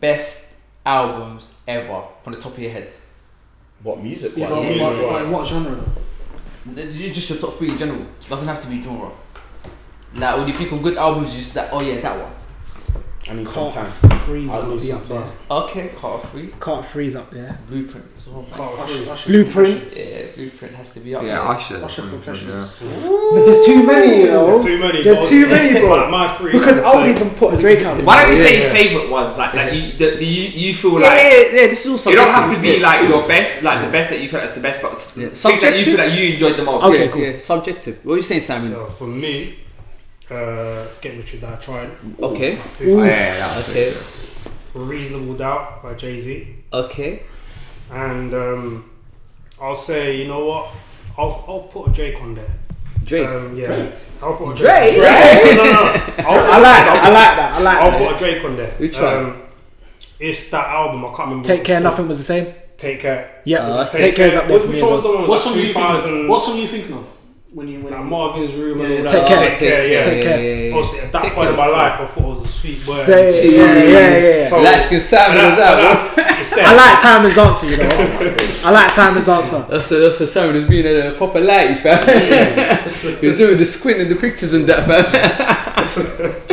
[SPEAKER 1] best albums ever from the top of your head.
[SPEAKER 3] What music?
[SPEAKER 5] Yeah,
[SPEAKER 3] wise?
[SPEAKER 5] but
[SPEAKER 3] Music
[SPEAKER 5] what,
[SPEAKER 3] wise.
[SPEAKER 5] what, what genre? though?
[SPEAKER 1] Th- j- Just your top three in general. Doesn't have to be genre. Like when you think of good albums, you just that. Oh yeah, that one.
[SPEAKER 3] I need some time.
[SPEAKER 2] Freeze
[SPEAKER 3] I'll
[SPEAKER 2] would
[SPEAKER 3] lose
[SPEAKER 2] be
[SPEAKER 3] some
[SPEAKER 2] up there.
[SPEAKER 3] time.
[SPEAKER 1] Okay, Carter Three,
[SPEAKER 2] Can't freeze up there.
[SPEAKER 1] Blueprint. as well.
[SPEAKER 5] I should- I should-
[SPEAKER 2] Blueprint.
[SPEAKER 5] I should-
[SPEAKER 1] Yeah, Blueprint has to be up.
[SPEAKER 4] Yeah,
[SPEAKER 1] there.
[SPEAKER 4] Usher.
[SPEAKER 5] Usher Confessions.
[SPEAKER 2] But there's too many, you
[SPEAKER 6] There's
[SPEAKER 2] know.
[SPEAKER 6] too many.
[SPEAKER 2] There's
[SPEAKER 6] bro.
[SPEAKER 2] too many, bro.
[SPEAKER 6] Like, my three.
[SPEAKER 2] Because
[SPEAKER 6] I'd
[SPEAKER 2] I would
[SPEAKER 6] say-
[SPEAKER 2] even put a Drake album.
[SPEAKER 4] Why don't you
[SPEAKER 1] Yeah,
[SPEAKER 4] say
[SPEAKER 1] yeah.
[SPEAKER 4] your favourite ones? Like, like you, the, the, you, you feel
[SPEAKER 1] yeah,
[SPEAKER 4] like.
[SPEAKER 1] yeah, yeah, This is also.
[SPEAKER 4] You don't have to be like your best, like the best that you feel that's the best, but
[SPEAKER 1] Yeah.
[SPEAKER 4] something that you feel that you enjoyed the most.
[SPEAKER 2] Okay,
[SPEAKER 1] yeah,
[SPEAKER 2] cool.
[SPEAKER 1] yeah, subjective. What are you saying, Simon?
[SPEAKER 6] So for me, uh, Get Rich or Die Trying.
[SPEAKER 1] okay,
[SPEAKER 4] Oh, yeah, yeah, yeah.
[SPEAKER 1] okay,
[SPEAKER 6] Reasonable Doubt by Jay Z.
[SPEAKER 1] okay.
[SPEAKER 6] And um, I'll say, you know what? I'll, I'll put a Drake on there.
[SPEAKER 1] Drake.
[SPEAKER 6] Um, yeah. I'll put a
[SPEAKER 1] Drake?
[SPEAKER 6] Drake. No, no, no. I'll,
[SPEAKER 2] I like that. I like that. I like
[SPEAKER 6] I'll
[SPEAKER 2] that.
[SPEAKER 6] put a Drake on there.
[SPEAKER 1] Which one?
[SPEAKER 6] Um, it's that album. I can't remember. what
[SPEAKER 2] Take
[SPEAKER 6] it's
[SPEAKER 2] care,
[SPEAKER 6] called.
[SPEAKER 2] nothing was the same.
[SPEAKER 6] Take care.
[SPEAKER 2] Yeah,
[SPEAKER 1] Uh,
[SPEAKER 2] take, care's up there
[SPEAKER 6] Which
[SPEAKER 2] for me as
[SPEAKER 6] which one was
[SPEAKER 2] well.
[SPEAKER 6] the
[SPEAKER 5] What
[SPEAKER 6] one? What
[SPEAKER 5] song are
[SPEAKER 6] two
[SPEAKER 5] you thinking?
[SPEAKER 6] thousand?
[SPEAKER 5] What song are you thinking of when you when
[SPEAKER 6] Like
[SPEAKER 5] you?
[SPEAKER 6] Marvin's Room and all that.
[SPEAKER 2] Take Care.
[SPEAKER 6] Take care. Yeah.
[SPEAKER 2] Take Care.
[SPEAKER 6] Obviously, at that
[SPEAKER 1] Take
[SPEAKER 6] point
[SPEAKER 1] Care
[SPEAKER 6] in my
[SPEAKER 1] is
[SPEAKER 6] life, I thought it was a sweet word.
[SPEAKER 2] Say-
[SPEAKER 1] Yeah,
[SPEAKER 2] yeah, yeah, yeah, yeah.
[SPEAKER 6] So-
[SPEAKER 1] Light skin
[SPEAKER 6] For
[SPEAKER 1] Simon
[SPEAKER 6] that-
[SPEAKER 1] is out.
[SPEAKER 6] for that, it's there.
[SPEAKER 2] I like Simon's answer, you know. I like Simon's answer.
[SPEAKER 1] That's a, that's a Simon who's being a proper lighty, fam. He's doing the squint in the pictures and that, fam.
[SPEAKER 2] I like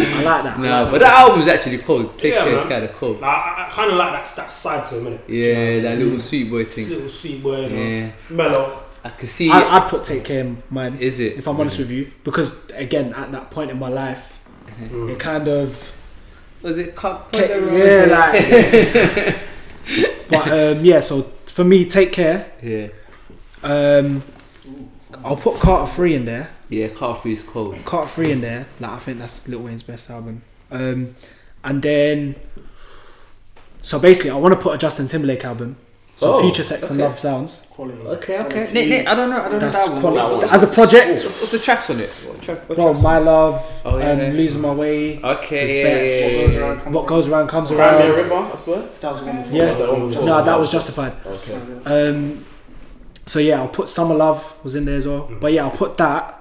[SPEAKER 2] that.
[SPEAKER 1] Nah, but that album's actually cold. Take
[SPEAKER 6] Yeah,
[SPEAKER 1] care, it's
[SPEAKER 6] man.
[SPEAKER 1] kind of cold.
[SPEAKER 6] Like, I, I kind of like that, that side to him, innit?
[SPEAKER 1] Yeah, that little sweet boy
[SPEAKER 6] This
[SPEAKER 1] thing.
[SPEAKER 6] little sweet word, yeah.
[SPEAKER 1] Yeah,
[SPEAKER 6] mellow.
[SPEAKER 1] I can see it.
[SPEAKER 2] I, I'd put Take Care in mine,
[SPEAKER 1] Is it?
[SPEAKER 2] if I'm honest with you, because again, at that point in my life,
[SPEAKER 1] Mm-hmm.
[SPEAKER 2] it kind of
[SPEAKER 1] Was it Cup?
[SPEAKER 2] ca- yeah, like. but um, yeah, so for me, Take Care.
[SPEAKER 1] yeah,
[SPEAKER 2] Um, I'll put Carter Three in there.
[SPEAKER 1] yeah. Cup is cold.
[SPEAKER 2] Carter Three in there. Like I think that's Lil Wayne's best album. Um, and then So basically, I want to put a Justin Timberlake album. So
[SPEAKER 3] Oh,
[SPEAKER 2] Future Sex and
[SPEAKER 1] okay.
[SPEAKER 2] Love Sounds.
[SPEAKER 5] Quality.
[SPEAKER 1] Okay, okay.
[SPEAKER 5] Quality.
[SPEAKER 1] Nick, Nick, I don't know. I don't
[SPEAKER 2] That's
[SPEAKER 1] know that one.
[SPEAKER 2] quality.
[SPEAKER 1] What- what-
[SPEAKER 3] That
[SPEAKER 2] As a project,
[SPEAKER 1] What's, what's the tracks on it? What track, what
[SPEAKER 2] bro,
[SPEAKER 1] tracks
[SPEAKER 2] My Love,
[SPEAKER 1] Oh, yeah,
[SPEAKER 2] um,
[SPEAKER 1] yeah.
[SPEAKER 2] Losing My Way,
[SPEAKER 1] okay, yeah, yeah, yeah, yeah.
[SPEAKER 2] What Goes Around Comes
[SPEAKER 3] Crimea
[SPEAKER 2] Around.
[SPEAKER 3] River, I swear.
[SPEAKER 5] That was wonderful.
[SPEAKER 2] Yeah.
[SPEAKER 3] Was that one before?
[SPEAKER 2] No, that was Justified.
[SPEAKER 3] Okay.
[SPEAKER 2] Um, so yeah, I'll put Summer Love was in there as well. But yeah, I'll put that,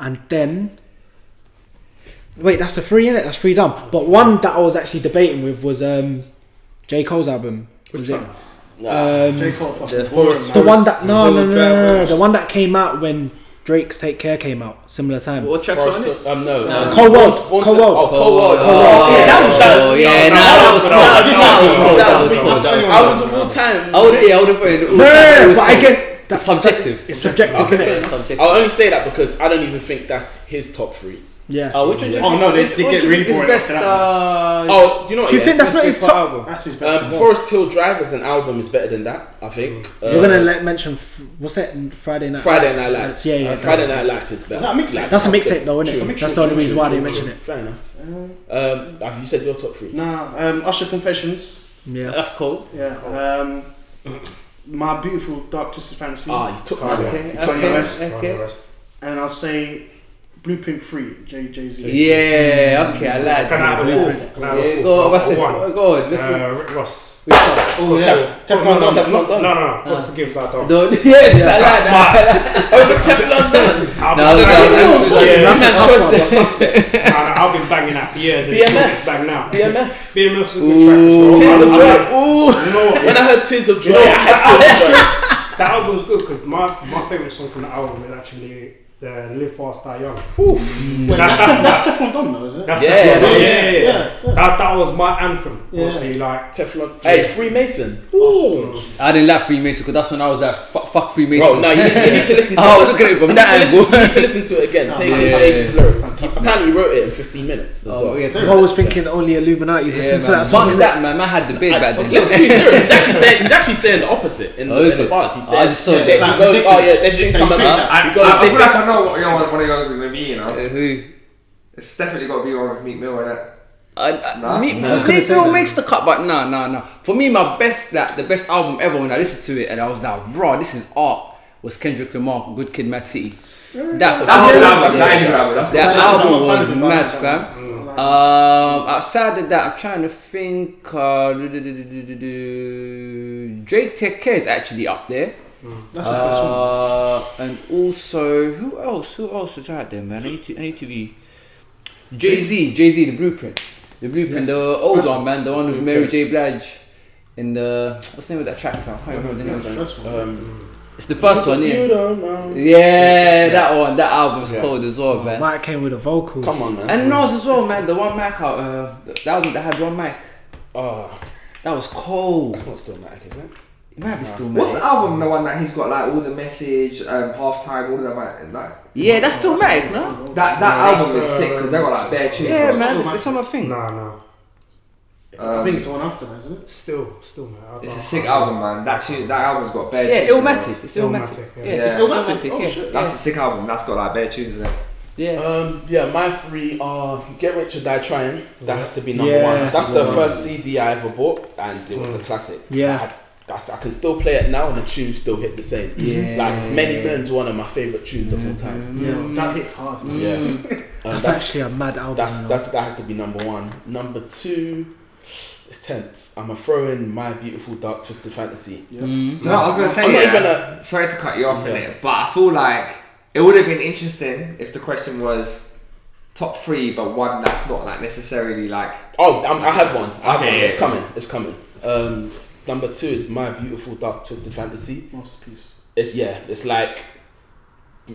[SPEAKER 2] and then wait, that's the three in it. That's three done. But one that I was actually debating with was um, J Cole's album. Was it um,
[SPEAKER 5] J. Cole fucking
[SPEAKER 1] The
[SPEAKER 5] boring,
[SPEAKER 1] Forest-
[SPEAKER 2] the
[SPEAKER 5] man.
[SPEAKER 2] one that no
[SPEAKER 1] Hill
[SPEAKER 2] no no, no,
[SPEAKER 1] Drive
[SPEAKER 2] no, no,
[SPEAKER 1] Rush.
[SPEAKER 2] the one that came out when Drake's Take Care came out similar time?
[SPEAKER 1] What tracks on it?
[SPEAKER 3] Forrester- Um, no.
[SPEAKER 1] No.
[SPEAKER 3] no.
[SPEAKER 2] Cold World,
[SPEAKER 3] Once- once-
[SPEAKER 2] Cold
[SPEAKER 3] Oh,
[SPEAKER 2] World.
[SPEAKER 3] Cold World.
[SPEAKER 2] Cold
[SPEAKER 3] Oh,
[SPEAKER 2] World.
[SPEAKER 3] Yeah, that was
[SPEAKER 1] that was yeah, nah, that was cool. That was
[SPEAKER 3] That
[SPEAKER 1] cool.
[SPEAKER 3] was
[SPEAKER 1] That was cool.
[SPEAKER 3] Out of all time.
[SPEAKER 1] I would, yeah, I would have put it.
[SPEAKER 2] No, no, no, no, but again, that's
[SPEAKER 1] It's subjective.
[SPEAKER 2] It's subjective,
[SPEAKER 1] Okay,
[SPEAKER 2] innit?
[SPEAKER 1] it's subjective.
[SPEAKER 3] I'll only say that because I don't even think that's his top three.
[SPEAKER 2] Yeah.
[SPEAKER 1] Oh, which one? do you
[SPEAKER 5] Oh,
[SPEAKER 1] think-
[SPEAKER 5] no, they-
[SPEAKER 1] which-
[SPEAKER 5] they
[SPEAKER 1] which
[SPEAKER 5] get
[SPEAKER 1] do you
[SPEAKER 5] really
[SPEAKER 1] think is
[SPEAKER 5] boring
[SPEAKER 1] Best,
[SPEAKER 5] after that.
[SPEAKER 1] uh,
[SPEAKER 3] Oh, do you know what?
[SPEAKER 2] Do you
[SPEAKER 3] yeah?
[SPEAKER 2] think that's not
[SPEAKER 1] best
[SPEAKER 2] his top?
[SPEAKER 1] album?
[SPEAKER 5] That's his best.
[SPEAKER 3] Um,
[SPEAKER 5] one.
[SPEAKER 3] Forest Hill Drive as an album is better than that, I
[SPEAKER 6] Mm,
[SPEAKER 3] think.
[SPEAKER 2] You're
[SPEAKER 3] Uh,
[SPEAKER 2] gonna let, mention f- what's that? Friday Night.
[SPEAKER 3] Friday
[SPEAKER 2] Lights?
[SPEAKER 3] Night Lights.
[SPEAKER 2] Yeah, yeah.
[SPEAKER 3] Uh, Friday
[SPEAKER 2] that's-
[SPEAKER 3] Night Lights is better.
[SPEAKER 5] Is that a mixtape?
[SPEAKER 3] Like,
[SPEAKER 2] That's a
[SPEAKER 3] I'd say-
[SPEAKER 2] mixtape though, isn't
[SPEAKER 3] True.
[SPEAKER 2] it?
[SPEAKER 5] It's a
[SPEAKER 2] That's the only
[SPEAKER 5] mixtape,
[SPEAKER 2] reason
[SPEAKER 5] true,
[SPEAKER 2] why they
[SPEAKER 5] true,
[SPEAKER 2] mention it.
[SPEAKER 3] Fair enough. Um, have you said your top three?
[SPEAKER 5] Uh, Nah, um, Usher Confessions.
[SPEAKER 2] Yeah.
[SPEAKER 1] That's cool.
[SPEAKER 5] Yeah. Um, my beautiful dark twisted fantasy.
[SPEAKER 3] Ah, you took my
[SPEAKER 6] Okay.
[SPEAKER 3] one.
[SPEAKER 1] Okay,
[SPEAKER 5] It's on your list.
[SPEAKER 1] okay,
[SPEAKER 6] The
[SPEAKER 1] okay.
[SPEAKER 6] rest.
[SPEAKER 5] And I'll say Blueprint Free. J Jay Z.
[SPEAKER 1] Yeah, okay, I like
[SPEAKER 6] Can
[SPEAKER 1] that.
[SPEAKER 6] I have a fourth? Can I have a
[SPEAKER 1] Yeah,
[SPEAKER 6] fourth?
[SPEAKER 1] go on, what's
[SPEAKER 6] I've
[SPEAKER 1] it?
[SPEAKER 6] got one.
[SPEAKER 1] Oh, Go on, let's
[SPEAKER 6] Uh, Rick Ross.
[SPEAKER 1] which one?
[SPEAKER 5] Oh yeah.
[SPEAKER 6] Tef- Teflon Don.
[SPEAKER 3] Teflon
[SPEAKER 6] No,
[SPEAKER 3] Don.
[SPEAKER 6] no, no. God forgives our dog.
[SPEAKER 1] No, yes, I like that.
[SPEAKER 3] Over Teflon
[SPEAKER 1] No,
[SPEAKER 3] Don.
[SPEAKER 6] I've
[SPEAKER 1] no,
[SPEAKER 6] been-
[SPEAKER 1] no, no,
[SPEAKER 6] Yeah,
[SPEAKER 1] that's
[SPEAKER 3] that's
[SPEAKER 1] a tough
[SPEAKER 3] the
[SPEAKER 1] one.
[SPEAKER 3] suspect.
[SPEAKER 6] no, no, I've been banging that for years. and
[SPEAKER 3] BMF.
[SPEAKER 6] It's bang now.
[SPEAKER 3] BMF.
[SPEAKER 6] BMF's a good track. So
[SPEAKER 3] Tears of
[SPEAKER 6] I'm- I'm-
[SPEAKER 3] Joy. Ooh.
[SPEAKER 6] No,
[SPEAKER 3] When I heard Tears of Joy,
[SPEAKER 6] know,
[SPEAKER 3] I had Tears of Joy.
[SPEAKER 6] That album's good because my, my favourite song from the album is actually the Live Fast Die Young.
[SPEAKER 5] Wait,
[SPEAKER 6] That-
[SPEAKER 5] that's
[SPEAKER 6] that's-
[SPEAKER 5] that's Stefan Don though, is it?
[SPEAKER 6] That's
[SPEAKER 3] Yeah,
[SPEAKER 6] the,
[SPEAKER 3] that
[SPEAKER 6] yeah,
[SPEAKER 3] is.
[SPEAKER 6] yeah, yeah,
[SPEAKER 5] Yeah,
[SPEAKER 6] That, that was my anthem.
[SPEAKER 5] Yeah.
[SPEAKER 6] Honestly, like,
[SPEAKER 3] Teflon. Hey, Freemason. Ooh.
[SPEAKER 1] I didn't like Freemason because that's when I was like, fuck, fuck Freemason.
[SPEAKER 3] Bro, no, you need, you need to listen to
[SPEAKER 1] Oh, I was
[SPEAKER 3] it.
[SPEAKER 1] looking at it from
[SPEAKER 3] You
[SPEAKER 1] that
[SPEAKER 3] need to listen-
[SPEAKER 1] angle.
[SPEAKER 3] You need to listen to it again. Take
[SPEAKER 1] yeah,
[SPEAKER 3] it
[SPEAKER 1] yeah,
[SPEAKER 3] Jake's
[SPEAKER 1] yeah.
[SPEAKER 3] lyrics. Apparently, he wrote it in 15 minutes as
[SPEAKER 1] Oh,
[SPEAKER 3] well.
[SPEAKER 1] yeah,
[SPEAKER 2] I was thinking only Illuminati's
[SPEAKER 1] yeah,
[SPEAKER 2] listen to
[SPEAKER 1] man.
[SPEAKER 2] that song.
[SPEAKER 1] Fuck that, man. Man had the beard back then.
[SPEAKER 3] Listen to his lyrics. He's actually saying he's actually saying the opposite in,
[SPEAKER 1] Oh,
[SPEAKER 3] the,
[SPEAKER 1] is
[SPEAKER 3] in the
[SPEAKER 1] it?
[SPEAKER 3] bars. He
[SPEAKER 1] Oh,
[SPEAKER 3] said
[SPEAKER 1] I just saw
[SPEAKER 3] he
[SPEAKER 1] that.
[SPEAKER 5] Like,
[SPEAKER 3] goes, oh yeah,
[SPEAKER 5] ridiculous.
[SPEAKER 3] they shouldn't
[SPEAKER 5] They
[SPEAKER 3] come
[SPEAKER 5] think
[SPEAKER 3] out.
[SPEAKER 5] that.
[SPEAKER 4] I,
[SPEAKER 3] Because
[SPEAKER 4] I, I
[SPEAKER 3] they
[SPEAKER 4] feel like I know what you know, one of yours is with me, you
[SPEAKER 1] Uh,
[SPEAKER 4] know.
[SPEAKER 1] Who?
[SPEAKER 4] It's definitely got to be one with Meek Mill, innit?
[SPEAKER 1] I, I,
[SPEAKER 4] Nah.
[SPEAKER 1] me,
[SPEAKER 2] I was
[SPEAKER 1] me
[SPEAKER 2] gonna say
[SPEAKER 1] Bill
[SPEAKER 2] that.
[SPEAKER 1] makes the cut, but nah, nah, nah. For me, my best, that the best album ever when I listened to it and I was like, raw, this is art, was Kendrick Lamar, Good Kid, Mad City. That's
[SPEAKER 3] a
[SPEAKER 4] That's
[SPEAKER 3] Oh,
[SPEAKER 4] a good
[SPEAKER 3] yeah,
[SPEAKER 4] album, that's
[SPEAKER 1] yeah.
[SPEAKER 4] not any good album, that's
[SPEAKER 1] That
[SPEAKER 4] good.
[SPEAKER 1] album
[SPEAKER 5] album
[SPEAKER 1] was
[SPEAKER 5] was
[SPEAKER 1] mad,
[SPEAKER 5] mad,
[SPEAKER 1] fam. Um, outside of that, I'm trying to think. Uh, do, do, do, do, do, do, do. Drake Take Care is actually up there.
[SPEAKER 5] That's his best one.
[SPEAKER 1] Uh, and also, who else? Who else is out there, man? I need to, I need to be. Jay Z, Jay Z, the Blueprint, the Blueprint, the old one, man, the one with Mary J. Blige. In the what's the name of that track? fam? I can't remember the name.
[SPEAKER 5] That's
[SPEAKER 1] of it.
[SPEAKER 5] his best one.
[SPEAKER 3] Um,
[SPEAKER 1] It's the first one,
[SPEAKER 3] You
[SPEAKER 1] yeah.
[SPEAKER 3] don't know.
[SPEAKER 1] Yeah, that one. That album's
[SPEAKER 3] Yeah.
[SPEAKER 1] cold as well, man.
[SPEAKER 2] Mike came with the vocals.
[SPEAKER 3] Come on, man.
[SPEAKER 1] And Nas as well, man. The one mic out, uh, the album that had one mic.
[SPEAKER 3] Oh,
[SPEAKER 1] That was cold.
[SPEAKER 3] that's not still Matic, is it?
[SPEAKER 1] It might be still
[SPEAKER 4] What's
[SPEAKER 1] Matic.
[SPEAKER 4] the album, the one that he's got like all the message, um, half time, all of that, like, like
[SPEAKER 1] Yeah, that's still Matic, no?
[SPEAKER 4] that, that
[SPEAKER 6] Yeah,
[SPEAKER 4] album
[SPEAKER 6] that's,
[SPEAKER 4] is sick because they got like bare tunes.
[SPEAKER 1] Yeah,
[SPEAKER 4] bro.
[SPEAKER 1] man. It's, it's on my thing.
[SPEAKER 6] nah, nah.
[SPEAKER 5] I think it's the one after that, isn't it?
[SPEAKER 6] Still, still, man. I
[SPEAKER 4] It's a
[SPEAKER 6] can't-
[SPEAKER 4] sick album, man. That tune, that album's got bare
[SPEAKER 1] Yeah,
[SPEAKER 4] tunes. in it, bro.
[SPEAKER 1] Illmatic. It's Illmatic.
[SPEAKER 6] Illmatic,
[SPEAKER 1] Yeah,
[SPEAKER 6] yeah.
[SPEAKER 1] it's
[SPEAKER 5] Yeah. Illmatic,
[SPEAKER 1] Illmatic.
[SPEAKER 5] oh,
[SPEAKER 1] yeah.
[SPEAKER 5] shit,
[SPEAKER 4] That's a sick album. That's got like bare tunes in it.
[SPEAKER 1] Yeah. yeah.
[SPEAKER 3] Um, yeah, my three are Get Rich or Die Trying. That has to be number
[SPEAKER 2] Yeah.
[SPEAKER 3] one. That's the first CD I ever bought, and it was a classic.
[SPEAKER 2] Yeah.
[SPEAKER 3] I, that's, I can still play it now, and the tunes still hit the same.
[SPEAKER 1] Yeah.
[SPEAKER 3] Like Many Men's one of my favorite tunes of all time.
[SPEAKER 5] Yeah, that hit hard. man.
[SPEAKER 3] Yeah, Um,
[SPEAKER 2] That's, actually a mad album.
[SPEAKER 3] that's,
[SPEAKER 2] you know.
[SPEAKER 3] that's that has to be number one. Number two, it's tense. I'm gonna throw in My Beautiful Dark Twisted Fantasy.
[SPEAKER 4] No, I was gonna say.
[SPEAKER 3] I'm not
[SPEAKER 4] yeah,
[SPEAKER 3] even a-
[SPEAKER 4] Sorry to cut you off
[SPEAKER 3] Yeah.
[SPEAKER 4] in it, but I feel like it would have been interesting if the question was top three, but one that's not like necessarily like.
[SPEAKER 3] Oh, I'm, I have one. I have
[SPEAKER 4] Okay,
[SPEAKER 3] one.
[SPEAKER 4] yeah,
[SPEAKER 3] It's
[SPEAKER 4] yeah.
[SPEAKER 3] coming. It's coming. Um, number two is My Beautiful Dark Twisted Fantasy.
[SPEAKER 5] Masterpiece.
[SPEAKER 3] It's yeah, it's like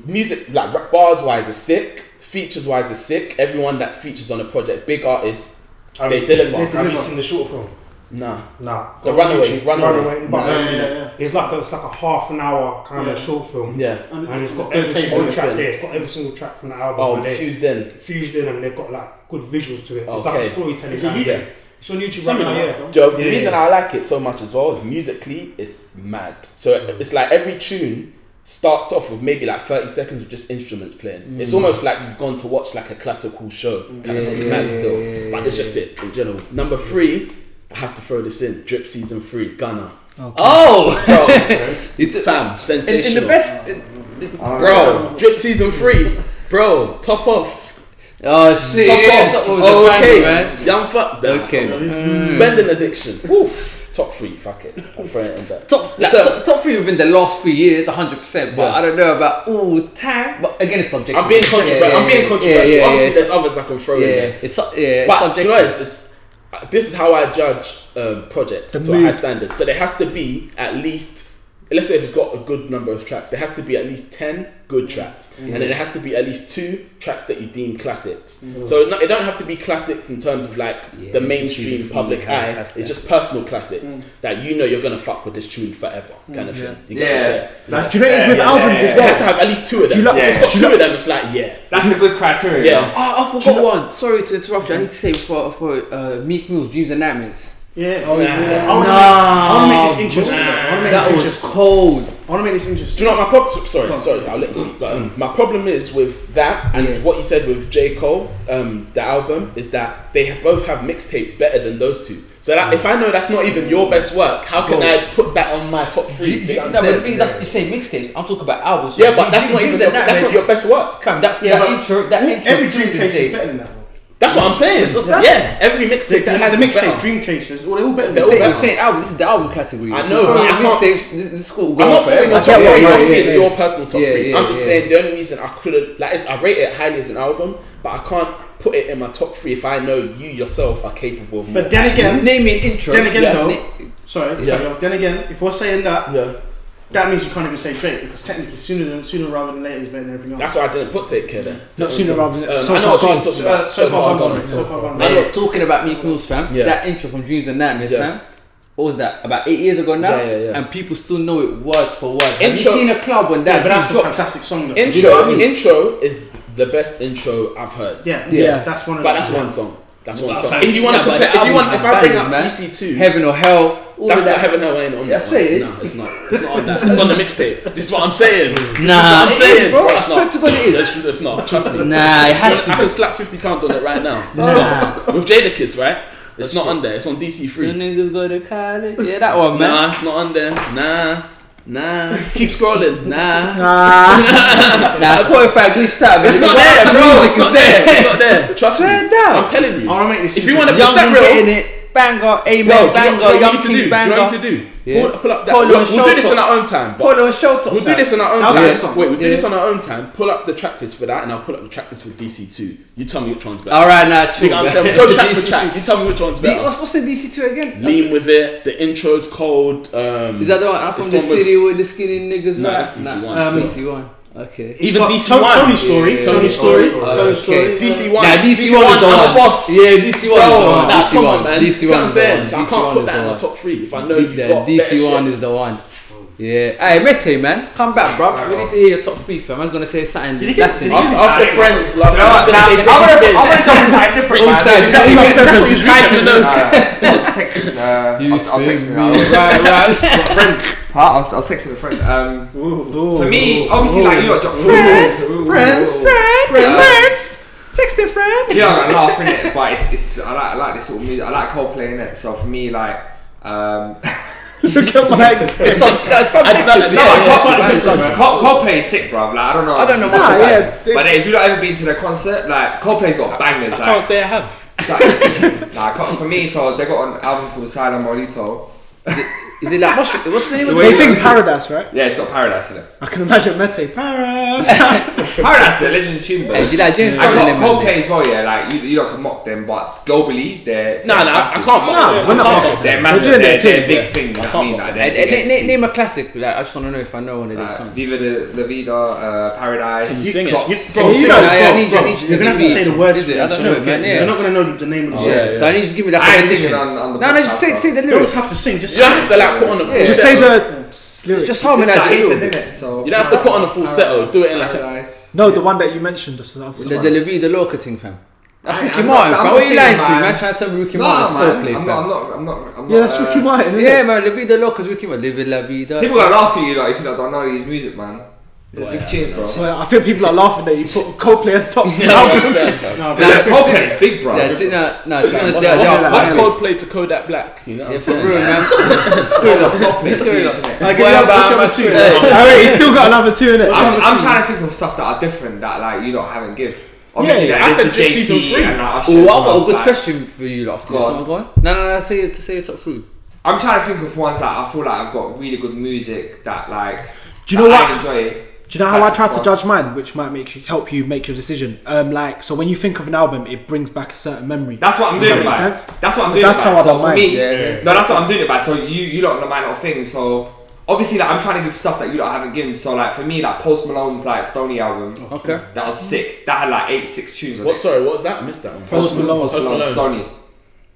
[SPEAKER 3] music like rap bars wise is sick, features wise is sick. Everyone that features on a project, big artists,
[SPEAKER 6] Have
[SPEAKER 3] They
[SPEAKER 6] you seen-
[SPEAKER 3] deliver.
[SPEAKER 6] Have
[SPEAKER 5] They
[SPEAKER 6] you
[SPEAKER 5] deliver.
[SPEAKER 6] seen the short film?
[SPEAKER 3] nah.
[SPEAKER 6] Nah.
[SPEAKER 3] The
[SPEAKER 6] Go on
[SPEAKER 3] Runaway,
[SPEAKER 6] YouTube,
[SPEAKER 3] Runaway.
[SPEAKER 6] but
[SPEAKER 3] No,
[SPEAKER 6] it's-
[SPEAKER 5] yeah, yeah,
[SPEAKER 6] It's like a, it's like a half an hour kind
[SPEAKER 5] Yeah.
[SPEAKER 6] of short film.
[SPEAKER 3] Yeah.
[SPEAKER 6] And it's got
[SPEAKER 5] Don't
[SPEAKER 6] every
[SPEAKER 5] take
[SPEAKER 6] single
[SPEAKER 3] it.
[SPEAKER 6] track there. It's got every single track from the album.
[SPEAKER 3] Oh,
[SPEAKER 6] and they
[SPEAKER 3] fused in.
[SPEAKER 6] fused in and they've got like good visuals to it. It's like
[SPEAKER 3] Okay.
[SPEAKER 6] a storytelling.
[SPEAKER 5] Is it
[SPEAKER 6] kind of
[SPEAKER 5] YouTube?
[SPEAKER 6] thing. It's on YouTube right
[SPEAKER 5] Something
[SPEAKER 6] now,
[SPEAKER 5] like
[SPEAKER 6] yeah.
[SPEAKER 5] that,
[SPEAKER 3] The, the
[SPEAKER 6] Yeah,
[SPEAKER 3] reason
[SPEAKER 6] yeah.
[SPEAKER 3] I like it so much as well is musically it's mad. So
[SPEAKER 1] Mm.
[SPEAKER 3] it's like every tune starts off with maybe like 30 seconds of just instruments playing. It's almost like you've gone to watch like a classical show. Kind
[SPEAKER 1] Mm. Yeah,
[SPEAKER 3] of thing. It's
[SPEAKER 1] yeah,
[SPEAKER 3] mad
[SPEAKER 1] yeah,
[SPEAKER 3] still.
[SPEAKER 1] yeah,
[SPEAKER 3] but it's just sick in general. Number three, I have to throw this in. Drip season three, Ghana.
[SPEAKER 1] Oh,
[SPEAKER 3] Bro,
[SPEAKER 1] it's
[SPEAKER 3] fam,
[SPEAKER 1] in,
[SPEAKER 3] sensational.
[SPEAKER 1] in the best. in-
[SPEAKER 3] Bro, drip season three. Bro, top off.
[SPEAKER 1] oh shit!
[SPEAKER 3] Top
[SPEAKER 1] yeah,
[SPEAKER 3] off.
[SPEAKER 1] top was
[SPEAKER 3] Oh,
[SPEAKER 1] a banger,
[SPEAKER 3] okay.
[SPEAKER 1] man.
[SPEAKER 3] Young fuck. Nah,
[SPEAKER 1] Okay.
[SPEAKER 3] come on. Spending addiction. Oof. Top three, fuck it. I'm throwing it in that.
[SPEAKER 1] Top, like,
[SPEAKER 3] So-
[SPEAKER 1] top, top three within the last three years, 100%. But
[SPEAKER 3] Yeah.
[SPEAKER 1] I don't know about all time. But again, it's subjective.
[SPEAKER 3] I'm being controversial.
[SPEAKER 1] Yeah, yeah,
[SPEAKER 3] I'm being
[SPEAKER 1] yeah,
[SPEAKER 3] controversial.
[SPEAKER 1] Yeah, yeah,
[SPEAKER 3] Obviously,
[SPEAKER 1] yeah,
[SPEAKER 3] there's others I can throw in
[SPEAKER 1] yeah,
[SPEAKER 3] there.
[SPEAKER 1] it's, su- yeah, it's
[SPEAKER 3] But do you
[SPEAKER 1] subjective.
[SPEAKER 3] know, it's, it's, uh, this is how I judge um, projects
[SPEAKER 2] The
[SPEAKER 3] to a high
[SPEAKER 2] mood.
[SPEAKER 3] standard. So there has to be at least, let's say if it's got a good number of tracks, there has to be at least 10 good
[SPEAKER 2] Mm.
[SPEAKER 3] tracks. And then there has to be at least two tracks that you deem classics.
[SPEAKER 2] Mm.
[SPEAKER 3] So no, it don't have to be classics in terms of like
[SPEAKER 1] Yeah,
[SPEAKER 3] the
[SPEAKER 1] just
[SPEAKER 3] mainstream
[SPEAKER 1] usually
[SPEAKER 3] public
[SPEAKER 1] has-
[SPEAKER 3] eye.
[SPEAKER 1] has-
[SPEAKER 3] It's just personal classics
[SPEAKER 2] Mm.
[SPEAKER 3] that you know you're going to fuck with this tune forever kind of thing. You get what I'm saying?
[SPEAKER 4] That's-
[SPEAKER 2] Do you know it is with
[SPEAKER 4] yeah,
[SPEAKER 2] albums
[SPEAKER 4] yeah,
[SPEAKER 2] as
[SPEAKER 3] It
[SPEAKER 2] well?
[SPEAKER 3] has to have at least two of them.
[SPEAKER 2] Do you like-
[SPEAKER 3] if it's got
[SPEAKER 2] do you
[SPEAKER 3] two
[SPEAKER 2] like-
[SPEAKER 3] of them, it's like, yeah.
[SPEAKER 4] That's a good criteria.
[SPEAKER 3] Yeah.
[SPEAKER 1] Oh, I
[SPEAKER 5] Do you
[SPEAKER 1] forgot one. Sorry to interrupt you. I need to say for for uh, Meek Mill's Dreams and Nightmares.
[SPEAKER 5] Yeah.
[SPEAKER 2] Oh, yeah.
[SPEAKER 5] I want to
[SPEAKER 1] Nah,
[SPEAKER 5] make, I wanna make this interesting. though. I want to make
[SPEAKER 1] That
[SPEAKER 5] this
[SPEAKER 1] was
[SPEAKER 5] interesting.
[SPEAKER 1] cold.
[SPEAKER 5] I want to make this interesting.
[SPEAKER 3] Do you know what my problem? Sorry, sorry, I'll let you speak. But um, my problem is with that and
[SPEAKER 1] Yeah.
[SPEAKER 3] what you said with J Cole's um, the album is that they both have mixtapes better than those two. So that, if I know that's not even your best work, how can
[SPEAKER 1] Bro.
[SPEAKER 3] I put that on my top
[SPEAKER 1] You,
[SPEAKER 3] three?
[SPEAKER 1] you,
[SPEAKER 3] Do you know
[SPEAKER 1] no, but
[SPEAKER 3] what I'm
[SPEAKER 1] the
[SPEAKER 3] saying?
[SPEAKER 1] thing is, that's you say mixtapes. I'm talking about albums.
[SPEAKER 3] yeah,
[SPEAKER 1] Like,
[SPEAKER 3] but that's not even
[SPEAKER 1] Dreams
[SPEAKER 3] your,
[SPEAKER 1] and
[SPEAKER 3] that's not
[SPEAKER 1] Nightmares.
[SPEAKER 3] your best work.
[SPEAKER 1] Come, that,
[SPEAKER 5] Yeah,
[SPEAKER 1] that
[SPEAKER 5] but-
[SPEAKER 1] intro, that intro.
[SPEAKER 5] Every Dream
[SPEAKER 1] to
[SPEAKER 5] Chaser
[SPEAKER 1] Tuesday.
[SPEAKER 5] is better than that. one.
[SPEAKER 3] That's what I'm saying. It's-
[SPEAKER 5] Yeah.
[SPEAKER 3] yeah, every mixtape that has
[SPEAKER 5] The, the
[SPEAKER 3] is better.
[SPEAKER 5] mixtape, Dream Chasers, well, they're all better
[SPEAKER 3] They're
[SPEAKER 5] than
[SPEAKER 3] all
[SPEAKER 5] that.
[SPEAKER 1] Say,
[SPEAKER 3] better.
[SPEAKER 1] you're saying album. This is the album category.
[SPEAKER 3] I know, but
[SPEAKER 1] If
[SPEAKER 3] I
[SPEAKER 1] you
[SPEAKER 3] can't-
[SPEAKER 1] mixtapes. This, this school
[SPEAKER 3] I'm
[SPEAKER 1] going
[SPEAKER 3] not
[SPEAKER 1] forever.
[SPEAKER 3] throwing your top
[SPEAKER 1] Yeah,
[SPEAKER 3] three.
[SPEAKER 1] yeah,
[SPEAKER 3] Obviously,
[SPEAKER 1] yeah,
[SPEAKER 3] it's
[SPEAKER 1] yeah.
[SPEAKER 3] your personal top
[SPEAKER 1] Yeah,
[SPEAKER 3] three.
[SPEAKER 1] yeah,
[SPEAKER 3] I'm just
[SPEAKER 1] yeah.
[SPEAKER 3] saying the only reason I couldn't, like, it's, I rate it highly as an album, but I can't put it in my top three if I know you yourself are capable of more.
[SPEAKER 5] But then again,
[SPEAKER 1] Name me an intro.
[SPEAKER 5] Then again,
[SPEAKER 1] Yeah.
[SPEAKER 5] though-
[SPEAKER 1] Na-
[SPEAKER 5] sorry,
[SPEAKER 3] Yeah.
[SPEAKER 5] sorry, then again, if we're saying that,
[SPEAKER 3] yeah.
[SPEAKER 5] that means you can't even say Drake because technically sooner than sooner rather than later is better than everything else.
[SPEAKER 3] That's why I didn't put Take Care then.
[SPEAKER 2] Not sooner rather than
[SPEAKER 3] Um,
[SPEAKER 2] so
[SPEAKER 3] I know
[SPEAKER 2] far
[SPEAKER 3] what you're
[SPEAKER 2] gone.
[SPEAKER 3] talking
[SPEAKER 5] So, uh,
[SPEAKER 3] about.
[SPEAKER 5] so far, I'm
[SPEAKER 3] gone.
[SPEAKER 5] sorry, so far, gone.
[SPEAKER 1] Man, look, talking about Meek Mill's fam.
[SPEAKER 3] Yeah.
[SPEAKER 1] That intro from Dreams and Nightmares,
[SPEAKER 3] Yeah.
[SPEAKER 1] fam. What was that? About eight years ago now,
[SPEAKER 3] Yeah, yeah, yeah.
[SPEAKER 1] and people still know it word for word. Have you
[SPEAKER 3] Intro-
[SPEAKER 1] seen a club when that?
[SPEAKER 5] Yeah, but that's a
[SPEAKER 1] drops?
[SPEAKER 5] fantastic song. Though.
[SPEAKER 3] Intro,
[SPEAKER 1] You know what I mean?
[SPEAKER 3] intro is the best intro I've heard.
[SPEAKER 5] yeah,
[SPEAKER 1] Yeah.
[SPEAKER 5] yeah, that's one of
[SPEAKER 3] But
[SPEAKER 5] the-
[SPEAKER 3] that's one song. That's one
[SPEAKER 1] That's
[SPEAKER 3] song.
[SPEAKER 1] fine.
[SPEAKER 3] If you want to
[SPEAKER 1] Yeah, but
[SPEAKER 3] compare,
[SPEAKER 1] the
[SPEAKER 3] if you want,
[SPEAKER 1] album
[SPEAKER 3] if I bring
[SPEAKER 1] has
[SPEAKER 3] up
[SPEAKER 1] bangers,
[SPEAKER 3] EC two,
[SPEAKER 1] Heaven or Hell. All
[SPEAKER 3] that's
[SPEAKER 1] of
[SPEAKER 3] not
[SPEAKER 1] that.
[SPEAKER 3] Heaven Hell ain't on.
[SPEAKER 1] Yeah,
[SPEAKER 3] that
[SPEAKER 1] say it
[SPEAKER 3] one.
[SPEAKER 1] is.
[SPEAKER 3] No, it's not. It's not on that. It's on the mixtape. This is what I'm saying. This is
[SPEAKER 1] Nah,
[SPEAKER 3] what I'm
[SPEAKER 1] it
[SPEAKER 3] saying,
[SPEAKER 1] is, bro. I
[SPEAKER 3] It's
[SPEAKER 1] swear
[SPEAKER 3] not.
[SPEAKER 1] to God it is.
[SPEAKER 3] It's- It's not. Trust me.
[SPEAKER 1] Nah, it has to
[SPEAKER 3] I can slap fifty pound on it right now. It's not with Jada Kids, right? It's not on there. It's on DC
[SPEAKER 1] Two
[SPEAKER 3] three.
[SPEAKER 1] niggas go to college. Yeah, that one, man.
[SPEAKER 3] Nah, it's not on there. Nah, nah. Keep scrolling. Nah.
[SPEAKER 1] Nah, Spotify glitched out.
[SPEAKER 3] It's not there, bro. It's not there. It's not there. Trust me.
[SPEAKER 1] Swear down.
[SPEAKER 3] I'm telling you.
[SPEAKER 5] I want to make this.
[SPEAKER 3] If you wanna
[SPEAKER 5] interesting.
[SPEAKER 3] Young Thug getting
[SPEAKER 1] it. Banger,
[SPEAKER 3] Bro,
[SPEAKER 1] amen,
[SPEAKER 3] do you know- do
[SPEAKER 1] banger,
[SPEAKER 3] you know what
[SPEAKER 1] young
[SPEAKER 3] we need
[SPEAKER 1] kings
[SPEAKER 3] to do? Do you know what we
[SPEAKER 1] banger.
[SPEAKER 3] need to do?
[SPEAKER 1] Yeah.
[SPEAKER 3] Pull, pull up that.
[SPEAKER 1] Pull on
[SPEAKER 3] Look, we'll
[SPEAKER 1] show
[SPEAKER 3] do this in
[SPEAKER 1] tops.
[SPEAKER 3] our own time, but
[SPEAKER 1] Polo and show tops.
[SPEAKER 3] we'll do this in our own
[SPEAKER 5] I'll
[SPEAKER 3] time.
[SPEAKER 5] do this.
[SPEAKER 3] Wait, we'll do
[SPEAKER 1] Yeah.
[SPEAKER 3] this on our own time. Pull up the track list for that, and I'll pull up the track list for DC two. You tell me which one's better.
[SPEAKER 1] All right, now
[SPEAKER 3] You
[SPEAKER 1] chill.
[SPEAKER 3] know what I'm
[SPEAKER 1] man.
[SPEAKER 3] saying? Go track
[SPEAKER 1] DC
[SPEAKER 3] for track. You tell me which one's
[SPEAKER 1] The-
[SPEAKER 3] better.
[SPEAKER 1] What's what's the DC two again?
[SPEAKER 3] Lean with it. The intro's cold. Um,
[SPEAKER 1] Is that the one? I'm
[SPEAKER 3] it's
[SPEAKER 1] from the
[SPEAKER 3] one with-
[SPEAKER 1] city where the skinny niggas
[SPEAKER 3] No,
[SPEAKER 1] rap.
[SPEAKER 3] that's DC one.
[SPEAKER 5] Um,
[SPEAKER 3] still.
[SPEAKER 1] DC one. Okay.
[SPEAKER 5] It's
[SPEAKER 3] Even
[SPEAKER 5] got
[SPEAKER 3] DC
[SPEAKER 5] Tony-
[SPEAKER 3] one.
[SPEAKER 5] Tony's story,
[SPEAKER 1] Yeah.
[SPEAKER 5] Tony's
[SPEAKER 3] Tony's
[SPEAKER 5] story,
[SPEAKER 3] story.
[SPEAKER 5] Tony's
[SPEAKER 1] Okay.
[SPEAKER 5] story.
[SPEAKER 3] DC one.
[SPEAKER 1] Nah, DC one is the
[SPEAKER 3] I'm
[SPEAKER 1] one.
[SPEAKER 3] a boss.
[SPEAKER 1] Yeah, DC one is the one.
[SPEAKER 3] Nah,
[SPEAKER 1] DC
[SPEAKER 3] come
[SPEAKER 1] one.
[SPEAKER 3] on, man.
[SPEAKER 1] DC
[SPEAKER 3] You know
[SPEAKER 1] one
[SPEAKER 3] what I'm
[SPEAKER 1] is the
[SPEAKER 3] saying?
[SPEAKER 1] one.
[SPEAKER 3] So I
[SPEAKER 1] DC
[SPEAKER 3] can't
[SPEAKER 1] one
[SPEAKER 3] put
[SPEAKER 1] is
[SPEAKER 3] that
[SPEAKER 1] the
[SPEAKER 3] in my
[SPEAKER 1] one.
[SPEAKER 3] top three if I know
[SPEAKER 1] Keep
[SPEAKER 3] you've
[SPEAKER 1] that.
[SPEAKER 3] got better
[SPEAKER 1] DC one
[SPEAKER 3] shit.
[SPEAKER 1] is the one. Yeah. Hey, Mete, man, come back, bro. We need to hear your top three, fam. I was gonna say something
[SPEAKER 5] Did he get-
[SPEAKER 1] Latin.
[SPEAKER 5] did he
[SPEAKER 3] After, after Friends last
[SPEAKER 4] You know what?
[SPEAKER 3] time, I was
[SPEAKER 4] I'm
[SPEAKER 3] gonna say
[SPEAKER 4] gonna-
[SPEAKER 3] Britney
[SPEAKER 4] I'm
[SPEAKER 3] Spears.
[SPEAKER 4] gonna tell you
[SPEAKER 1] Offside. That's
[SPEAKER 4] something different. man. This is-
[SPEAKER 1] what-
[SPEAKER 5] that's what he's
[SPEAKER 3] trying to know.
[SPEAKER 4] Nah, nah. I was texting. Uh, I was I was texting. I was- Huh? I was I was texting a friend. Um, for me, obviously, like you lot dropped
[SPEAKER 5] Friends,
[SPEAKER 4] friends. Text a friend. Yeah, I laugh in it, but it's, it's I like I like this sort of music. I like Coldplay in it. So for me, like um,
[SPEAKER 1] It's sub- that's subjective.
[SPEAKER 3] I-
[SPEAKER 4] no,
[SPEAKER 3] Yeah,
[SPEAKER 4] I
[SPEAKER 3] yeah,
[SPEAKER 4] can't- Cold- Coldplay is sick, bro. Like I don't know.
[SPEAKER 1] I don't know
[SPEAKER 4] It's-
[SPEAKER 1] what to say.
[SPEAKER 4] But if you've not ever been to their concert, like Coldplay's got bangers.
[SPEAKER 3] I
[SPEAKER 4] like,
[SPEAKER 3] can't say I have.
[SPEAKER 4] It's like, nah, co- for me, so they got an album called Silent Morito.
[SPEAKER 1] Is it like what's, what's the name of
[SPEAKER 2] They
[SPEAKER 1] the
[SPEAKER 2] sing Paradise, right?
[SPEAKER 4] Yeah, it's got Paradise in it.
[SPEAKER 2] I can imagine Mete. Paradise.
[SPEAKER 4] Paradise is a legendary tune,
[SPEAKER 1] Hey,
[SPEAKER 4] bro.
[SPEAKER 1] Uh, do you like James
[SPEAKER 4] I
[SPEAKER 1] Brown?
[SPEAKER 4] got
[SPEAKER 1] and them, man?
[SPEAKER 4] Coldplay as well, yeah. Like you, you lot can mock them, but globally, they're
[SPEAKER 3] Nah, nah,
[SPEAKER 4] they're
[SPEAKER 3] I
[SPEAKER 4] massive.
[SPEAKER 3] can't.
[SPEAKER 2] we're not
[SPEAKER 3] I can't.
[SPEAKER 2] mocking
[SPEAKER 4] They're
[SPEAKER 2] They're
[SPEAKER 4] massive.
[SPEAKER 2] doing
[SPEAKER 4] They're,
[SPEAKER 2] their
[SPEAKER 4] they're,
[SPEAKER 2] thing,
[SPEAKER 4] big thing. You know what I mean? Like, they're,
[SPEAKER 1] And- and na-
[SPEAKER 4] they're
[SPEAKER 1] na-
[SPEAKER 4] big
[SPEAKER 1] Uh, Name a classic. Like, I just want to know if I know one of
[SPEAKER 4] team.
[SPEAKER 1] their
[SPEAKER 4] Like,
[SPEAKER 1] songs.
[SPEAKER 4] Viva the, La Vida, uh, Paradise.
[SPEAKER 3] Can you sing it? You-
[SPEAKER 4] Clocks.
[SPEAKER 5] bro,
[SPEAKER 1] Yeah,
[SPEAKER 5] you
[SPEAKER 1] I- I
[SPEAKER 5] know, bro,
[SPEAKER 1] need-
[SPEAKER 5] bro,
[SPEAKER 1] I need you
[SPEAKER 5] You're
[SPEAKER 1] to
[SPEAKER 5] gonna have to
[SPEAKER 1] give
[SPEAKER 5] say
[SPEAKER 1] me-
[SPEAKER 5] the words.
[SPEAKER 1] is it? I
[SPEAKER 5] for it,
[SPEAKER 1] don't
[SPEAKER 5] so
[SPEAKER 1] know,
[SPEAKER 5] you'll get
[SPEAKER 1] man,
[SPEAKER 5] it.
[SPEAKER 1] yeah.
[SPEAKER 5] You're not gonna know the name of the
[SPEAKER 3] Yeah.
[SPEAKER 5] song.
[SPEAKER 3] Yeah.
[SPEAKER 1] So I need you to give me
[SPEAKER 4] I
[SPEAKER 1] that
[SPEAKER 4] ain't singing
[SPEAKER 1] position. No,
[SPEAKER 4] on- on the
[SPEAKER 1] no, just
[SPEAKER 4] podcast,
[SPEAKER 1] say
[SPEAKER 4] bro.
[SPEAKER 1] say the
[SPEAKER 5] You don't
[SPEAKER 1] lyrics.
[SPEAKER 5] have to sing. Just
[SPEAKER 3] You don't have to like put on a
[SPEAKER 1] Yeah.
[SPEAKER 3] falsetto.
[SPEAKER 2] Just say the lyrics.
[SPEAKER 1] Just
[SPEAKER 4] It's
[SPEAKER 1] harmonize it.
[SPEAKER 4] like
[SPEAKER 1] a
[SPEAKER 4] Ethan,
[SPEAKER 1] little bit.
[SPEAKER 4] innit? So
[SPEAKER 3] You don't have to put on a falsetto. Do it in like a.
[SPEAKER 4] Paradise.
[SPEAKER 2] No, the one that you mentioned just after.
[SPEAKER 1] The the Levi the Loca thing, fam. That's
[SPEAKER 4] I-
[SPEAKER 1] Ricky
[SPEAKER 4] I'm not-
[SPEAKER 1] Martin,
[SPEAKER 4] I'm
[SPEAKER 1] fam.
[SPEAKER 4] not
[SPEAKER 1] What are you lying
[SPEAKER 4] saying,
[SPEAKER 1] to, man?
[SPEAKER 4] man.
[SPEAKER 1] Trying to tell me Ricky
[SPEAKER 4] No,
[SPEAKER 1] Martin's
[SPEAKER 4] man.
[SPEAKER 1] Coldplay,
[SPEAKER 4] I'm not. I'm
[SPEAKER 1] fam.
[SPEAKER 4] not. I'm not. I'm
[SPEAKER 2] Yeah,
[SPEAKER 4] not,
[SPEAKER 2] that's
[SPEAKER 4] uh,
[SPEAKER 2] Ricky Martin. Isn't
[SPEAKER 1] Yeah,
[SPEAKER 2] it?
[SPEAKER 1] man. Levi the Loca's Ricky Martin. Live La Vida.
[SPEAKER 4] People are laughing at you like if you lot don't know his music, man. It's a
[SPEAKER 1] Well,
[SPEAKER 4] big cheers, bro.
[SPEAKER 2] So I think people are laughing at you put Coldplay as top.
[SPEAKER 5] No, but
[SPEAKER 4] Like, Coldplay is big, bro.
[SPEAKER 1] Yeah, t- no, no, to be honest,
[SPEAKER 3] What's,
[SPEAKER 1] they are- they are-
[SPEAKER 2] that?
[SPEAKER 3] what's
[SPEAKER 2] I mean-
[SPEAKER 3] Coldplay to Kodak Black? You know what
[SPEAKER 1] Yeah,
[SPEAKER 3] I'm
[SPEAKER 1] for
[SPEAKER 3] saying?
[SPEAKER 1] real, man. Screw up.
[SPEAKER 4] Coldplay is
[SPEAKER 1] Screw
[SPEAKER 4] huge,
[SPEAKER 1] up.
[SPEAKER 4] innit?
[SPEAKER 5] Like,
[SPEAKER 1] Boy,
[SPEAKER 5] yeah, what's
[SPEAKER 1] I'm-
[SPEAKER 5] your
[SPEAKER 1] I'm
[SPEAKER 5] two?
[SPEAKER 1] screwed
[SPEAKER 5] Hey.
[SPEAKER 1] up.
[SPEAKER 2] Alright, he's still got another two in it.
[SPEAKER 4] I'm, I'm trying to think of stuff that are different that like you don't haven't give.
[SPEAKER 3] yeah,
[SPEAKER 4] like,
[SPEAKER 3] I said
[SPEAKER 4] there's
[SPEAKER 3] Gypsy
[SPEAKER 4] the
[SPEAKER 3] season three.
[SPEAKER 4] and, like, Usher
[SPEAKER 1] Oh, I've
[SPEAKER 4] and
[SPEAKER 1] got a
[SPEAKER 4] stuff,
[SPEAKER 1] good
[SPEAKER 4] like-
[SPEAKER 1] question for you, lot, of
[SPEAKER 4] Go
[SPEAKER 1] course.
[SPEAKER 4] on.
[SPEAKER 1] Am I going? No, no, no. Say, it- say your top three.
[SPEAKER 4] I'm trying to think of ones that I feel like I've got really good music that like.
[SPEAKER 2] Do you know
[SPEAKER 4] that
[SPEAKER 2] what?
[SPEAKER 4] I enjoy.
[SPEAKER 2] Do you know how I
[SPEAKER 4] That's
[SPEAKER 2] try
[SPEAKER 4] the
[SPEAKER 2] to
[SPEAKER 4] one.
[SPEAKER 2] judge mine, which might make you, help you make your decision? Um, like so, when you think of an album, it brings back a certain memory.
[SPEAKER 4] That's what I'm
[SPEAKER 2] Does
[SPEAKER 4] doing.
[SPEAKER 2] that make
[SPEAKER 4] about it.
[SPEAKER 2] sense?
[SPEAKER 4] That's what I'm
[SPEAKER 2] So
[SPEAKER 4] doing.
[SPEAKER 2] that's
[SPEAKER 4] about it.
[SPEAKER 2] how I
[SPEAKER 4] So
[SPEAKER 2] don't
[SPEAKER 4] for
[SPEAKER 2] mind.
[SPEAKER 4] me,
[SPEAKER 1] Yeah, yeah.
[SPEAKER 4] no, that's what I'm doing about. it. So you, you lot don't mind little things. So obviously, like I'm trying to give stuff that you lot haven't given. So like for me, like Post Malone's like Stony album.
[SPEAKER 1] Okay.
[SPEAKER 4] That was sick. That had like eight, six tunes on
[SPEAKER 3] Uh-huh. What,
[SPEAKER 4] it.
[SPEAKER 3] sorry, what was that? I missed that one.
[SPEAKER 2] Post Malone.
[SPEAKER 3] Post Malone.
[SPEAKER 4] Stony.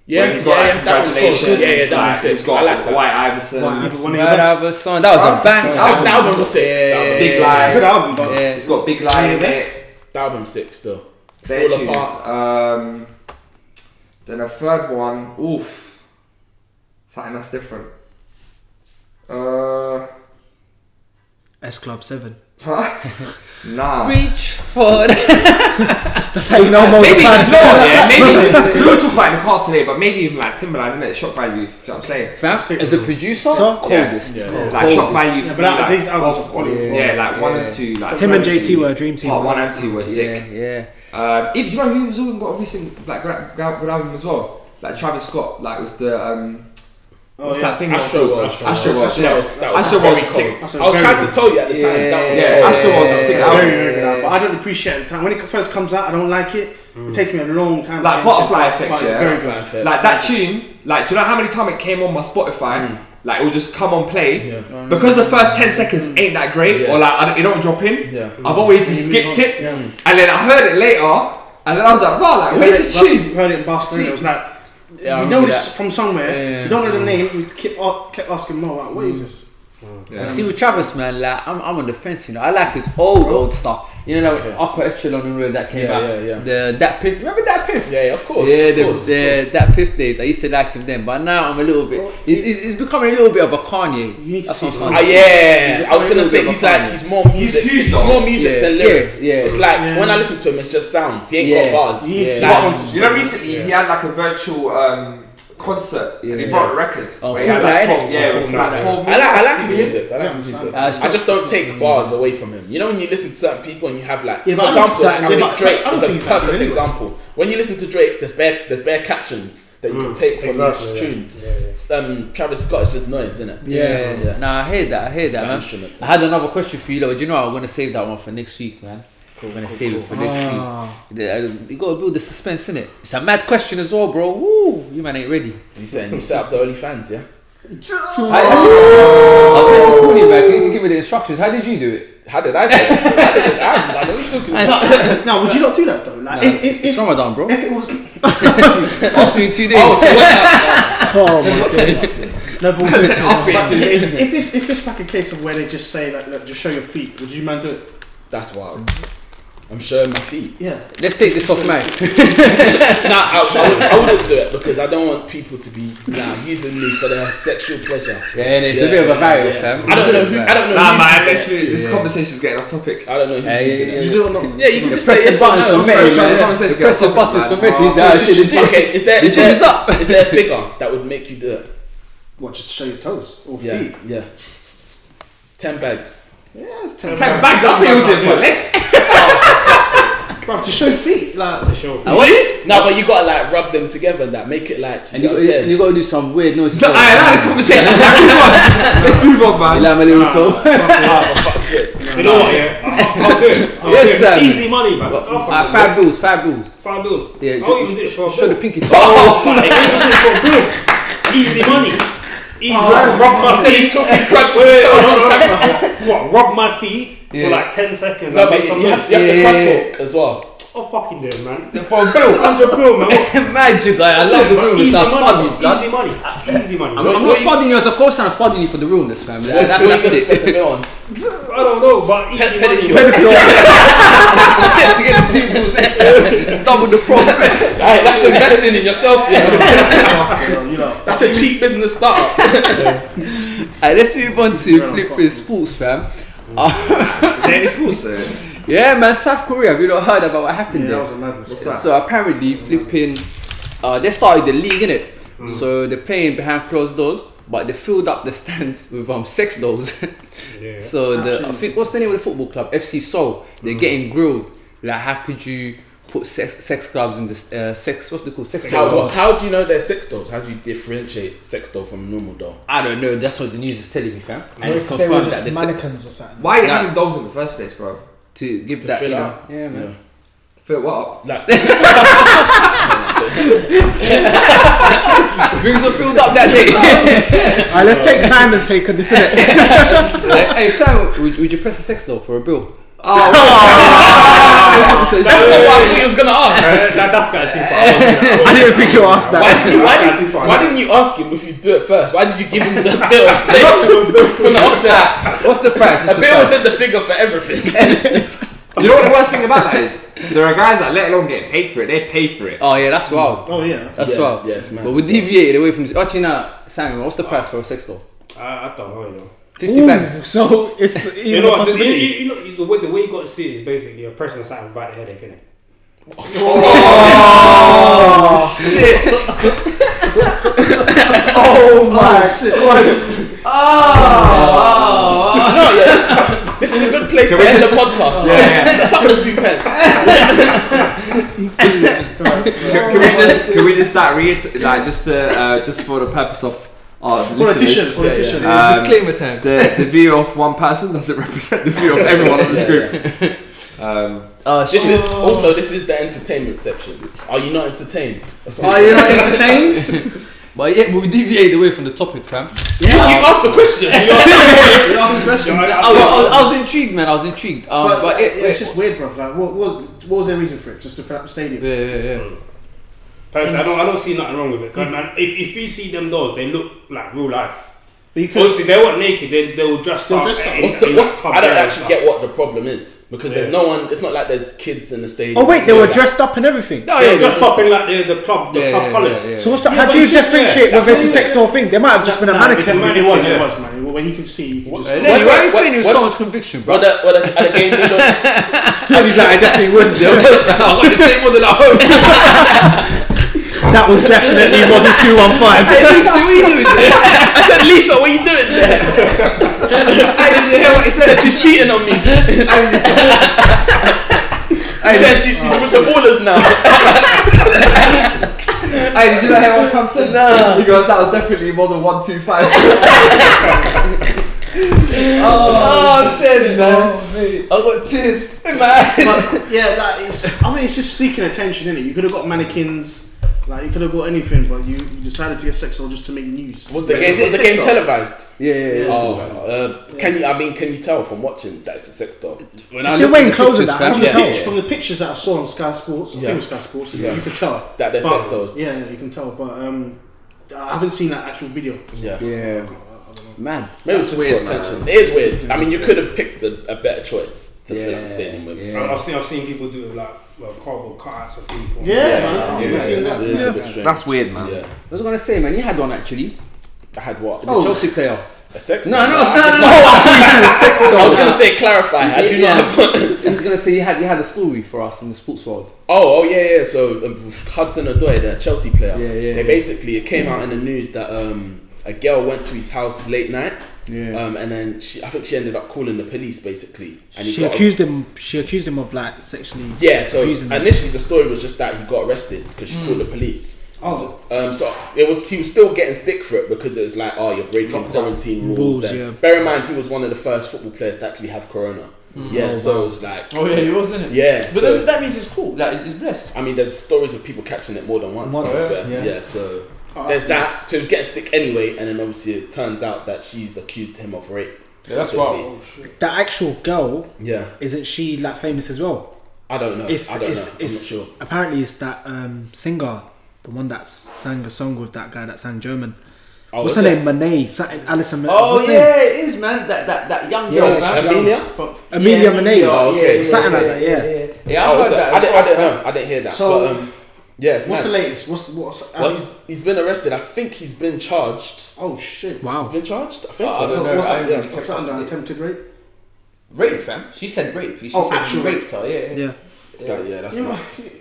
[SPEAKER 3] Yeah,
[SPEAKER 4] Where
[SPEAKER 3] yeah,
[SPEAKER 4] he's got
[SPEAKER 3] yeah,
[SPEAKER 4] like,
[SPEAKER 3] that was
[SPEAKER 4] congratulations.
[SPEAKER 3] cool. Yeah, yeah, that
[SPEAKER 4] like,
[SPEAKER 3] was sick.
[SPEAKER 4] He's got
[SPEAKER 3] I like that.
[SPEAKER 4] White Iverson.
[SPEAKER 2] Wow.
[SPEAKER 5] Either one of your
[SPEAKER 1] Bad
[SPEAKER 5] best.
[SPEAKER 1] Album song. That was a
[SPEAKER 4] That's-
[SPEAKER 1] bang.
[SPEAKER 3] That, that album was sick.
[SPEAKER 4] Big Lie.
[SPEAKER 5] It's a good album, but
[SPEAKER 1] Yeah.
[SPEAKER 4] It's got Big Lie in it.
[SPEAKER 3] That album sick still.
[SPEAKER 4] Their
[SPEAKER 3] Fall
[SPEAKER 4] tunes.
[SPEAKER 3] apart.
[SPEAKER 4] Um, then a third one. Oof. Something that's different. Uh,
[SPEAKER 2] S Club Seven.
[SPEAKER 4] nah.
[SPEAKER 1] Reach for the
[SPEAKER 2] That's how you know more
[SPEAKER 4] Maybe
[SPEAKER 2] fans.
[SPEAKER 4] no, yeah, maybe we were talking about it in the car today, but maybe even like Timberland, isn't it? Shock value. Do you know what I'm saying?
[SPEAKER 1] fam. As a producer,
[SPEAKER 2] So-
[SPEAKER 1] coldest.
[SPEAKER 3] Yeah.
[SPEAKER 1] Cold-
[SPEAKER 4] Like shock
[SPEAKER 1] coldest.
[SPEAKER 4] value.
[SPEAKER 5] Yeah,
[SPEAKER 4] for
[SPEAKER 5] but that-
[SPEAKER 4] me,
[SPEAKER 5] these
[SPEAKER 4] like,
[SPEAKER 5] albums
[SPEAKER 4] both-
[SPEAKER 5] are quality as well.
[SPEAKER 4] Yeah, like one
[SPEAKER 1] Yeah.
[SPEAKER 4] and two. Like
[SPEAKER 2] Him and JT were a dream team.
[SPEAKER 4] Part one and two were sick.
[SPEAKER 1] Yeah, yeah.
[SPEAKER 4] Um, even, do you know who was all got a recent like gra- gra- good album as well? Like Travis Scott, like with the um,
[SPEAKER 5] Oh,
[SPEAKER 4] what's
[SPEAKER 5] yeah.
[SPEAKER 4] that thing?
[SPEAKER 3] Astro
[SPEAKER 4] called?
[SPEAKER 3] World.
[SPEAKER 4] Astro World.
[SPEAKER 3] That
[SPEAKER 4] Yeah,
[SPEAKER 3] was, that was
[SPEAKER 4] Astro
[SPEAKER 3] very
[SPEAKER 4] World's sick.
[SPEAKER 3] cold.
[SPEAKER 5] That's a
[SPEAKER 3] I was
[SPEAKER 5] very
[SPEAKER 3] trying to
[SPEAKER 5] good-
[SPEAKER 3] tell you at the time.
[SPEAKER 1] Yeah,
[SPEAKER 3] that was
[SPEAKER 1] yeah,
[SPEAKER 3] cold.
[SPEAKER 4] I still want to
[SPEAKER 5] It's
[SPEAKER 4] sick
[SPEAKER 5] a
[SPEAKER 4] album.
[SPEAKER 5] very, very good album. But I don't appreciate it at the time. When it first comes out, I don't like it.
[SPEAKER 1] Mm.
[SPEAKER 5] It takes me a long time. to
[SPEAKER 4] Like
[SPEAKER 5] get
[SPEAKER 4] Butterfly
[SPEAKER 5] into it,
[SPEAKER 4] Effect,
[SPEAKER 5] but
[SPEAKER 4] yeah.
[SPEAKER 5] It's very good.
[SPEAKER 3] Butterfly Effect.
[SPEAKER 4] Like that tune, like do you know how many times it came on my Spotify? Like it would just come on play
[SPEAKER 3] Yeah.
[SPEAKER 4] because the first ten seconds ain't that great,
[SPEAKER 3] Yeah.
[SPEAKER 4] or like I don't, it don't drop in.
[SPEAKER 3] Yeah.
[SPEAKER 4] I've always just skipped it,
[SPEAKER 5] Yeah.
[SPEAKER 4] and then I heard it later, and then I was like, wow, like
[SPEAKER 5] Heard
[SPEAKER 4] where's
[SPEAKER 5] it-
[SPEAKER 4] this tune?
[SPEAKER 5] Heard it in Barcelona.
[SPEAKER 1] See-
[SPEAKER 5] It was like
[SPEAKER 1] Yeah, I
[SPEAKER 5] you know
[SPEAKER 1] remember
[SPEAKER 5] this
[SPEAKER 1] that.
[SPEAKER 5] from somewhere.
[SPEAKER 1] Yeah, yeah,
[SPEAKER 5] you don't know the name. We kept, a- kept asking more. Like, what is this?
[SPEAKER 4] Yeah.
[SPEAKER 1] See with Travis, man, like I'm, I'm on the fence. You know, I like his old, old stuff. You know, like
[SPEAKER 3] Okay.
[SPEAKER 1] upper echelon and all that came
[SPEAKER 3] Yeah,
[SPEAKER 1] out.
[SPEAKER 3] yeah, yeah.
[SPEAKER 1] The that piff. Remember that piff?
[SPEAKER 3] Yeah, yeah, of course.
[SPEAKER 1] yeah,
[SPEAKER 3] of
[SPEAKER 1] the,
[SPEAKER 3] course, of
[SPEAKER 1] the, that Piff days. I used to like him then, but now I'm a little bit. He's, he's, he's becoming a little bit of a
[SPEAKER 5] You need
[SPEAKER 1] Kanye.
[SPEAKER 5] to
[SPEAKER 1] That's
[SPEAKER 5] see
[SPEAKER 1] what I'm
[SPEAKER 5] the-
[SPEAKER 1] saying.
[SPEAKER 3] Ah, yeah, I was gonna say
[SPEAKER 1] He's
[SPEAKER 3] he's like he's more music.
[SPEAKER 4] huge,
[SPEAKER 3] he's
[SPEAKER 4] though.
[SPEAKER 3] more music
[SPEAKER 1] Yeah,
[SPEAKER 3] than
[SPEAKER 1] yeah,
[SPEAKER 3] lyrics.
[SPEAKER 1] yeah.
[SPEAKER 3] It's like
[SPEAKER 5] Yeah.
[SPEAKER 3] when I listen to him, it's just sounds. He ain't
[SPEAKER 1] Yeah.
[SPEAKER 3] got bars.
[SPEAKER 5] Yeah.
[SPEAKER 3] It's
[SPEAKER 5] Yeah.
[SPEAKER 3] like-
[SPEAKER 5] Yeah.
[SPEAKER 4] But, you know, recently he had like a virtual um, concert, and he
[SPEAKER 1] Yeah.
[SPEAKER 4] brought a record.
[SPEAKER 1] Oh,
[SPEAKER 4] where he had, like,
[SPEAKER 1] Fortnite,
[SPEAKER 4] 12,
[SPEAKER 1] innit?
[SPEAKER 4] yeah, with, like
[SPEAKER 1] Fortnite.
[SPEAKER 4] 12
[SPEAKER 3] I like I like his
[SPEAKER 4] minutes.
[SPEAKER 3] music. I like his music.
[SPEAKER 1] Uh, it's
[SPEAKER 3] I
[SPEAKER 1] not-
[SPEAKER 3] just don't take bars away from him. You know when you listen to certain people and you have like,
[SPEAKER 5] Yeah,
[SPEAKER 3] for
[SPEAKER 5] but I don't
[SPEAKER 3] example,
[SPEAKER 5] think-
[SPEAKER 3] I
[SPEAKER 5] yeah,
[SPEAKER 3] think
[SPEAKER 5] but I
[SPEAKER 3] Drake
[SPEAKER 5] don't
[SPEAKER 3] is
[SPEAKER 5] think
[SPEAKER 3] a
[SPEAKER 5] he's that
[SPEAKER 3] perfect
[SPEAKER 5] good
[SPEAKER 3] example. When you listen to Drake, there's bare there's bare captions that you can
[SPEAKER 6] Mm,
[SPEAKER 3] take from
[SPEAKER 6] exactly,
[SPEAKER 3] his
[SPEAKER 6] yeah.
[SPEAKER 3] tunes.
[SPEAKER 6] Yeah,
[SPEAKER 3] Um, Travis Scott is just noise, isn't it?
[SPEAKER 1] Yeah, nah, I hear that. I hear
[SPEAKER 3] It's like
[SPEAKER 1] that, man.
[SPEAKER 3] instruments.
[SPEAKER 1] I had another question for you, though. Do you know what? I'm gonna save that one for next week, man. We're gonna save it for next
[SPEAKER 2] Ah.
[SPEAKER 1] week. Yeah, I- You gotta build the suspense, innit? It's a mad question as well, bro. Woo, you man ain't ready.
[SPEAKER 3] You saying you set up the OnlyFans, yeah?
[SPEAKER 1] I, I was meant to call you back. You need to give me the instructions. How did you do it?
[SPEAKER 3] How did I? Do it? How did I? I know what you're talking about.
[SPEAKER 5] Now, would you not do that though? Like, if, if,
[SPEAKER 1] it's
[SPEAKER 5] if,
[SPEAKER 1] Ramadan, bro.
[SPEAKER 5] if it was
[SPEAKER 1] Ask me in two days.
[SPEAKER 3] Oh, so what happened?
[SPEAKER 2] Oh my goodness.
[SPEAKER 5] no, but
[SPEAKER 4] Ask me.
[SPEAKER 5] but if, if it's if it's like a case of where they just say like, look, just show your feet. Would you man do it?
[SPEAKER 3] That's wild. I'm showing my feet.
[SPEAKER 5] Yeah.
[SPEAKER 1] Let's take this off, man.
[SPEAKER 3] Nah, I, I, would, I wouldn't do it because I don't want people to be nah, using me for their sexual pleasure.
[SPEAKER 1] Yeah, it's a bit of a barrier,
[SPEAKER 3] yeah.
[SPEAKER 1] fam.
[SPEAKER 3] I don't know who. I don't know.
[SPEAKER 4] Nah,
[SPEAKER 3] who's
[SPEAKER 4] man,
[SPEAKER 3] using
[SPEAKER 4] this,
[SPEAKER 3] it
[SPEAKER 4] this
[SPEAKER 1] Yeah.
[SPEAKER 4] conversation's getting off topic.
[SPEAKER 3] to. I don't know who's
[SPEAKER 1] Yeah, yeah,
[SPEAKER 3] using
[SPEAKER 1] yeah,
[SPEAKER 3] it.
[SPEAKER 5] Would you do it or not?
[SPEAKER 3] Yeah, you can
[SPEAKER 1] The
[SPEAKER 3] just say
[SPEAKER 1] pressing
[SPEAKER 3] yes or
[SPEAKER 1] buttons
[SPEAKER 3] no.
[SPEAKER 1] for me,
[SPEAKER 3] it's not
[SPEAKER 4] man.
[SPEAKER 3] about-
[SPEAKER 1] man.
[SPEAKER 4] Conversation
[SPEAKER 1] The
[SPEAKER 4] get
[SPEAKER 1] pressing
[SPEAKER 4] off topic,
[SPEAKER 1] buttons for
[SPEAKER 4] man.
[SPEAKER 1] me.
[SPEAKER 4] Oh,
[SPEAKER 1] He's down shit in the
[SPEAKER 3] Okay, is there
[SPEAKER 1] The
[SPEAKER 3] is there,
[SPEAKER 1] jig is up.
[SPEAKER 3] is there a figure that would make you do it?
[SPEAKER 5] What? Just show your toes or feet?
[SPEAKER 3] Yeah, yeah. Ten bags.
[SPEAKER 5] Yeah.
[SPEAKER 4] Ten
[SPEAKER 5] Ten
[SPEAKER 6] Ten
[SPEAKER 4] bags, I think it was
[SPEAKER 6] bags.
[SPEAKER 4] it for less.
[SPEAKER 5] Bruv, just show your feet. Like,
[SPEAKER 6] It's a show.
[SPEAKER 3] No, but you gotta like rub them together and that make it like.
[SPEAKER 1] And
[SPEAKER 3] you
[SPEAKER 1] you, got,
[SPEAKER 3] know what I'm saying?
[SPEAKER 1] and you got to do some weird noises.
[SPEAKER 4] No,
[SPEAKER 1] as
[SPEAKER 4] I
[SPEAKER 1] well.
[SPEAKER 4] like this conversation. Let's move on, man.
[SPEAKER 1] You like my little toe.
[SPEAKER 3] Ah, for fuck's sake.
[SPEAKER 6] You know what? Yeah, I'll, I'll do it. I'll
[SPEAKER 1] Yes,
[SPEAKER 6] do it.
[SPEAKER 1] sir.
[SPEAKER 6] Easy money, man. It's awesome,
[SPEAKER 1] Uh,
[SPEAKER 6] man.
[SPEAKER 1] five bills, five bills.
[SPEAKER 6] Five bills.
[SPEAKER 1] Yeah,
[SPEAKER 6] I'll
[SPEAKER 1] ju-
[SPEAKER 6] even do it for a
[SPEAKER 1] show the
[SPEAKER 6] bill.
[SPEAKER 1] pinky toe.
[SPEAKER 6] Oh my god, easy money. Easy.
[SPEAKER 1] Oh,
[SPEAKER 6] rub my feet.
[SPEAKER 3] Grab-
[SPEAKER 6] Wait, what? Rub my feet for like ten seconds.
[SPEAKER 3] No,
[SPEAKER 6] I'll
[SPEAKER 3] but
[SPEAKER 6] make
[SPEAKER 3] you
[SPEAKER 6] some
[SPEAKER 3] you have,
[SPEAKER 6] noise.
[SPEAKER 3] you have to
[SPEAKER 1] Yeah.
[SPEAKER 3] crowd talk as well.
[SPEAKER 6] What fucking do, it, man?
[SPEAKER 1] For a bill.
[SPEAKER 6] Hundred bill, man. What-
[SPEAKER 1] Magic, like, I love the
[SPEAKER 6] But
[SPEAKER 1] realness.
[SPEAKER 6] Easy
[SPEAKER 1] That's
[SPEAKER 6] money.
[SPEAKER 1] funny, blood.
[SPEAKER 6] Easy money. Easy money.
[SPEAKER 1] I'm, I'm not spotting you as a coach, I'm spotting you for the realness, fam. Like, that's,
[SPEAKER 3] What are you
[SPEAKER 1] that's
[SPEAKER 3] gonna
[SPEAKER 1] it.
[SPEAKER 3] spend the bill on?
[SPEAKER 6] I don't know, but easy money.
[SPEAKER 3] pedicure.
[SPEAKER 1] to get the two bills next time. Double the profit.
[SPEAKER 3] Hey, that's investing in yourself. You know?
[SPEAKER 5] you know.
[SPEAKER 3] That's a cheap business startup.
[SPEAKER 1] Alright, let's move on to
[SPEAKER 5] Yeah,
[SPEAKER 1] flipping
[SPEAKER 5] fuck.
[SPEAKER 1] sports, fam.
[SPEAKER 4] Yeah, it's also.
[SPEAKER 1] Yeah, man, South Korea. Have you not heard about what happened
[SPEAKER 5] Yeah,
[SPEAKER 1] there?
[SPEAKER 5] that was a madness.
[SPEAKER 4] What's that?
[SPEAKER 1] So apparently, flipping, uh, they started the league in it. So they're playing behind closed doors, but they filled up the stands with um sex dolls.
[SPEAKER 6] Yeah.
[SPEAKER 1] so the I
[SPEAKER 5] Absolutely.
[SPEAKER 1] think what's the name of the football club? FC Seoul. They're getting grilled. Like, how could you put sex sex clubs in this uh, sex? What's it called? Sex,
[SPEAKER 6] Sex
[SPEAKER 1] clubs.
[SPEAKER 3] How, how do you know they're sex dolls? How do you differentiate sex doll from normal doll?
[SPEAKER 1] I don't know. That's what the news is telling me, fam. And
[SPEAKER 2] What
[SPEAKER 1] it's
[SPEAKER 2] if they were
[SPEAKER 1] confirmed
[SPEAKER 2] just
[SPEAKER 1] that they're se-
[SPEAKER 2] mannequins or something?
[SPEAKER 4] Why are you
[SPEAKER 1] Nah.
[SPEAKER 4] having dolls in the first place, bro?
[SPEAKER 1] to give
[SPEAKER 3] To
[SPEAKER 1] that. You
[SPEAKER 3] fill
[SPEAKER 1] know,
[SPEAKER 3] out.
[SPEAKER 1] yeah, man.
[SPEAKER 4] Fill what up?
[SPEAKER 3] Like,
[SPEAKER 1] Things were filled up that day.
[SPEAKER 2] All right, let's take Simon's take on this. Isn't it?
[SPEAKER 1] Like, hey Sam, would, would you press a sex doll for a bill?
[SPEAKER 3] that's not what I thought you was gonna ask.
[SPEAKER 6] Uh, that, that's got too far.
[SPEAKER 2] I didn't think you asked that.
[SPEAKER 3] Why, did you, why,
[SPEAKER 6] That's
[SPEAKER 3] did,
[SPEAKER 6] too far.
[SPEAKER 3] why didn't you ask him if you do it first? Why did you give him the bill? From the offset?
[SPEAKER 1] What's the price? What's
[SPEAKER 3] A
[SPEAKER 1] the
[SPEAKER 3] bill
[SPEAKER 1] price?
[SPEAKER 3] said the figure for everything.
[SPEAKER 4] You know what the worst thing about that is? There are guys that let alone get paid for it, they pay for it.
[SPEAKER 1] Oh yeah, that's wild.
[SPEAKER 5] Oh yeah.
[SPEAKER 1] That's
[SPEAKER 3] Yeah,
[SPEAKER 1] wild.
[SPEAKER 3] yeah, it's mad.
[SPEAKER 1] But we deviated away from this. Actually, now Samuel, what's the price for a sex doll?
[SPEAKER 6] I, I don't know, you know.
[SPEAKER 1] Fifty bucks.
[SPEAKER 2] Ooh, so it's even
[SPEAKER 6] You know, what, the, you,
[SPEAKER 2] possibility.
[SPEAKER 6] you, you know you- the, way, the way you got to see it is basically a person sat and fight a headache, innit?
[SPEAKER 5] Oh my god.
[SPEAKER 3] no, yeah, this, this is a good place
[SPEAKER 4] Can
[SPEAKER 3] to
[SPEAKER 4] we
[SPEAKER 3] end
[SPEAKER 4] just-
[SPEAKER 3] the podcast.
[SPEAKER 4] Yeah.
[SPEAKER 3] Fuck the two pence.
[SPEAKER 4] Can, can we just can we just start reiterating like just to, uh, just for the purpose of our
[SPEAKER 5] Politician,
[SPEAKER 4] listeners,
[SPEAKER 5] politician.
[SPEAKER 4] yeah. Um,
[SPEAKER 1] Disclaimer time.
[SPEAKER 4] the, the view of one person doesn't represent the view of everyone on this group. Um,
[SPEAKER 1] Uh,
[SPEAKER 3] This
[SPEAKER 1] shit.
[SPEAKER 3] is also this is the entertainment section. Are you not entertained?
[SPEAKER 5] Are you not entertained?
[SPEAKER 1] But yeah, but we deviated away from the topic, fam.
[SPEAKER 3] You, you asked the question. You asked-
[SPEAKER 5] You asked the question.
[SPEAKER 6] Yeah,
[SPEAKER 1] I was, I was, I was intrigued, man. I was intrigued. Um,
[SPEAKER 5] But,
[SPEAKER 1] but, it,
[SPEAKER 5] yeah, it's just weird, bro. Like, what, was what was their reason for it? Just to fill up the stadium.
[SPEAKER 1] yeah, yeah, yeah.
[SPEAKER 6] Personally, I don't, I don't see nothing wrong with it. 'Cause, man, if, if you see them dolls, they look like real life.
[SPEAKER 5] Because
[SPEAKER 6] Obviously, they weren't naked. They they were dressed
[SPEAKER 5] They were
[SPEAKER 6] up.
[SPEAKER 5] dressed up.
[SPEAKER 6] in-
[SPEAKER 3] What's the,
[SPEAKER 6] in
[SPEAKER 3] what's,
[SPEAKER 6] club
[SPEAKER 3] I don't
[SPEAKER 6] wear and
[SPEAKER 3] actually
[SPEAKER 6] stuff.
[SPEAKER 3] get what the problem is because there's
[SPEAKER 6] Yeah.
[SPEAKER 3] no one. It's not like there's kids in the stadium.
[SPEAKER 2] Oh wait, they
[SPEAKER 3] Yeah,
[SPEAKER 2] were
[SPEAKER 3] like-
[SPEAKER 2] dressed up and everything.
[SPEAKER 1] No, Oh,
[SPEAKER 6] They
[SPEAKER 1] yeah,
[SPEAKER 6] were dressed
[SPEAKER 1] yeah,
[SPEAKER 6] up in like the, the club the
[SPEAKER 1] yeah,
[SPEAKER 6] club
[SPEAKER 1] yeah,
[SPEAKER 6] colours.
[SPEAKER 1] yeah, yeah.
[SPEAKER 2] So what's the,
[SPEAKER 6] Yeah,
[SPEAKER 2] how
[SPEAKER 6] but
[SPEAKER 2] do you
[SPEAKER 6] it's just-
[SPEAKER 2] differentiate
[SPEAKER 6] yeah,
[SPEAKER 2] whether it's a
[SPEAKER 6] that's
[SPEAKER 2] sex doll thing? They might have just been a
[SPEAKER 5] Nah,
[SPEAKER 2] mannequin.
[SPEAKER 5] It,
[SPEAKER 6] man-
[SPEAKER 5] definitely was,
[SPEAKER 6] Yeah.
[SPEAKER 5] it was, man. When you can see, you can
[SPEAKER 1] yeah. No, you
[SPEAKER 5] just.
[SPEAKER 3] What-
[SPEAKER 1] ain't
[SPEAKER 3] what-
[SPEAKER 1] saying it with
[SPEAKER 3] what-
[SPEAKER 1] so much conviction, bro.
[SPEAKER 3] Well, the, well, the, at the game show,
[SPEAKER 2] He's like, I definitely was.
[SPEAKER 1] I got the same model at home.
[SPEAKER 2] that was definitely model two one five.
[SPEAKER 1] Hey, Lisa, what you doing?
[SPEAKER 3] I said, Lisa, what are you doing there?
[SPEAKER 4] hey, did you hear what he said?
[SPEAKER 3] She's cheating on me. She said she, she's with the ballers now.
[SPEAKER 4] Hey, did you not hear what Cam said? No. He goes, that was definitely more than one, two, five.
[SPEAKER 1] Oh, dead man. I got tears. Man.
[SPEAKER 5] But, yeah, like it's. I mean, it's just seeking attention, innit? You could have got mannequins, like you could have got anything, but you, you decided to get sex doll just to make news.
[SPEAKER 3] Was the
[SPEAKER 4] Wait,
[SPEAKER 3] game?
[SPEAKER 4] is it
[SPEAKER 3] Was the
[SPEAKER 4] sex
[SPEAKER 3] game
[SPEAKER 4] doll?
[SPEAKER 3] televised?
[SPEAKER 1] Yeah, yeah, yeah.
[SPEAKER 3] Oh, uh, can you? I mean, can you tell from watching that it's a sex doll? When I look
[SPEAKER 2] They're
[SPEAKER 3] at
[SPEAKER 2] wearing
[SPEAKER 3] the
[SPEAKER 2] clothes and
[SPEAKER 1] pictures,
[SPEAKER 2] that.
[SPEAKER 1] fam.
[SPEAKER 2] How
[SPEAKER 5] From
[SPEAKER 2] do you
[SPEAKER 3] Oh,
[SPEAKER 5] the
[SPEAKER 3] Yeah.
[SPEAKER 2] tell?
[SPEAKER 5] pitch, from the pictures that I saw on Sky Sports, I
[SPEAKER 3] Yeah.
[SPEAKER 5] think it was Sky Sports,
[SPEAKER 3] Yeah.
[SPEAKER 5] you could tell.
[SPEAKER 3] pic- that they're
[SPEAKER 5] But-
[SPEAKER 3] sex dolls.
[SPEAKER 5] Yeah, yeah, you can tell, but um, I haven't seen that actual video.
[SPEAKER 3] Yeah.
[SPEAKER 1] Yeah. Man.
[SPEAKER 3] Maybe it's just
[SPEAKER 4] weird,
[SPEAKER 3] for attention.
[SPEAKER 4] man.
[SPEAKER 3] It is weird. I mean, you could have picked a, a better choice to fill up
[SPEAKER 1] Yeah,
[SPEAKER 3] the stadium with. Um,
[SPEAKER 1] yeah.
[SPEAKER 6] I've I've seen I've seen people do it, like well, cardboard cutouts of people.
[SPEAKER 5] Yeah, man.
[SPEAKER 3] yeah,
[SPEAKER 5] I've seen
[SPEAKER 3] yeah,
[SPEAKER 5] that.
[SPEAKER 3] it is
[SPEAKER 5] Yeah.
[SPEAKER 3] a bit strange.
[SPEAKER 4] That's weird, man.
[SPEAKER 3] Yeah.
[SPEAKER 1] I was gonna say, man, you had one actually.
[SPEAKER 3] I had what?
[SPEAKER 5] Oh.
[SPEAKER 1] Chelsea player.
[SPEAKER 3] A sex?
[SPEAKER 1] No,
[SPEAKER 3] doll?
[SPEAKER 1] no,
[SPEAKER 3] I
[SPEAKER 1] no,
[SPEAKER 3] did
[SPEAKER 1] no,
[SPEAKER 3] not.
[SPEAKER 2] sex
[SPEAKER 3] I was
[SPEAKER 2] doll.
[SPEAKER 3] gonna say clarify. I do
[SPEAKER 1] Yeah.
[SPEAKER 3] not have one.
[SPEAKER 1] I was gonna say you had you had a story for us in the sports world.
[SPEAKER 3] Oh, oh yeah, yeah. So um, Hudson Odoi, the Chelsea player,
[SPEAKER 1] Yeah, yeah,
[SPEAKER 3] they
[SPEAKER 1] yeah.
[SPEAKER 3] basically it came out in the news that um, a girl went to his house late night,
[SPEAKER 1] Yeah.
[SPEAKER 3] um, and then she, I think she ended up calling the police basically, and he
[SPEAKER 2] She
[SPEAKER 3] got
[SPEAKER 2] accused him. She accused him of like sexually.
[SPEAKER 3] yeah. So
[SPEAKER 2] abusing him.
[SPEAKER 3] initially the story was just that he got arrested because she called the
[SPEAKER 1] Mm.
[SPEAKER 3] police.
[SPEAKER 5] Oh.
[SPEAKER 3] So, um, so it was he was still getting stick for it because it was like, oh, you're breaking quarantine rules.
[SPEAKER 2] Rules,
[SPEAKER 3] and
[SPEAKER 2] yeah.
[SPEAKER 3] Bear in mind, he was one of the first football players to actually have corona. Yeah, so it was like,
[SPEAKER 1] Mm. Oh yeah, he was in it.
[SPEAKER 3] yeah.
[SPEAKER 1] But
[SPEAKER 3] so,
[SPEAKER 1] then that means it's cool. Like it's, it's blessed.
[SPEAKER 3] I mean, there's stories of people catching it more than once.
[SPEAKER 2] Once,
[SPEAKER 3] so,
[SPEAKER 1] yeah.
[SPEAKER 3] yeah, so.
[SPEAKER 5] Oh,
[SPEAKER 3] There's that.
[SPEAKER 5] that's
[SPEAKER 3] So he's getting stick anyway, and then obviously it turns out that she's accused him of rape.
[SPEAKER 1] Yeah, that's
[SPEAKER 3] basically.
[SPEAKER 5] Oh,
[SPEAKER 1] wild.
[SPEAKER 2] The actual girl
[SPEAKER 3] Yeah,
[SPEAKER 2] isn't she like famous as well?
[SPEAKER 3] I don't know.
[SPEAKER 2] It's
[SPEAKER 3] I don't
[SPEAKER 2] it's
[SPEAKER 3] know.
[SPEAKER 2] it's
[SPEAKER 3] I'm not sure.
[SPEAKER 2] apparently it's that um, singer, the one that sang the song with that guy that sang German.
[SPEAKER 3] Oh,
[SPEAKER 2] what's
[SPEAKER 3] is
[SPEAKER 2] her
[SPEAKER 3] it?
[SPEAKER 2] name? Monet. Sa- Alison.
[SPEAKER 1] Oh
[SPEAKER 2] what's her
[SPEAKER 1] yeah, it is, man. That that that young
[SPEAKER 2] Yeah,
[SPEAKER 1] girl,
[SPEAKER 2] it's
[SPEAKER 1] man.
[SPEAKER 3] Amelia?
[SPEAKER 1] From-
[SPEAKER 2] Amelia
[SPEAKER 1] yeah,
[SPEAKER 2] Monet.
[SPEAKER 3] Oh, okay.
[SPEAKER 2] Something like that, yeah.
[SPEAKER 1] yeah. Yeah, I
[SPEAKER 3] Oh,
[SPEAKER 1] heard
[SPEAKER 3] is it?
[SPEAKER 1] that.
[SPEAKER 3] I
[SPEAKER 1] as
[SPEAKER 3] didn't,
[SPEAKER 1] well,
[SPEAKER 3] I didn't
[SPEAKER 1] fam.
[SPEAKER 3] know. I didn't hear that.
[SPEAKER 5] So-
[SPEAKER 3] but, um, yeah, it's
[SPEAKER 5] What's the
[SPEAKER 3] mad.
[SPEAKER 5] latest? What's what's?
[SPEAKER 3] well, he's, he's been arrested. I think he's been charged.
[SPEAKER 5] oh shit!
[SPEAKER 2] Wow.
[SPEAKER 3] He's been charged. I think
[SPEAKER 1] Oh,
[SPEAKER 3] so.
[SPEAKER 1] I don't
[SPEAKER 5] So
[SPEAKER 1] know.
[SPEAKER 5] what's
[SPEAKER 1] I-
[SPEAKER 5] that?
[SPEAKER 1] yeah,
[SPEAKER 5] What's that under attempted rape?
[SPEAKER 1] Rape, fam. She said rape. She
[SPEAKER 5] Oh,
[SPEAKER 1] said
[SPEAKER 5] actual
[SPEAKER 1] you
[SPEAKER 5] rape.
[SPEAKER 1] raped her. Yeah. yeah.
[SPEAKER 2] Yeah.
[SPEAKER 3] That, yeah, that's
[SPEAKER 5] You know,
[SPEAKER 3] nuts.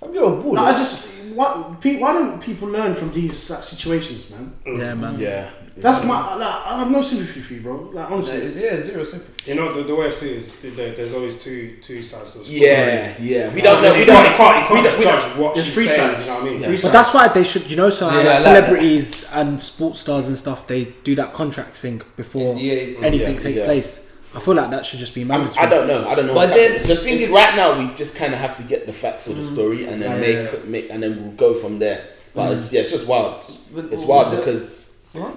[SPEAKER 1] Fam, You're a bull.
[SPEAKER 5] No, I just why, pe- why don't people learn from these like, situations, man?
[SPEAKER 3] Mm.
[SPEAKER 2] Yeah, man.
[SPEAKER 3] Yeah.
[SPEAKER 5] That's my like, I have no sympathy for you, bro. Like honestly,
[SPEAKER 1] yeah, zero sympathy.
[SPEAKER 6] You know the, the way I see it is there, there's always two two sides to the story.
[SPEAKER 3] Yeah, yeah. We
[SPEAKER 6] We
[SPEAKER 3] don't know. We
[SPEAKER 6] You
[SPEAKER 3] don't.
[SPEAKER 6] can't, you can't, you
[SPEAKER 3] we
[SPEAKER 6] can't
[SPEAKER 3] don't- we don't-
[SPEAKER 6] judge what
[SPEAKER 5] there's
[SPEAKER 6] she's
[SPEAKER 5] three
[SPEAKER 6] saying.
[SPEAKER 5] sides.
[SPEAKER 6] You know what I mean?
[SPEAKER 3] Yeah.
[SPEAKER 5] Three
[SPEAKER 2] But
[SPEAKER 5] sides.
[SPEAKER 2] that's why they should, you know, so
[SPEAKER 1] Yeah,
[SPEAKER 2] like
[SPEAKER 1] I like
[SPEAKER 2] celebrities and sports stars and stuff, they do that contract thing before
[SPEAKER 1] Yeah, it's-
[SPEAKER 2] anything
[SPEAKER 3] yeah,
[SPEAKER 2] takes
[SPEAKER 3] yeah.
[SPEAKER 2] place. I feel like that should just be
[SPEAKER 3] I'm,
[SPEAKER 2] mandatory.
[SPEAKER 3] I don't know. I don't know.
[SPEAKER 1] But
[SPEAKER 3] what's
[SPEAKER 1] then
[SPEAKER 3] happening. it's
[SPEAKER 1] the
[SPEAKER 3] just
[SPEAKER 1] thing
[SPEAKER 3] it's
[SPEAKER 1] is- Mm.
[SPEAKER 3] right now. We just kind of have to get the facts of the story and then
[SPEAKER 1] Yeah.
[SPEAKER 3] make, make and then we'll go from there. But
[SPEAKER 1] Mm.
[SPEAKER 3] it's, yeah, it's just wild.
[SPEAKER 1] But-
[SPEAKER 3] It's wild
[SPEAKER 1] but-
[SPEAKER 3] because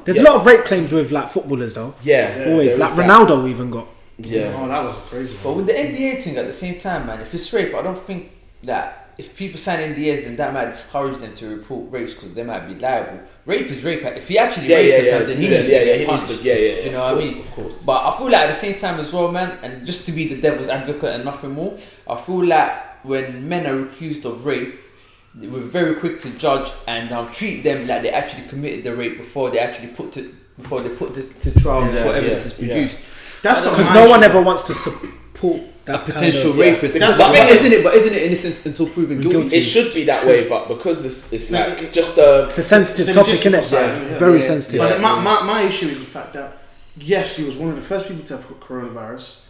[SPEAKER 2] There's
[SPEAKER 3] Yeah.
[SPEAKER 2] a lot of rape claims with like footballers though.
[SPEAKER 3] yeah,
[SPEAKER 2] Always,
[SPEAKER 3] there
[SPEAKER 2] like
[SPEAKER 3] is that.
[SPEAKER 2] Ronaldo even got.
[SPEAKER 3] Yeah,
[SPEAKER 6] Oh, that was crazy.
[SPEAKER 1] But with the NDA thing at the same time, man, if it's rape, I don't think that if people sign NDAs, then that might discourage them to report rapes because they might be liable. Rape is rape. If he actually
[SPEAKER 3] yeah,
[SPEAKER 1] raped
[SPEAKER 3] yeah,
[SPEAKER 1] her,
[SPEAKER 3] yeah.
[SPEAKER 1] then he
[SPEAKER 3] yeah,
[SPEAKER 1] needs
[SPEAKER 3] yeah,
[SPEAKER 1] to
[SPEAKER 3] yeah,
[SPEAKER 1] get
[SPEAKER 3] he needs
[SPEAKER 1] punished.
[SPEAKER 3] to- yeah, yeah.
[SPEAKER 1] Do you
[SPEAKER 3] of
[SPEAKER 1] know what I
[SPEAKER 3] course,
[SPEAKER 1] mean?
[SPEAKER 3] Of course.
[SPEAKER 1] But I feel like at the same time as well, man, and just to be the devil's advocate and nothing more, I feel like when men are accused of rape, we're very quick to judge and um, treat them like they actually committed the rape before they actually put to before they put to, to trial
[SPEAKER 3] Yeah,
[SPEAKER 1] before evidence
[SPEAKER 3] yeah,
[SPEAKER 1] is
[SPEAKER 3] yeah.
[SPEAKER 1] produced.
[SPEAKER 5] that's not
[SPEAKER 2] Because
[SPEAKER 5] my
[SPEAKER 2] no one
[SPEAKER 5] issue.
[SPEAKER 2] ever wants to support that
[SPEAKER 1] A potential
[SPEAKER 2] kind of-
[SPEAKER 1] rapist.
[SPEAKER 5] That's-
[SPEAKER 1] but
[SPEAKER 5] that's-
[SPEAKER 1] isn't it? But isn't it innocent until proven guilty?
[SPEAKER 2] Guilty.
[SPEAKER 3] It should be that way, but because it's it's
[SPEAKER 5] No,
[SPEAKER 3] like
[SPEAKER 5] it-
[SPEAKER 3] just a
[SPEAKER 2] It's a sensitive
[SPEAKER 5] It's a
[SPEAKER 2] topic,
[SPEAKER 5] logistical
[SPEAKER 2] innit?
[SPEAKER 5] side, yeah.
[SPEAKER 2] Very
[SPEAKER 1] Yeah.
[SPEAKER 2] sensitive.
[SPEAKER 5] But my, my, my issue is the fact that yes, he was one of the first people to have coronavirus.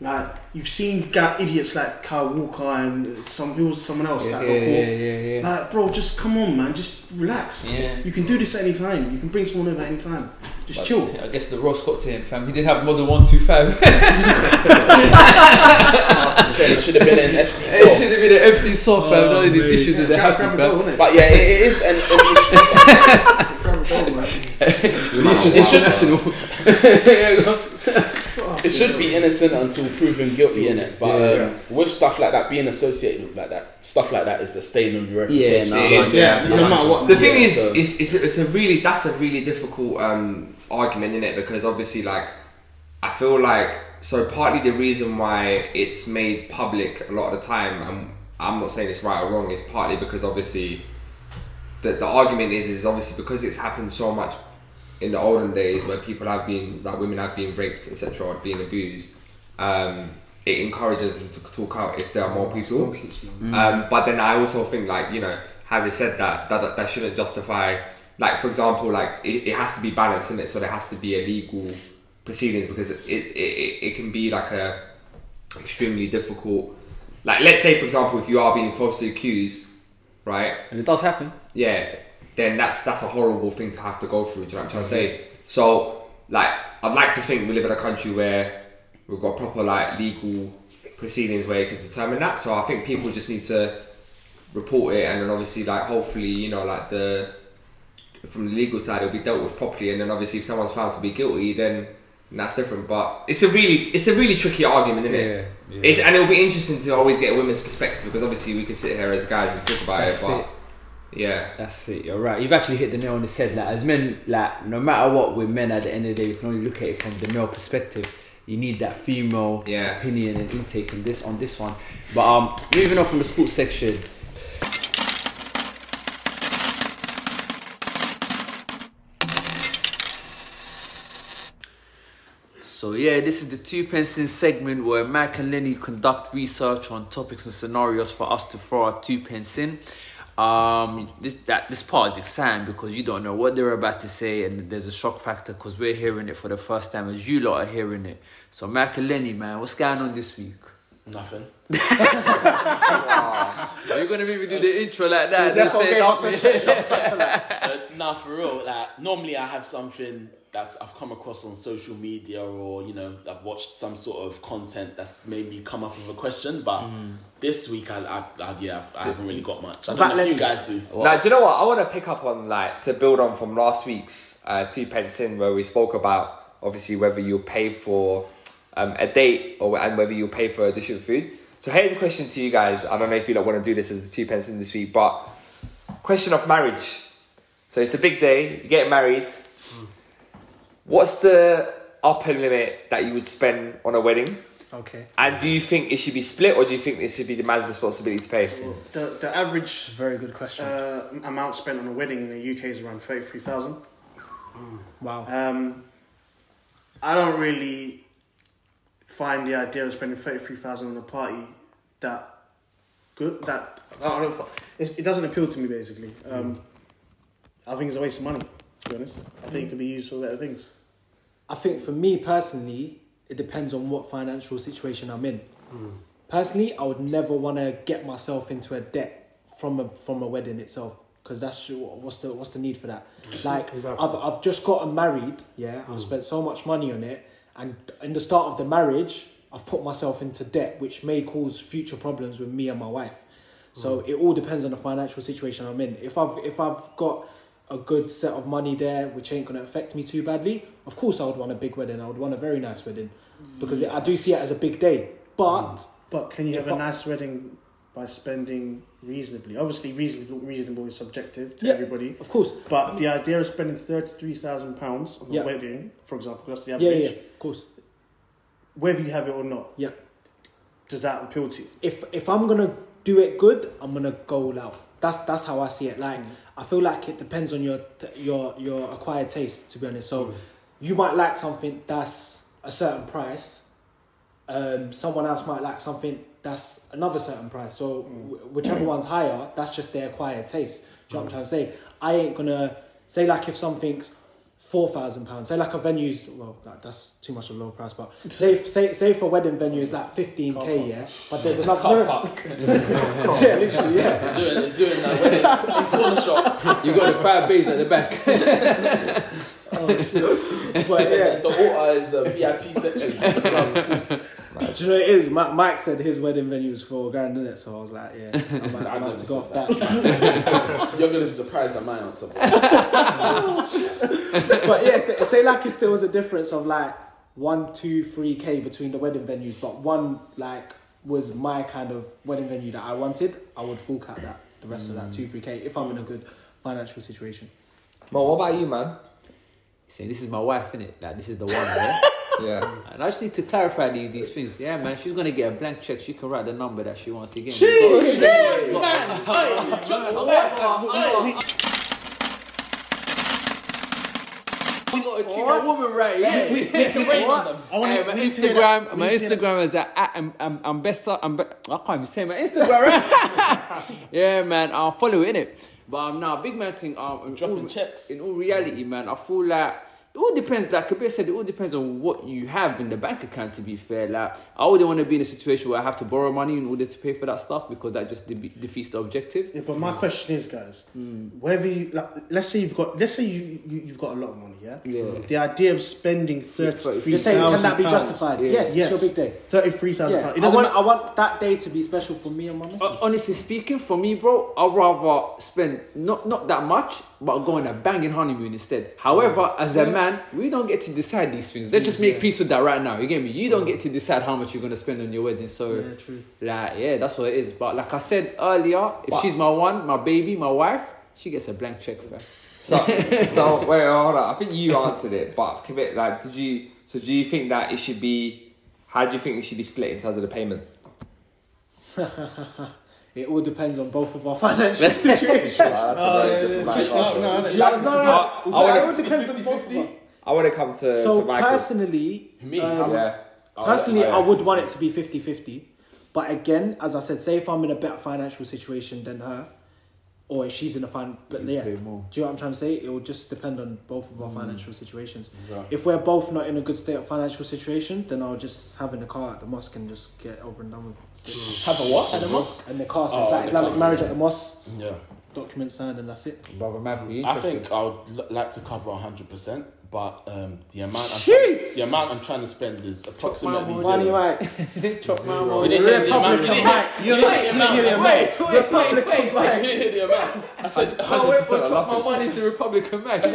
[SPEAKER 5] Like you've seen guy, idiots like Kyle Walker and some people, someone else
[SPEAKER 1] Yeah,
[SPEAKER 5] that
[SPEAKER 1] yeah,
[SPEAKER 5] got caught.
[SPEAKER 1] yeah, yeah, yeah.
[SPEAKER 5] Like, bro, just come on, man. Just relax.
[SPEAKER 1] Yeah.
[SPEAKER 5] You can do this at any time. You can bring someone over at any time. Just
[SPEAKER 1] But
[SPEAKER 5] chill.
[SPEAKER 1] I guess the Ross got to him, fam. He didn't have model one two five.
[SPEAKER 3] it should have been an FC
[SPEAKER 1] it
[SPEAKER 3] song.
[SPEAKER 1] should have been an FC soft, fam.
[SPEAKER 2] Oh,
[SPEAKER 1] None of these
[SPEAKER 2] mate.
[SPEAKER 1] issues with
[SPEAKER 5] Yeah,
[SPEAKER 1] that
[SPEAKER 5] grab, grab
[SPEAKER 1] happen,
[SPEAKER 5] a
[SPEAKER 1] fam.
[SPEAKER 5] goal, innit?
[SPEAKER 3] But yeah, it it is an. an issue.
[SPEAKER 5] Grab a goal, man.
[SPEAKER 3] It should,
[SPEAKER 1] International.
[SPEAKER 5] Fuck,
[SPEAKER 3] it should be
[SPEAKER 5] yeah.
[SPEAKER 3] innocent until proven guilty, in it. But um,
[SPEAKER 4] Yeah.
[SPEAKER 3] with stuff like that, being associated with like that, stuff like that is a stain on your
[SPEAKER 1] Yeah,
[SPEAKER 3] reputation.
[SPEAKER 1] it
[SPEAKER 3] So,
[SPEAKER 1] is,
[SPEAKER 5] Yeah, no matter what.
[SPEAKER 4] The
[SPEAKER 5] man.
[SPEAKER 4] thing
[SPEAKER 3] Yeah,
[SPEAKER 4] is,
[SPEAKER 3] so-
[SPEAKER 4] it's, it's, it's a really that's a really difficult um, argument, is it? Because obviously, like, I feel like so partly the reason why it's made public a lot of the time, and I'm not saying it's right or wrong, is partly because obviously the, the argument is is obviously because it's happened so much in the olden days where people have been like women have been raped etc or being abused um, it encourages them to talk out if there are more people um, but then I also think like you know having said that that, that, that shouldn't justify like for example like it, it has to be balanced in it so there has to be a legal proceedings because it, it, it, it can be like a extremely difficult like let's say for example if you are being falsely accused right
[SPEAKER 1] and it does happen.
[SPEAKER 4] yeah, then that's that's a horrible thing to have to go through. Do you know what I'm trying to
[SPEAKER 1] Mm-hmm.
[SPEAKER 4] say? So, like, I'd like to think we live in a country where we've got proper like legal proceedings where you can determine that. So I think people just need to report it, and then obviously, like, hopefully, you know, like the from the legal side, it'll be dealt with properly, and then obviously, if someone's found to be guilty, then that's different. But it's a really it's a really tricky argument, isn't it?
[SPEAKER 1] Yeah,
[SPEAKER 4] It's, and it'll be interesting to always get a women's perspective because obviously we can sit here as guys and talk about
[SPEAKER 1] That's
[SPEAKER 4] it, but yeah.
[SPEAKER 1] That's it. You're right. You've actually hit the nail on the head. Like as men, like no matter what, we're men. At the end of the day, we can only look at it from the male perspective. You need that female
[SPEAKER 4] Yeah.
[SPEAKER 1] opinion and intake in this on this one. But um, moving on from the sports section. So yeah, this is the two pence in segment where Mac and Lenny conduct research on topics and scenarios for us to throw our two pence in. Um, this that this part is exciting because you don't know what they're about to say, and there's a shock factor because we're hearing it for the first time as you lot are hearing it. So Mac and Lenny, man, what's going on this week?
[SPEAKER 3] Nothing.
[SPEAKER 1] Are you gonna make me do the intro like that?
[SPEAKER 2] That's okay,
[SPEAKER 3] Uh, nah, for real. Like normally, I have something that I've come across on social media, or you know, I've watched some sort of content that's made me come up with a question. But
[SPEAKER 5] Hmm.
[SPEAKER 3] this week, I, I, I yeah, I've, I haven't really got much. I don't
[SPEAKER 2] About
[SPEAKER 3] know if you
[SPEAKER 2] Lenny.
[SPEAKER 3] guys do.
[SPEAKER 4] Now, do you know what? I want to pick up on like to build on from last week's uh, two pence in where we spoke about obviously whether you pay for um, a date or and whether you pay for additional food. So here's a question to you guys. I don't know if you like want to do this as a two pence in this week, but question of marriage. So it's the big day. You get married. Hmm. What's the upper limit that you would spend on a wedding?
[SPEAKER 2] Okay.
[SPEAKER 4] And do you think it should be split, or do you think it should be the man's responsibility to pay?
[SPEAKER 5] The, the average
[SPEAKER 2] Very good question.
[SPEAKER 5] uh, amount spent on a wedding in the UK is around 33,000.
[SPEAKER 2] wow.
[SPEAKER 5] Um, I don't really find the idea of spending thirty three thousand on a party that good that I don't fi- it, it doesn't appeal to me basically. Um,
[SPEAKER 2] Mm.
[SPEAKER 5] I think it's a waste of money. To be honest, I think it could be used for better things.
[SPEAKER 2] I think for me personally, it depends on what financial situation I'm in. Personally, I would never want to get myself into a debt from a from a wedding itself because that's ju- what's the what's the need for that. Like
[SPEAKER 6] Exactly.
[SPEAKER 2] I've I've just gotten married, yeah. I've spent so much money on it, and in the start of the marriage, I've put myself into debt, which may cause future problems with me and my wife. So it all depends on the financial situation I'm in. If I've if I've got a good set of money there, which ain't gonna affect me too badly, of course I would want a big wedding. I would want a very nice wedding because I do see it as a big day. But
[SPEAKER 5] But can you have
[SPEAKER 2] If
[SPEAKER 5] a
[SPEAKER 2] I-
[SPEAKER 5] nice wedding by spending reasonably? Obviously, reasonable reasonable is subjective to
[SPEAKER 2] Yeah.
[SPEAKER 5] everybody.
[SPEAKER 2] of course,
[SPEAKER 5] But the idea of spending thirty three thousand pounds on a
[SPEAKER 2] Yeah.
[SPEAKER 5] wedding, for example, that's the
[SPEAKER 2] yeah,
[SPEAKER 5] average.
[SPEAKER 2] yeah, yeah, of course.
[SPEAKER 5] Whether you have it or not,
[SPEAKER 2] Yeah.
[SPEAKER 5] does that appeal to you?
[SPEAKER 2] if if I'm gonna do it good, I'm gonna go all out. That's that's how I see it. Like I feel like it depends on your your your acquired taste. To be honest, so you might like something that's a certain price. Um, someone else might like something that's another certain price. So wh- whichever one's higher, that's just their acquired taste. Do you know what I'm trying to say? I ain't gonna say like if something's four thousand pounds. Say like a venue's well, that, that's too much of a low price, but say if, say say if a wedding venue is like fifteen
[SPEAKER 5] Car
[SPEAKER 2] k,
[SPEAKER 5] park.
[SPEAKER 2] yeah. But there's another no,
[SPEAKER 3] Car
[SPEAKER 2] no,
[SPEAKER 3] park.
[SPEAKER 2] yeah, literally, yeah.
[SPEAKER 3] They're doing, they're doing that wedding in corner shop.
[SPEAKER 1] You got the five bays at the back.
[SPEAKER 2] But yeah,
[SPEAKER 3] The altar is a VIP section.
[SPEAKER 2] do you know what it is? Ma- Mike said his wedding venue was four grand, didn't it? So I was like, yeah, I might, I might have to go off that.
[SPEAKER 3] You're gonna be surprised at my answer.
[SPEAKER 2] but yeah, say, say like if there was a difference of like one, two, three k between the wedding venues, but one like was my kind of wedding venue that I wanted, I would fork out that the rest of that two, three k if I'm in a good financial situation.
[SPEAKER 4] Mo, Oh, what about you, man?
[SPEAKER 1] Saying this is my wife, innit? Like this is the one. Yeah?
[SPEAKER 4] Yeah.
[SPEAKER 1] And I just need to clarify these, these things. Yeah, man, she's gonna get a blank check. She can write the number that she wants to get.
[SPEAKER 3] We got a cute
[SPEAKER 1] What woman right here?
[SPEAKER 5] I wanna-
[SPEAKER 1] Hey, my
[SPEAKER 5] we need to hear that.
[SPEAKER 1] Instagram,
[SPEAKER 5] We
[SPEAKER 1] my
[SPEAKER 5] need to hear
[SPEAKER 1] Instagram is at, at I'm, I'm, I'm best. so- I'm be, I can't even say my Instagram. right? yeah, man, I'll follow it. innit? But um, now big man thing. Um, in
[SPEAKER 3] Dropping
[SPEAKER 1] all,
[SPEAKER 3] checks.
[SPEAKER 1] In all reality, man, I feel like. It all depends, like Kabir said, it all depends on what you have in the bank account, to be fair. Like, I wouldn't want to be in a situation where I have to borrow money in order to pay for that stuff because that just de- defeats the objective.
[SPEAKER 5] Yeah, but
[SPEAKER 3] Mm.
[SPEAKER 5] my question is, guys, whether you like, let's say you've got, let's say you, you you've got a lot of money, yeah.
[SPEAKER 1] Yeah.
[SPEAKER 5] The idea of spending thirty three
[SPEAKER 2] You're saying
[SPEAKER 5] thousand.
[SPEAKER 2] can that be justified?
[SPEAKER 1] Yeah.
[SPEAKER 2] Yes,
[SPEAKER 5] Yes.
[SPEAKER 2] it's your big day.
[SPEAKER 5] Thirty three thousand.
[SPEAKER 2] Yeah,
[SPEAKER 5] It
[SPEAKER 2] I
[SPEAKER 5] doesn't.
[SPEAKER 2] want
[SPEAKER 5] matter.
[SPEAKER 2] I want that day to be special for me and my missus.
[SPEAKER 1] Uh, honestly speaking, for me, bro, I'd rather spend not not that much, but go on a banging honeymoon instead. However, as a man, we don't get to decide these things. Let's just make peace with that right now. You get me? You don't get to decide how much you're gonna spend on your wedding. So,
[SPEAKER 2] Yeah, true.
[SPEAKER 1] like, yeah, that's what it is. But like I said earlier, if she's my one, my baby, my wife, she gets a blank check for.
[SPEAKER 4] So, so wait, hold on. I think you answered it, but commit. Like, did you? So, do you think that it should be? How do you think it should be split in terms of the payment?
[SPEAKER 2] It all depends on both of our financial situations.
[SPEAKER 4] Wow, that's a very
[SPEAKER 5] Oh, yeah,
[SPEAKER 4] different life
[SPEAKER 5] yeah,
[SPEAKER 4] answer.
[SPEAKER 5] yeah. No, no, no.
[SPEAKER 2] Yeah, no, no,
[SPEAKER 4] I- I
[SPEAKER 2] no.
[SPEAKER 4] wanna-
[SPEAKER 2] It all depends on both of us.
[SPEAKER 4] I want to come to,
[SPEAKER 2] So
[SPEAKER 4] to Michael.
[SPEAKER 2] personally,
[SPEAKER 3] Me,
[SPEAKER 2] um,
[SPEAKER 4] yeah.
[SPEAKER 2] personally, I would want it to be 50-50. But again, as I said, say if I'm in a better financial situation than her, or if she's in a fin, but yeah, do
[SPEAKER 1] pay
[SPEAKER 2] you
[SPEAKER 1] more.
[SPEAKER 2] know what I'm trying to say? It will just depend on both of our financial situations. If we're both not in a good state of financial situation, then I'll just have in the car at the mosque and just get over and done with. it.
[SPEAKER 3] Have a what? And a mosque?
[SPEAKER 2] And the car, so
[SPEAKER 3] Oh,
[SPEAKER 2] it's like
[SPEAKER 3] yeah.
[SPEAKER 2] Islamic marriage at the mosque,
[SPEAKER 3] Yeah.
[SPEAKER 2] documents signed, and that's it.
[SPEAKER 1] Brother, man, be
[SPEAKER 3] I
[SPEAKER 1] interested.
[SPEAKER 3] think I would l- like to cover 100%, but um, the amount I'm
[SPEAKER 2] Jeez!
[SPEAKER 3] the amount I'm trying to spend is approximately
[SPEAKER 2] Money
[SPEAKER 3] zero.
[SPEAKER 2] rights. Chop my
[SPEAKER 3] You didn't hear the amount. You didn't hear- you didn't hear the amount. I said-
[SPEAKER 2] Republic of
[SPEAKER 3] You
[SPEAKER 2] Mike.
[SPEAKER 3] didn't hear the amount. I said
[SPEAKER 1] I went
[SPEAKER 4] 100% I
[SPEAKER 1] for
[SPEAKER 4] love
[SPEAKER 1] chop my money to Republican man.
[SPEAKER 3] the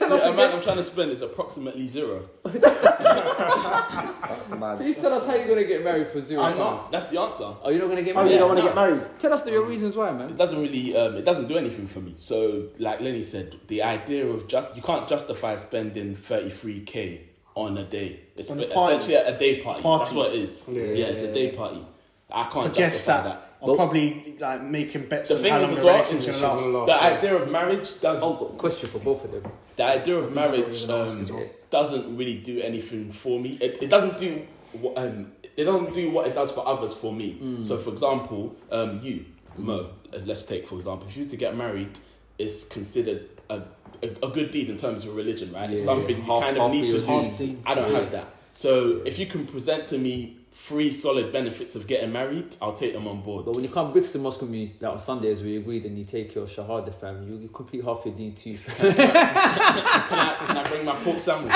[SPEAKER 3] amount I'm trying to spend is approximately zero.
[SPEAKER 4] That's mad.
[SPEAKER 1] Please tell us how you're gonna get married for 0
[SPEAKER 3] I'm
[SPEAKER 1] pounds.
[SPEAKER 3] not. That's the answer.
[SPEAKER 1] Oh, you're not gonna get
[SPEAKER 2] Oh,
[SPEAKER 1] married.
[SPEAKER 2] you don't want to
[SPEAKER 3] no.
[SPEAKER 2] get married?
[SPEAKER 1] Tell us the real reasons why, man.
[SPEAKER 3] It doesn't really. Um, it doesn't do anything for me. So, like Lenny said, the idea of ju- you can't justify spending 33k on a day. It's
[SPEAKER 5] On a
[SPEAKER 3] bit-
[SPEAKER 5] party.
[SPEAKER 3] essentially a day party. That's
[SPEAKER 5] Party.
[SPEAKER 3] what it is. Yeah, it's a day party. I can't
[SPEAKER 5] Guess
[SPEAKER 3] justify
[SPEAKER 5] that.
[SPEAKER 3] that.
[SPEAKER 5] Or probably like making bets
[SPEAKER 3] The
[SPEAKER 5] on
[SPEAKER 3] thing
[SPEAKER 5] how
[SPEAKER 3] is
[SPEAKER 5] long
[SPEAKER 3] as
[SPEAKER 5] the
[SPEAKER 3] well,
[SPEAKER 5] relationship's
[SPEAKER 3] is
[SPEAKER 5] gonna last.
[SPEAKER 6] last.
[SPEAKER 3] the idea of marriage does
[SPEAKER 1] Oh, got a question for both of them.
[SPEAKER 3] the idea of
[SPEAKER 1] I think I
[SPEAKER 3] marriage
[SPEAKER 1] really asked
[SPEAKER 3] um,
[SPEAKER 1] as well.
[SPEAKER 3] doesn't really do anything for me. It, it doesn't do wh- um, it doesn't do what it does for others for me.
[SPEAKER 1] Hmm.
[SPEAKER 3] So, for example, um, you, Mo, uh, let's take for example, if you were to get married, it's considered a, a, a good deed in terms of religion, right? it's
[SPEAKER 1] Yeah.
[SPEAKER 3] something you
[SPEAKER 1] Half-
[SPEAKER 3] kind of
[SPEAKER 1] half
[SPEAKER 3] need to
[SPEAKER 1] your
[SPEAKER 3] do.
[SPEAKER 1] deed.
[SPEAKER 2] deed.
[SPEAKER 3] I don't
[SPEAKER 1] Yeah.
[SPEAKER 3] have that. So, if you can present to me three solid benefits of getting married, I'll take them on board.
[SPEAKER 1] But when you come Brixton Mosque community, like on Sundays, we agreed and you take your Shahada fam, you, you complete half your Dean too. fam.
[SPEAKER 3] Can I, can I bring my pork sandwich?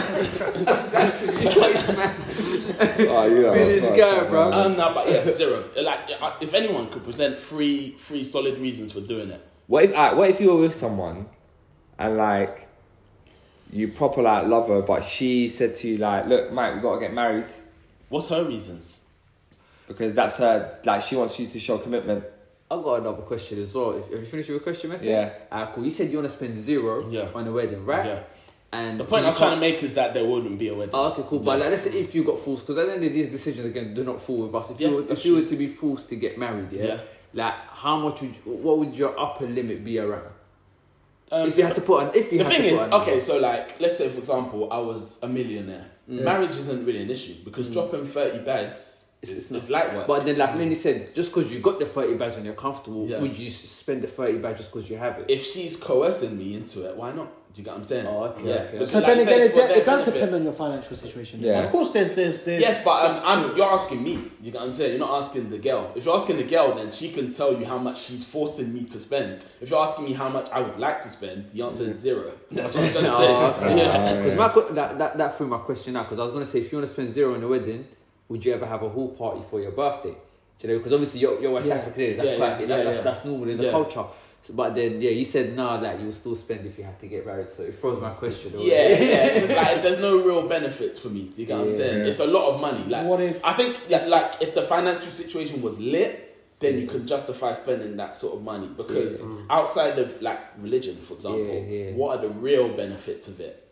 [SPEAKER 1] That's your choice, man.
[SPEAKER 4] Oh, you know,
[SPEAKER 1] Finish
[SPEAKER 4] fuck,
[SPEAKER 1] guy,
[SPEAKER 4] fuck,
[SPEAKER 1] bro.
[SPEAKER 4] man.
[SPEAKER 3] Um, no, but yeah, zero. Like, I- if anyone could present three, three solid reasons for doing it,
[SPEAKER 4] What if uh, what if you were with someone, and like, you proper like love her, but she said to you like, look, mate, we gotta get married
[SPEAKER 3] what's her reasons?
[SPEAKER 4] because that's her. Like, she wants you to show commitment.
[SPEAKER 1] I've got another question as well. If, have you finished your question, Matty?
[SPEAKER 4] Yeah.
[SPEAKER 1] Ah, cool. You said you want to spend zero
[SPEAKER 3] Yeah.
[SPEAKER 1] on a wedding, right?
[SPEAKER 3] Yeah.
[SPEAKER 1] And
[SPEAKER 3] The point
[SPEAKER 1] you
[SPEAKER 3] I'm trying
[SPEAKER 1] can't-
[SPEAKER 3] to make is that there wouldn't be a wedding.
[SPEAKER 1] Oh, okay, cool. But like, let's say if you got forced, because at the end of these decisions again do not fall with us. If
[SPEAKER 3] Yeah,
[SPEAKER 1] you were,
[SPEAKER 3] that's
[SPEAKER 1] if you were
[SPEAKER 3] true.
[SPEAKER 1] to be forced to get married, yeah,
[SPEAKER 3] Yeah.
[SPEAKER 1] like how much would you, what would your upper limit be around?
[SPEAKER 3] Um,
[SPEAKER 1] if you had to put on, if you
[SPEAKER 3] the
[SPEAKER 1] had
[SPEAKER 3] thing
[SPEAKER 1] to
[SPEAKER 3] is,
[SPEAKER 1] put on,
[SPEAKER 3] okay, so like, let's say for example, I was a millionaire.
[SPEAKER 1] Mm.
[SPEAKER 3] Marriage isn't really an issue because dropping thirty bags
[SPEAKER 1] It's-
[SPEAKER 3] is,
[SPEAKER 1] it's not.
[SPEAKER 3] is light work.
[SPEAKER 1] But then, like Lenny said, just because you got the thirty bags and you're comfortable,
[SPEAKER 3] Yeah.
[SPEAKER 1] would you s- spend the thirty bags just because you have it?
[SPEAKER 3] if she's coercing me into it, why not? Do you get what I'm saying?
[SPEAKER 1] Oh, okay,
[SPEAKER 3] Yeah.
[SPEAKER 1] okay.
[SPEAKER 3] Because,
[SPEAKER 2] So
[SPEAKER 3] like
[SPEAKER 2] then
[SPEAKER 3] you said,
[SPEAKER 2] again,
[SPEAKER 3] it's
[SPEAKER 2] it,
[SPEAKER 3] for
[SPEAKER 2] de-
[SPEAKER 3] their
[SPEAKER 2] it does
[SPEAKER 3] benefit.
[SPEAKER 2] depend on your financial situation.
[SPEAKER 4] Yeah.
[SPEAKER 5] Of course, there's there's there's
[SPEAKER 3] Yes, but um, I'm, you're asking me. You get what I'm saying? You're not asking the girl. If you're asking the girl, then she can tell you how much she's forcing me to spend. If you're asking me how much I would like to spend, the answer is zero. That's what I'm trying to say. Yeah.
[SPEAKER 1] Because my que- that, that that threw my question out. Because I was gonna say, if you wanna spend zero on a wedding, would you ever have a hall party for your birthday? Do you know? Because obviously you're, you're West
[SPEAKER 2] Yeah.
[SPEAKER 1] African. eh? That's
[SPEAKER 3] Yeah,
[SPEAKER 1] quite
[SPEAKER 3] yeah,
[SPEAKER 1] that,
[SPEAKER 3] yeah,
[SPEAKER 1] that's,
[SPEAKER 3] yeah.
[SPEAKER 1] that's normal in the
[SPEAKER 3] Yeah.
[SPEAKER 1] culture. So, but then yeah, you said nah, like you would still spend if you had to get married. So it froze my question. away.
[SPEAKER 3] Yeah, yeah, it's just like there's no real benefits for me. You get what I'm saying? It's a lot of money. Like,
[SPEAKER 2] What if-
[SPEAKER 3] I think that like if the financial situation was lit, then you could justify spending that sort of money because outside of like religion, for example,
[SPEAKER 1] Mm. Yeah, yeah.
[SPEAKER 3] what are the real benefits of it?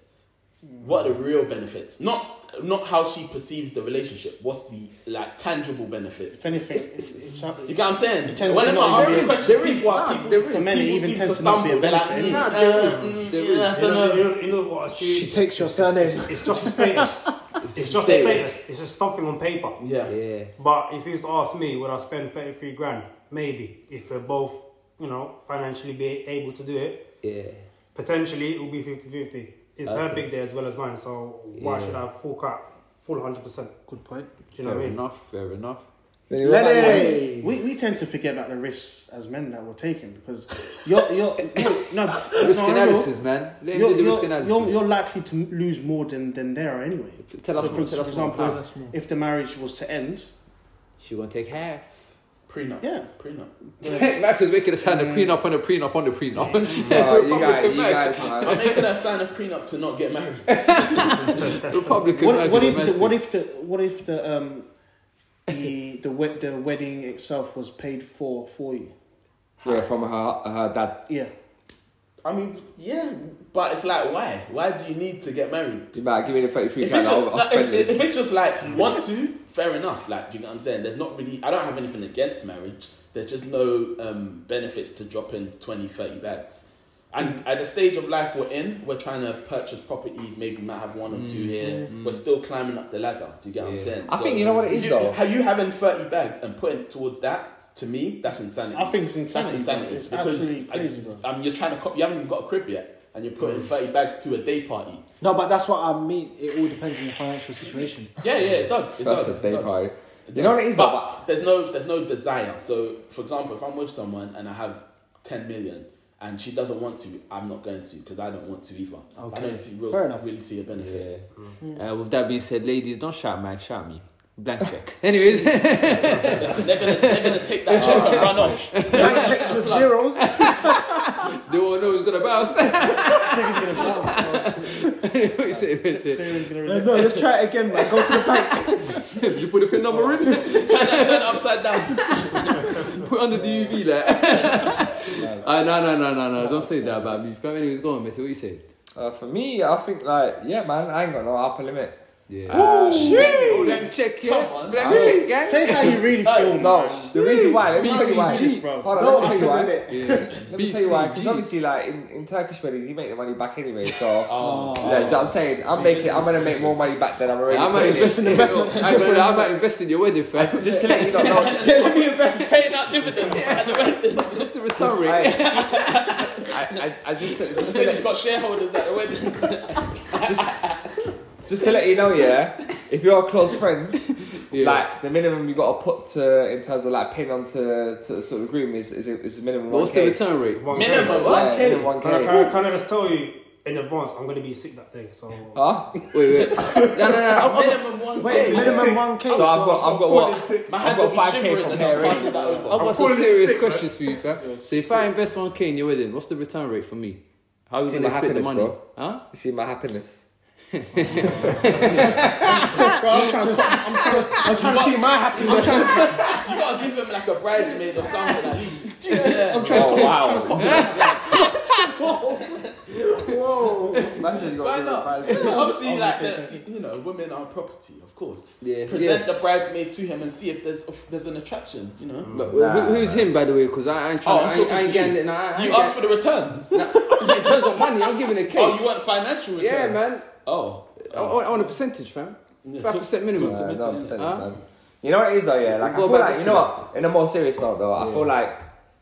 [SPEAKER 3] What are the real benefits? Not not how she perceives the relationship. What's the like tangible benefits?
[SPEAKER 5] if anything,
[SPEAKER 1] It's-
[SPEAKER 5] it's,
[SPEAKER 1] it's-
[SPEAKER 5] it's,
[SPEAKER 3] You get what I'm saying?
[SPEAKER 5] It tends to
[SPEAKER 3] Whenever
[SPEAKER 5] not
[SPEAKER 3] I
[SPEAKER 5] be
[SPEAKER 3] ask
[SPEAKER 5] a
[SPEAKER 3] this
[SPEAKER 5] benefit.
[SPEAKER 3] question,
[SPEAKER 1] There is
[SPEAKER 3] people, are-
[SPEAKER 1] none.
[SPEAKER 3] people,
[SPEAKER 1] There is-
[SPEAKER 3] people
[SPEAKER 5] many even
[SPEAKER 3] seem to
[SPEAKER 5] tends to not be a
[SPEAKER 3] stumble. They're like,
[SPEAKER 5] benefit.
[SPEAKER 3] "Mm,
[SPEAKER 1] Nah, there is-
[SPEAKER 3] mm,
[SPEAKER 1] there
[SPEAKER 3] yeah,
[SPEAKER 1] is.
[SPEAKER 3] I
[SPEAKER 6] You
[SPEAKER 3] don't
[SPEAKER 6] know,
[SPEAKER 3] know."
[SPEAKER 6] you know, you know what I see?
[SPEAKER 2] She
[SPEAKER 6] It's-
[SPEAKER 2] takes your
[SPEAKER 6] it's- it's-
[SPEAKER 2] surname.
[SPEAKER 6] It's, it's just a status.
[SPEAKER 1] It's,
[SPEAKER 6] it's
[SPEAKER 1] just
[SPEAKER 6] just a status. It's just something on paper.
[SPEAKER 3] Yeah.
[SPEAKER 1] Yeah.
[SPEAKER 6] But if you was to ask me, would I spend 33 grand? Maybe. If we're both, you know, financially be able to do it,
[SPEAKER 1] Yeah.
[SPEAKER 6] potentially it will be 50 50. It's her
[SPEAKER 1] Okay.
[SPEAKER 6] big day as well as mine, so why should I full cut full 100%?
[SPEAKER 2] Good point.
[SPEAKER 6] Do you know
[SPEAKER 1] fair
[SPEAKER 6] what I mean?
[SPEAKER 1] enough. Fair enough.
[SPEAKER 4] Then you look like,
[SPEAKER 2] Lenny!
[SPEAKER 5] we, we tend to forget about the risks as men that we're taking because you're you're no, no
[SPEAKER 1] Risk
[SPEAKER 5] no, no, no.
[SPEAKER 1] analysis, man. Let me
[SPEAKER 5] You're,
[SPEAKER 1] do the
[SPEAKER 5] you're,
[SPEAKER 1] risk analysis.
[SPEAKER 5] you're, you're likely to lose more than, than they are anyway.
[SPEAKER 1] tell us
[SPEAKER 5] so
[SPEAKER 1] more.
[SPEAKER 5] for,
[SPEAKER 1] Tell
[SPEAKER 5] for
[SPEAKER 1] us more.
[SPEAKER 5] example,
[SPEAKER 2] Tell us more.
[SPEAKER 5] if the marriage was to end,
[SPEAKER 1] She gonna take half.
[SPEAKER 3] Prenup.
[SPEAKER 5] yeah,
[SPEAKER 3] Prenup.
[SPEAKER 1] America's making us sign a prenup on a prenup on a prenup.
[SPEAKER 4] oh, you guys,
[SPEAKER 1] Republican
[SPEAKER 4] you guys, man.
[SPEAKER 3] I'm making her sign a prenup to not get married.
[SPEAKER 1] Republican.
[SPEAKER 5] what, what if
[SPEAKER 1] American
[SPEAKER 5] the, what if the what if the um the the, wed- the wedding itself was paid for for you?
[SPEAKER 4] Yeah, from her, her dad.
[SPEAKER 5] Yeah,
[SPEAKER 3] I mean, yeah, but it's like, why? Why do you need to get married?
[SPEAKER 4] He's like, give me the 33
[SPEAKER 3] If it's,
[SPEAKER 4] grand,
[SPEAKER 3] just,
[SPEAKER 4] I'll, I'll
[SPEAKER 3] like, if-
[SPEAKER 4] spend it.
[SPEAKER 3] if it's just like you want to, fair enough. Like, do you get what I'm saying? There's not really, I don't have anything against marriage. There's just no um, benefits to dropping 20, 30 bags. And
[SPEAKER 4] Mm.
[SPEAKER 3] at the stage of life we're in, we're trying to purchase properties. Maybe we might have one or two here. We're still climbing up the ladder. Do you get what
[SPEAKER 1] Yeah.
[SPEAKER 3] I'm saying?
[SPEAKER 4] Mm. I think you know what it is,
[SPEAKER 3] you,
[SPEAKER 4] though?
[SPEAKER 3] Are you having 30 bags and putting it towards that? To me, that's insanity.
[SPEAKER 5] I think it's insanity.
[SPEAKER 3] That's insanity.
[SPEAKER 5] It's
[SPEAKER 3] because
[SPEAKER 5] absolutely
[SPEAKER 3] I-
[SPEAKER 5] crazy, bro.
[SPEAKER 3] I mean, you're trying to cop. You haven't even got a crib yet, and you're
[SPEAKER 4] Mm.
[SPEAKER 3] putting thirty bags to a day party.
[SPEAKER 2] No, but that's what I mean. It all depends on your financial situation.
[SPEAKER 3] Yeah, yeah, it does. It
[SPEAKER 4] That's
[SPEAKER 3] does.
[SPEAKER 4] a
[SPEAKER 3] it
[SPEAKER 4] day
[SPEAKER 3] does.
[SPEAKER 4] party.
[SPEAKER 3] It
[SPEAKER 4] You know
[SPEAKER 3] does.
[SPEAKER 4] what it is,
[SPEAKER 3] but,
[SPEAKER 4] though, but-
[SPEAKER 3] there's no there's no desire. So, for example, if I'm with someone and I have ten million and she doesn't want to, I'm not going to because I don't want to either. I
[SPEAKER 1] Okay.
[SPEAKER 3] don't see real,
[SPEAKER 2] Fair enough.
[SPEAKER 3] really see a benefit.
[SPEAKER 1] Yeah. Uh, with that being said, ladies, don't shout Mike, shout me. Blank check. Anyways, yeah,
[SPEAKER 3] Listen, they're gonna they're gonna take that check and run off.
[SPEAKER 2] Bank checks with zeros.
[SPEAKER 1] they all know it's gonna bounce.
[SPEAKER 5] Check is gonna bounce.
[SPEAKER 1] Wait, say, wait, say.
[SPEAKER 5] Clear is gonna
[SPEAKER 2] no,
[SPEAKER 5] reject.
[SPEAKER 2] no, let's try it again, man. Go to the bank.
[SPEAKER 1] Did you put the pin number in?
[SPEAKER 3] Turn it, turn it upside down.
[SPEAKER 1] put it under the UV there. uh, no, no, no, no, no. Don't say that about me. Fam, anyways, go on, mate. What you say?
[SPEAKER 4] Uh, for me, I think like yeah, man, I ain't got no upper limit.
[SPEAKER 1] Yeah.
[SPEAKER 4] Oh,
[SPEAKER 1] Blank check,
[SPEAKER 4] Come
[SPEAKER 1] yeah.
[SPEAKER 4] on,
[SPEAKER 1] Blank
[SPEAKER 4] jeez.
[SPEAKER 1] check, gang.
[SPEAKER 5] Say how you really feel.
[SPEAKER 4] No, the reason why, let me tell you why.
[SPEAKER 5] BCG, bro.
[SPEAKER 4] Hold on, let me tell you why.
[SPEAKER 1] Yeah.
[SPEAKER 4] Let me tell you why, because
[SPEAKER 1] BCG.
[SPEAKER 4] obviously, like in, in Turkish weddings, you make the money back anyway. So,
[SPEAKER 7] Oh,
[SPEAKER 4] yeah, do you know what I'm saying I'm making, I'm gonna make more money back than I'm already.
[SPEAKER 1] I might
[SPEAKER 4] putting
[SPEAKER 1] invest in
[SPEAKER 4] in.
[SPEAKER 1] the investment. I ain't gonna lie, I might invest in your wedding, fam.
[SPEAKER 4] Just to let you lot know,
[SPEAKER 1] let me invest paying out dividends at the wedding. What's the return rate?
[SPEAKER 4] I, I, I just, just to let,
[SPEAKER 3] got shareholders at the wedding.
[SPEAKER 4] just to let you know, yeah. If you're a close friend,
[SPEAKER 1] Yeah.
[SPEAKER 4] like the minimum you got to put to in terms of like paying on to, to sort of groom is is, is a minimum.
[SPEAKER 1] What's the
[SPEAKER 4] 1K.
[SPEAKER 1] return rate?
[SPEAKER 6] One
[SPEAKER 3] Minimum,
[SPEAKER 6] grand.
[SPEAKER 3] what?
[SPEAKER 4] Yeah, minimum one
[SPEAKER 6] Can I,
[SPEAKER 4] k.
[SPEAKER 6] can, I, can I just tell you in advance, I'm going to be sick that day, so.
[SPEAKER 4] Huh?
[SPEAKER 1] Wait, wait. No, no, no. I'm-
[SPEAKER 3] minimum one.
[SPEAKER 6] Wait, minimum 1k.
[SPEAKER 4] So I've got, I've got what?
[SPEAKER 6] Sick.
[SPEAKER 3] My
[SPEAKER 4] I've
[SPEAKER 3] hand will
[SPEAKER 4] got
[SPEAKER 3] be
[SPEAKER 4] five k
[SPEAKER 3] shivering
[SPEAKER 4] from
[SPEAKER 3] as
[SPEAKER 4] here.
[SPEAKER 3] I'm
[SPEAKER 4] already.
[SPEAKER 3] passing that over.
[SPEAKER 1] I've got some
[SPEAKER 6] calling it
[SPEAKER 1] serious
[SPEAKER 6] sick,
[SPEAKER 1] questions for you, fam. So if I invest 1k in your wedding, what's the return rate for me? How are you
[SPEAKER 4] See
[SPEAKER 1] gonna
[SPEAKER 4] what
[SPEAKER 1] split the
[SPEAKER 4] happens,
[SPEAKER 1] money?
[SPEAKER 4] bro.
[SPEAKER 1] Huh?
[SPEAKER 4] You see my happiness.
[SPEAKER 5] Bro, I'm trying to, I'm trying to, I'm trying to see my happiness. I'm trying,
[SPEAKER 3] You gotta give him like a bridesmaid or something at least.
[SPEAKER 5] I'm trying to,
[SPEAKER 4] wow.
[SPEAKER 5] I'm trying to copy.
[SPEAKER 4] Imagine you
[SPEAKER 3] Why
[SPEAKER 4] got
[SPEAKER 3] not?
[SPEAKER 4] a bit of a
[SPEAKER 3] Obviously, like the, you know, women are property, of course.
[SPEAKER 1] Yeah.
[SPEAKER 3] Present
[SPEAKER 4] Yes.
[SPEAKER 3] the bridesmaid to him and see if there's if there's an attraction. You know,
[SPEAKER 1] But who, who's him, by the way? Because I, I ain't trying.
[SPEAKER 3] Oh, I'm
[SPEAKER 1] I, ain't-
[SPEAKER 3] talking
[SPEAKER 1] I ain't
[SPEAKER 3] to
[SPEAKER 1] getting
[SPEAKER 3] you.
[SPEAKER 1] it. Nah, I, I
[SPEAKER 3] you
[SPEAKER 1] ain't
[SPEAKER 3] ask for the returns.
[SPEAKER 1] getting, in terms of money. I'm giving a cake.
[SPEAKER 3] Oh, you want financial returns?
[SPEAKER 1] yeah, man.
[SPEAKER 3] Oh,
[SPEAKER 1] I, I want- I want a percentage, fam.
[SPEAKER 3] Yeah,
[SPEAKER 1] Five
[SPEAKER 3] talk-
[SPEAKER 1] percent minimum.
[SPEAKER 3] talk to
[SPEAKER 4] Uh,
[SPEAKER 3] me,
[SPEAKER 4] no,
[SPEAKER 3] talk
[SPEAKER 4] I'm
[SPEAKER 3] to me.
[SPEAKER 4] saying,
[SPEAKER 1] Huh?
[SPEAKER 4] man. You know what it is though, yeah. Like I
[SPEAKER 1] Go
[SPEAKER 4] feel
[SPEAKER 1] back
[SPEAKER 4] like
[SPEAKER 1] to
[SPEAKER 4] you know what. In a more serious note though, I feel like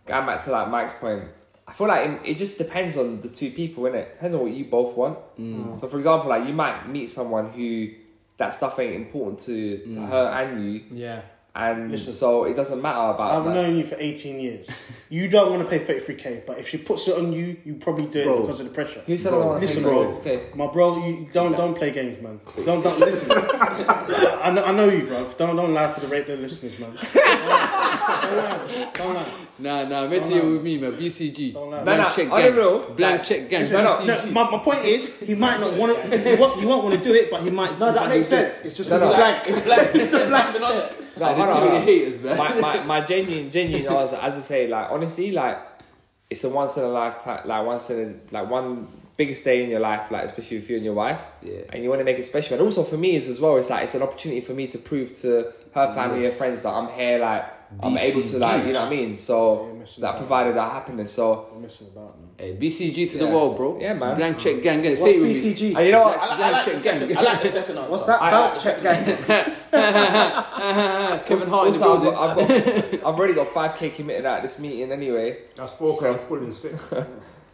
[SPEAKER 4] going back to like Mike's point. I feel like it, it just depends on the two people, innit? Depends on what you both want.
[SPEAKER 1] Mm.
[SPEAKER 4] So for example, like you might meet someone who that stuff ain't important to, to
[SPEAKER 1] Mm.
[SPEAKER 4] her and you,
[SPEAKER 2] Yeah.
[SPEAKER 4] and
[SPEAKER 5] Listen.
[SPEAKER 4] so it doesn't matter about
[SPEAKER 5] I've
[SPEAKER 4] that.
[SPEAKER 5] known you for 18 years. You don't want to pay 33k, but if she puts it on you, you probably do it
[SPEAKER 1] Bro.
[SPEAKER 5] because of the pressure.
[SPEAKER 4] Who said I don't want to
[SPEAKER 5] Listen,
[SPEAKER 4] take
[SPEAKER 5] bro.
[SPEAKER 4] it? Okay.
[SPEAKER 5] My bro, you don't don't play games, man. Don't don't listen. I know, I know you, bro. Don't don't lie for the radio listeners, man. Don't lie. Don't lie.
[SPEAKER 1] Nah, nah. Meant to you with me, man. BCG.
[SPEAKER 5] Don't lie.
[SPEAKER 1] Blank
[SPEAKER 4] No, no,
[SPEAKER 1] check
[SPEAKER 4] on
[SPEAKER 1] gang.
[SPEAKER 4] the real,
[SPEAKER 1] Blank
[SPEAKER 4] like-
[SPEAKER 1] check gang.
[SPEAKER 5] Listen,
[SPEAKER 4] no.
[SPEAKER 5] no, my, my point is, he might not want to. He, won't- he won't want to do it, but he might.
[SPEAKER 2] No,
[SPEAKER 5] he
[SPEAKER 2] that
[SPEAKER 5] might
[SPEAKER 2] makes
[SPEAKER 5] do it.
[SPEAKER 2] sense. It's just
[SPEAKER 4] No, no.
[SPEAKER 2] blank.
[SPEAKER 3] It's black. It's a black
[SPEAKER 4] No,
[SPEAKER 1] Nah,
[SPEAKER 4] hold
[SPEAKER 1] There's
[SPEAKER 4] on,
[SPEAKER 1] too many
[SPEAKER 4] hold on.
[SPEAKER 1] haters, man.
[SPEAKER 4] my, my, my genuine genuine answer, as I say, like honestly, like it's a once in a lifetime, like once in a, like one biggest day in your life, like especially if you and your wife,
[SPEAKER 1] Yeah.
[SPEAKER 4] and you want to make it special. And also for me is as well, it's like it's an opportunity for me to prove to her family
[SPEAKER 1] Yes.
[SPEAKER 4] and friends that I'm here, like I'm able to,
[SPEAKER 1] BCG.
[SPEAKER 4] like you know what I mean.
[SPEAKER 5] Yeah,
[SPEAKER 4] So
[SPEAKER 5] missing
[SPEAKER 4] that
[SPEAKER 5] out.
[SPEAKER 4] provided that happiness. So
[SPEAKER 5] I'm missing about, man.
[SPEAKER 1] Hey, BCG to the
[SPEAKER 4] Yeah.
[SPEAKER 1] world, bro.
[SPEAKER 4] Yeah, man.
[SPEAKER 1] Blank check gang. Get it.
[SPEAKER 2] What's
[SPEAKER 1] Say it with me.
[SPEAKER 2] BCG?
[SPEAKER 4] and you know
[SPEAKER 3] I,
[SPEAKER 4] what?
[SPEAKER 3] li- I like the second. I like the second answer.
[SPEAKER 2] What's that?
[SPEAKER 4] I-
[SPEAKER 2] Bounce check, guys.
[SPEAKER 1] Uh-huh, Kevin Hart in the
[SPEAKER 4] Also, I've,
[SPEAKER 1] building.
[SPEAKER 4] got, I've, got, I've already got five k committed at this meeting anyway.
[SPEAKER 6] That's 4k, I'm calling sick.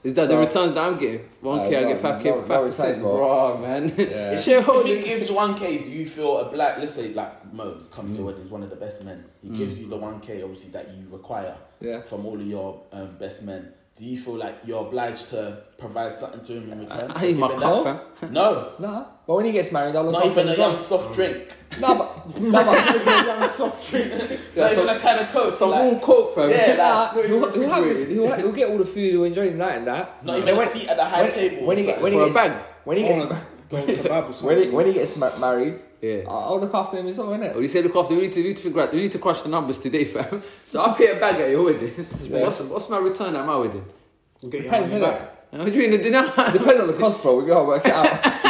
[SPEAKER 1] Is that the
[SPEAKER 4] So-
[SPEAKER 1] returns that I'm getting? 1k, I
[SPEAKER 4] Uh,
[SPEAKER 1] get
[SPEAKER 4] no,
[SPEAKER 1] 5k,
[SPEAKER 4] no, no
[SPEAKER 1] 5%.
[SPEAKER 4] returns, bro.
[SPEAKER 1] bro, man.
[SPEAKER 4] Yeah.
[SPEAKER 1] It's
[SPEAKER 3] If he
[SPEAKER 1] shareholding.
[SPEAKER 3] gives one k, do you feel a black? Let's say like Mo comes to weddings, one of the best men. He gives you the one k, obviously that you require
[SPEAKER 4] Yeah.
[SPEAKER 3] from all of your um, best men. Do you feel like you're obliged to provide something to him in return?
[SPEAKER 1] I
[SPEAKER 3] for
[SPEAKER 1] need my
[SPEAKER 3] giving
[SPEAKER 1] car,
[SPEAKER 3] that?
[SPEAKER 1] fam.
[SPEAKER 3] No,
[SPEAKER 4] Nah, but when he gets married, I'll look
[SPEAKER 3] not
[SPEAKER 4] after
[SPEAKER 3] even
[SPEAKER 4] him
[SPEAKER 3] a
[SPEAKER 4] as well.
[SPEAKER 3] young soft drink.
[SPEAKER 4] No, but, no, but
[SPEAKER 3] Not
[SPEAKER 1] so-
[SPEAKER 3] even a kind of coke.
[SPEAKER 1] Some
[SPEAKER 3] like,
[SPEAKER 1] warm coke, fam.
[SPEAKER 3] Yeah,
[SPEAKER 4] Nah,
[SPEAKER 1] Not
[SPEAKER 3] like,
[SPEAKER 1] even
[SPEAKER 4] he'll, he'll, have,
[SPEAKER 1] refrigerated.
[SPEAKER 4] he'll, he'll get all the food, he'll enjoy that and that.
[SPEAKER 3] not
[SPEAKER 4] And
[SPEAKER 3] even a
[SPEAKER 4] when-
[SPEAKER 3] seat at the high
[SPEAKER 4] when-
[SPEAKER 3] table.
[SPEAKER 4] When he,
[SPEAKER 3] or
[SPEAKER 4] get, when, he
[SPEAKER 1] For a
[SPEAKER 4] gets,
[SPEAKER 1] bag.
[SPEAKER 4] when he
[SPEAKER 5] I
[SPEAKER 4] gets,
[SPEAKER 5] want to go to kebab or something.
[SPEAKER 4] when he, when he gets ma- married,
[SPEAKER 1] Yeah.
[SPEAKER 4] I'll, I'll look after him as well, innit?
[SPEAKER 1] Well, you said look after. We need to, we need to figure out. We need to crush the numbers today, fam. So I'll pay a bag at your wedding. What's, what's my return at my wedding?
[SPEAKER 6] You get your
[SPEAKER 4] Depends,
[SPEAKER 6] money
[SPEAKER 4] innit?
[SPEAKER 6] back.
[SPEAKER 1] What do you mean the dinner?
[SPEAKER 4] Depends on the cost, bro. We gotta work it out.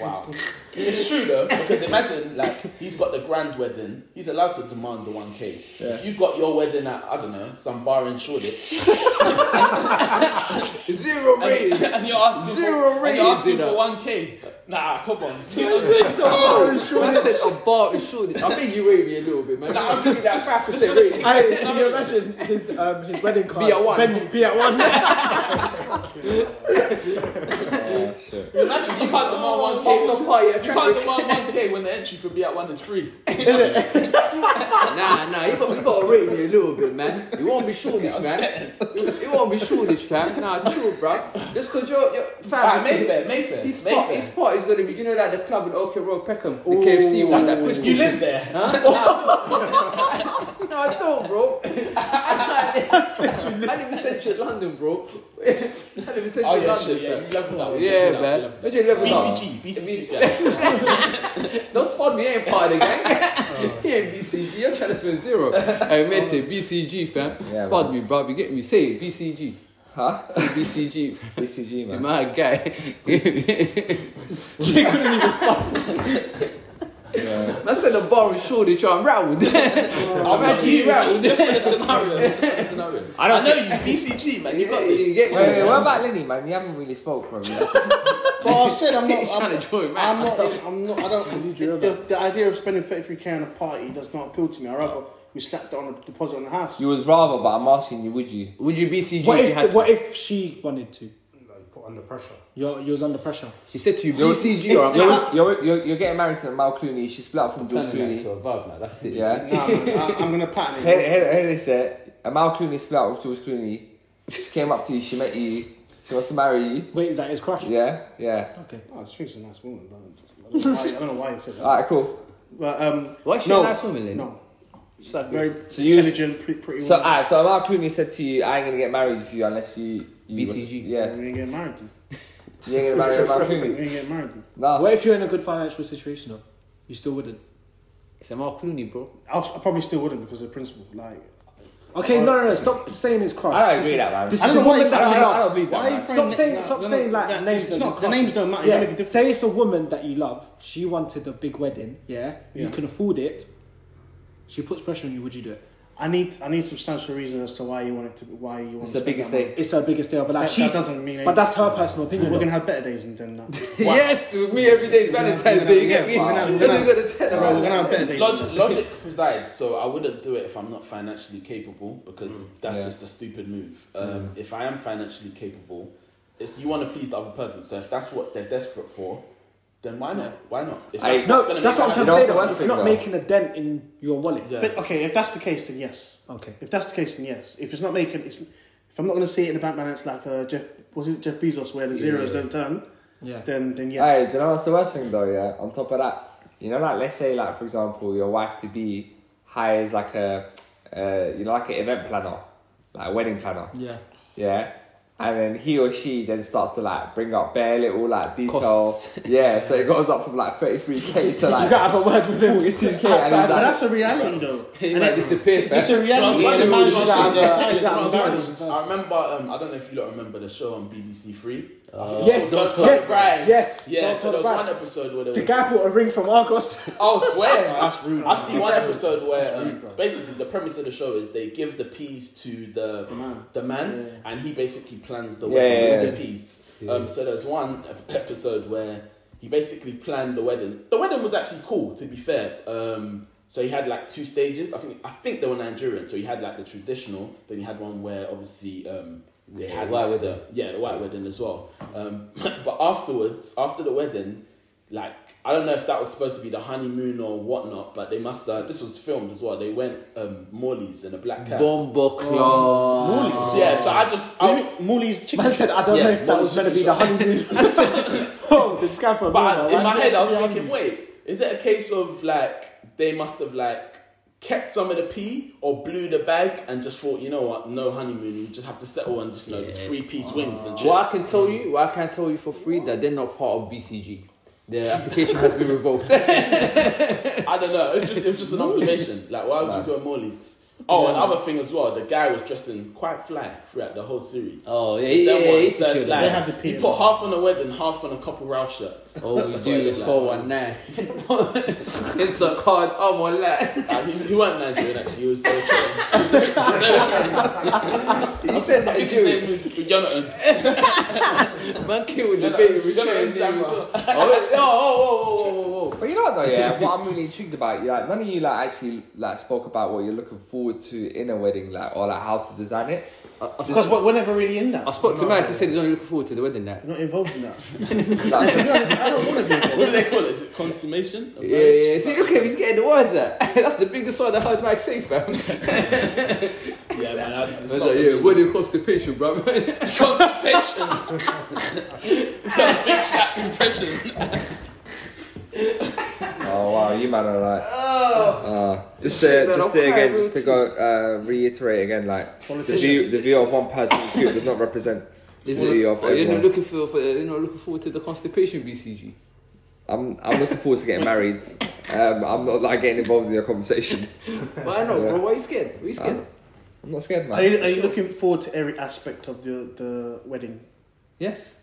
[SPEAKER 3] Wow. It's true though, because imagine like he's got the grand wedding, he's allowed to demand the one k. If you've got your wedding at I don't know some bar in Shoreditch,
[SPEAKER 1] Zero
[SPEAKER 3] and,
[SPEAKER 1] raise.
[SPEAKER 3] and you're asking
[SPEAKER 1] Zero
[SPEAKER 3] for, and
[SPEAKER 1] raise,
[SPEAKER 3] you're asking
[SPEAKER 1] you know.
[SPEAKER 3] for one k, nah, come on. You know what I'm saying? So,
[SPEAKER 1] I said a bar is short. I think you rate me a little bit, man.
[SPEAKER 3] nah, I'm just that's right. Just
[SPEAKER 1] Say
[SPEAKER 3] for the
[SPEAKER 1] rate.
[SPEAKER 3] sake-
[SPEAKER 2] I, can you imagine his um, his wedding card?
[SPEAKER 1] at one.
[SPEAKER 2] Venue, be at one.
[SPEAKER 3] imagine you can't demand one
[SPEAKER 1] After
[SPEAKER 3] k.
[SPEAKER 1] party,
[SPEAKER 3] You
[SPEAKER 1] attract
[SPEAKER 3] can't demand one k when the entry for be at one is free.
[SPEAKER 1] Nah, nah, you got, you got to rate me a little bit, man. You won't be shortage, man. You, you won't be shortage, fam. Nah, chill, bro. Just because you're, you're
[SPEAKER 3] Ah,
[SPEAKER 1] fam.
[SPEAKER 3] Mayfair, Mayfair,
[SPEAKER 1] His spot, his
[SPEAKER 3] Mayfair.
[SPEAKER 1] spot is gonna be, you know, like the club in Oak Road, Peckham, the KFC one, that Chris
[SPEAKER 3] You live there.
[SPEAKER 1] No, I don't, bro. I, live, I live in central London, bro. I live in central
[SPEAKER 3] Oh yeah,
[SPEAKER 1] London,
[SPEAKER 3] shit, yeah,
[SPEAKER 1] fam.
[SPEAKER 3] you leveled up. you
[SPEAKER 1] Yeah,
[SPEAKER 3] leveled up, you
[SPEAKER 1] man.
[SPEAKER 3] leveled up.
[SPEAKER 1] What you level up?
[SPEAKER 3] BCG, BCG. yeah.
[SPEAKER 1] Don't spot me, I ain't part of the gang. he ain't BCG, I'm trying to spend zero. I meant it, BCG, fam.
[SPEAKER 4] Yeah,
[SPEAKER 1] spot me, bro. You get me? Say it, BCG.
[SPEAKER 4] huh?
[SPEAKER 1] Say BCG, fam.
[SPEAKER 4] BCG,
[SPEAKER 1] You're my
[SPEAKER 4] man.
[SPEAKER 1] guy.
[SPEAKER 3] Genuinely was bumping.
[SPEAKER 1] That's at the bar in Shoreditch, I'm rattled.
[SPEAKER 3] I'm
[SPEAKER 1] Imagine
[SPEAKER 3] actually
[SPEAKER 1] you rattled.
[SPEAKER 3] Just for the scenario. Just for the scenario. I,
[SPEAKER 8] don't
[SPEAKER 3] know you, BCG, man. You got
[SPEAKER 1] You
[SPEAKER 3] this.
[SPEAKER 1] get
[SPEAKER 4] Wait,
[SPEAKER 1] me?
[SPEAKER 4] wait, what about Lenny, man? You haven't really spoke, bro.
[SPEAKER 5] But I said I'm not.
[SPEAKER 1] He's
[SPEAKER 5] I'm,
[SPEAKER 1] trying to join, man.
[SPEAKER 5] I'm not. I'm not. I don't. the, the idea of spending 33k on a party does not appeal to me. I rather we slapped it on a deposit on the house.
[SPEAKER 4] You would rather, but I'm asking you, would you?
[SPEAKER 1] Would you BCG
[SPEAKER 2] What
[SPEAKER 1] if you had
[SPEAKER 2] if
[SPEAKER 1] to?
[SPEAKER 2] what if she wanted to?
[SPEAKER 6] Like, put under pressure.
[SPEAKER 2] You're you was under pressure.
[SPEAKER 1] She said to you, BCG or I'm
[SPEAKER 4] You're,
[SPEAKER 1] rattled.
[SPEAKER 4] you're, you're, you're getting married to Mal Clooney. She split up from George
[SPEAKER 8] Turning that
[SPEAKER 4] Clooney.
[SPEAKER 8] to a vibe now. That's it.
[SPEAKER 4] Yeah.
[SPEAKER 5] Nah, man, I, I'm gonna pattern
[SPEAKER 4] Here,
[SPEAKER 5] it.
[SPEAKER 4] here, here this it. Mal Clooney split up with George Clooney. She came up to you. She met you. She wants to marry you.
[SPEAKER 2] Wait, is that his crush?
[SPEAKER 4] Yeah, yeah.
[SPEAKER 2] Okay.
[SPEAKER 5] Oh, she's a nice woman. but I don't know why- I don't know why you said that.
[SPEAKER 4] All right, cool.
[SPEAKER 5] But um,
[SPEAKER 1] Why is she
[SPEAKER 5] no,
[SPEAKER 1] a nice woman, Lynn?
[SPEAKER 5] no, she's like very
[SPEAKER 4] So you was-
[SPEAKER 5] intelligent, pretty, pretty
[SPEAKER 4] So, all
[SPEAKER 5] woman.
[SPEAKER 4] right, so Mal Clooney said to you, "I ain't gonna get married with you unless you." you
[SPEAKER 1] BCG.
[SPEAKER 4] yeah,
[SPEAKER 5] we ain't getting married. then.
[SPEAKER 4] you ain't gonna marry Mal
[SPEAKER 5] We
[SPEAKER 4] Clooney.
[SPEAKER 5] ain't getting married. then.
[SPEAKER 4] Nah.
[SPEAKER 2] What if you're in a good financial situation though? You still wouldn't.
[SPEAKER 1] It's a Mark Clooney, bro.
[SPEAKER 5] I, was, I probably still wouldn't because of the principle. Like,
[SPEAKER 2] Okay, no, no, no. Stop saying his crush.
[SPEAKER 4] I don't
[SPEAKER 2] This
[SPEAKER 4] agree
[SPEAKER 2] is-
[SPEAKER 4] that, man.
[SPEAKER 2] This
[SPEAKER 5] I
[SPEAKER 2] is
[SPEAKER 5] don't
[SPEAKER 2] the
[SPEAKER 5] know why you-
[SPEAKER 2] woman that
[SPEAKER 5] I
[SPEAKER 2] I
[SPEAKER 5] don't know-
[SPEAKER 2] love.
[SPEAKER 4] I don't believe
[SPEAKER 5] why
[SPEAKER 4] that.
[SPEAKER 5] are you
[SPEAKER 4] Man.
[SPEAKER 5] throwing
[SPEAKER 2] Stop saying-
[SPEAKER 5] na-
[SPEAKER 2] stop
[SPEAKER 5] no, no,
[SPEAKER 2] saying, like,
[SPEAKER 5] that-
[SPEAKER 2] names
[SPEAKER 5] It's
[SPEAKER 2] as
[SPEAKER 5] not
[SPEAKER 2] a
[SPEAKER 5] the
[SPEAKER 2] class.
[SPEAKER 5] names don't matter. You make a
[SPEAKER 2] Yeah.
[SPEAKER 5] difference.
[SPEAKER 2] Say it's a woman that you love. She wanted a big wedding. Yeah.
[SPEAKER 5] Yeah.
[SPEAKER 2] You can afford it. She puts pressure on you. Would you do it?
[SPEAKER 5] I need I need substantial reason as to why you want it to why you want.
[SPEAKER 4] It's the
[SPEAKER 5] to spend
[SPEAKER 4] biggest
[SPEAKER 5] that money.
[SPEAKER 4] thing.
[SPEAKER 2] It's her biggest day of her life.
[SPEAKER 5] That- that
[SPEAKER 2] She's-
[SPEAKER 5] doesn't mean
[SPEAKER 2] But that's her personal opinion.
[SPEAKER 5] We're
[SPEAKER 2] though.
[SPEAKER 5] gonna have better days than that.
[SPEAKER 1] Yes, with me every day is Valentine's Day. You get me?
[SPEAKER 5] Wow.
[SPEAKER 1] That's what you gotta tell
[SPEAKER 5] Bro,
[SPEAKER 1] her.
[SPEAKER 5] we're gonna have better days. than
[SPEAKER 3] Logic, logic presides, so I wouldn't do it if I'm not financially capable because
[SPEAKER 2] Mm.
[SPEAKER 3] that's
[SPEAKER 4] Yeah.
[SPEAKER 3] just a stupid move. Um, If I am financially capable, it's you want to please the other person. So if that's what they're desperate for, then why not? Why not? If
[SPEAKER 4] I-
[SPEAKER 3] what's
[SPEAKER 2] No,
[SPEAKER 3] gonna make
[SPEAKER 2] that's what I'm
[SPEAKER 3] them
[SPEAKER 2] trying to say.
[SPEAKER 4] You know,
[SPEAKER 2] Though.
[SPEAKER 4] that's
[SPEAKER 2] It's
[SPEAKER 4] the
[SPEAKER 2] not
[SPEAKER 4] thing, though.
[SPEAKER 2] making a dent in your wallet.
[SPEAKER 3] happy- Yeah.
[SPEAKER 5] But okay, if that's the case, then yes.
[SPEAKER 2] Okay.
[SPEAKER 5] If that's the case, then yes. If it's not making, it's, if I'm not gonna see it in the bank balance like uh, Jeff was it Jeff Bezos where the zeros don't turn,
[SPEAKER 2] Yeah.
[SPEAKER 5] then then
[SPEAKER 4] Hey, do
[SPEAKER 5] yes.
[SPEAKER 4] you know what's the worst thing though? Yeah, on top of that, you know, like let's say, like for example, your wife to be hires like a, uh, you know, like an event planner, like a wedding planner.
[SPEAKER 2] Yeah.
[SPEAKER 4] Yeah. And then he or she then starts to like bring up bare little like detail.
[SPEAKER 1] Costs.
[SPEAKER 4] Yeah, so it goes up from like 33k to
[SPEAKER 2] You
[SPEAKER 4] like
[SPEAKER 2] gotta have a word with him.
[SPEAKER 4] 42k.
[SPEAKER 5] But
[SPEAKER 4] And he's like,
[SPEAKER 5] that's a reality though.
[SPEAKER 1] He
[SPEAKER 5] And
[SPEAKER 1] might
[SPEAKER 5] it-
[SPEAKER 1] disappear,
[SPEAKER 5] It's
[SPEAKER 1] fam.
[SPEAKER 5] a reality.
[SPEAKER 1] Yeah.
[SPEAKER 3] Well, the
[SPEAKER 5] It's a
[SPEAKER 1] Yeah.
[SPEAKER 3] man
[SPEAKER 5] man's
[SPEAKER 1] Yeah.
[SPEAKER 3] was
[SPEAKER 5] reality.
[SPEAKER 3] just-
[SPEAKER 2] Yeah.
[SPEAKER 3] Yeah.
[SPEAKER 2] Yeah. Yeah.
[SPEAKER 3] I remember. Um, I don't know if you lot remember the show on BBC Three. Uh,
[SPEAKER 2] Yes,
[SPEAKER 3] Don't Tell
[SPEAKER 2] yes,
[SPEAKER 3] the Bride.
[SPEAKER 2] yes,
[SPEAKER 3] Yeah,
[SPEAKER 2] Don't
[SPEAKER 3] so there
[SPEAKER 2] Tell the
[SPEAKER 3] was
[SPEAKER 2] Bride.
[SPEAKER 3] one episode where there
[SPEAKER 2] The
[SPEAKER 3] was
[SPEAKER 2] guy bought a ring from Argos.
[SPEAKER 3] Oh, swear!
[SPEAKER 5] That's rude.
[SPEAKER 3] I've seen
[SPEAKER 5] That's
[SPEAKER 3] one
[SPEAKER 5] rude.
[SPEAKER 3] episode where
[SPEAKER 5] That's
[SPEAKER 3] um,
[SPEAKER 5] rude, bro.
[SPEAKER 3] basically the premise of the show is they give the peas to the the man,
[SPEAKER 5] man.
[SPEAKER 3] and he basically plans the
[SPEAKER 4] Yeah,
[SPEAKER 3] wedding
[SPEAKER 4] yeah,
[SPEAKER 3] with
[SPEAKER 4] yeah.
[SPEAKER 3] the peas. Um, so there's one ep- episode where he basically planned the wedding. The wedding was actually cool, to be fair. Um, so he had like two stages. I think I think they were Nigerian. So he had like the traditional. Then he had one where obviously um, they
[SPEAKER 8] Yeah,
[SPEAKER 3] had
[SPEAKER 8] the white
[SPEAKER 3] like,
[SPEAKER 8] wedding.
[SPEAKER 3] The, yeah the white wedding as well. Um, but afterwards, after the wedding, like I don't know if that was supposed to be the honeymoon or whatnot, but they must. Uh, this was filmed as well. They went um, Morley's in a black cab.
[SPEAKER 1] Bombo club.
[SPEAKER 5] Morley's.
[SPEAKER 3] So, yeah, so I just
[SPEAKER 5] What do
[SPEAKER 3] I,
[SPEAKER 5] you mean, Morley's chicken.
[SPEAKER 2] Man said, I don't
[SPEAKER 3] Yeah,
[SPEAKER 2] know if
[SPEAKER 3] what
[SPEAKER 2] that was
[SPEAKER 3] was
[SPEAKER 2] meant to be
[SPEAKER 3] it?
[SPEAKER 2] the honeymoon. Oh, this guy for a
[SPEAKER 3] but I,
[SPEAKER 2] meal,
[SPEAKER 3] in my
[SPEAKER 2] right?
[SPEAKER 3] head I was thinking, wait, is it a case of like they must have like kept some of the pee or blew the bag and just thought, you know what, no honeymoon, you just have to settle on just you know it's three piece wings and chips.
[SPEAKER 1] What I can tell you, what I can tell you for free, that they're not part of BCG. Their application has been revoked.
[SPEAKER 3] I don't know. It's just it's just an observation. Like, why would you go Morley's? Oh, and other thing as well, the guy was dressing quite fly throughout the whole series.
[SPEAKER 1] Oh, yeah,
[SPEAKER 3] It's
[SPEAKER 1] yeah,
[SPEAKER 3] them
[SPEAKER 1] yeah,
[SPEAKER 3] ones.
[SPEAKER 1] yeah,
[SPEAKER 3] So it's
[SPEAKER 1] yeah.
[SPEAKER 3] like,
[SPEAKER 5] They have the
[SPEAKER 3] he
[SPEAKER 5] pee
[SPEAKER 3] put
[SPEAKER 5] as
[SPEAKER 3] half on a wedding, half on a couple Ralph shirts.
[SPEAKER 1] All we
[SPEAKER 3] That's
[SPEAKER 1] do
[SPEAKER 3] what it
[SPEAKER 1] is
[SPEAKER 3] looked like.
[SPEAKER 1] 419. it's a card, Oh, I'm on that.
[SPEAKER 3] Uh, he, he weren't Nigerian actually. He was Eritrean.
[SPEAKER 1] He said
[SPEAKER 3] I think his name was Jonathan.
[SPEAKER 1] Man killed the
[SPEAKER 3] No, no,
[SPEAKER 1] baby.
[SPEAKER 3] we got it in
[SPEAKER 1] with chain name as
[SPEAKER 3] Samoa.
[SPEAKER 1] well. Oh, oh, oh, oh, oh, oh,
[SPEAKER 4] But you know what though, yeah. what I'm really intrigued about, you like none of you like actually like spoke about what you're looking forward to in a wedding, like or like how to design it.
[SPEAKER 1] oh. I- I
[SPEAKER 5] Because
[SPEAKER 1] spoke-
[SPEAKER 5] we're we're never really in that.
[SPEAKER 1] I spoke to Mike. He said he's only looking forward to the wedding night.
[SPEAKER 5] We're not involved in that.
[SPEAKER 4] Like,
[SPEAKER 5] To be honest, I don't want to be
[SPEAKER 3] What do they call it? Is it consummation? of
[SPEAKER 1] Yeah,
[SPEAKER 3] marriage?
[SPEAKER 1] yeah, yeah. See, look at him, he's getting the words out. That's the biggest word I heard Mike say, fam.
[SPEAKER 3] yeah, man. I,
[SPEAKER 1] I was
[SPEAKER 3] it's not-
[SPEAKER 1] like, yeah, wedding constipation, bro.
[SPEAKER 3] constipation. it's got a big sharp impression.
[SPEAKER 4] Oh wow, you man are like. Uh, just to,
[SPEAKER 1] man,
[SPEAKER 4] just
[SPEAKER 1] I'm
[SPEAKER 4] to
[SPEAKER 1] crying
[SPEAKER 4] again, just to go uh, reiterate again, like the view, the view of one person's group does not represent the
[SPEAKER 1] Is it,
[SPEAKER 4] view of
[SPEAKER 1] oh, you're not
[SPEAKER 4] everyone.
[SPEAKER 1] looking for, for you're not looking forward to the constipation BCG.
[SPEAKER 4] I'm, I'm looking forward to getting married. Um, I'm not like getting involved in your conversation.
[SPEAKER 1] Why not,
[SPEAKER 4] Yeah.
[SPEAKER 1] bro? Why are you scared? Why are you scared?
[SPEAKER 4] I'm not scared,
[SPEAKER 5] Are
[SPEAKER 4] man.
[SPEAKER 5] you, are you looking forward to every aspect of the, the wedding?
[SPEAKER 1] yes.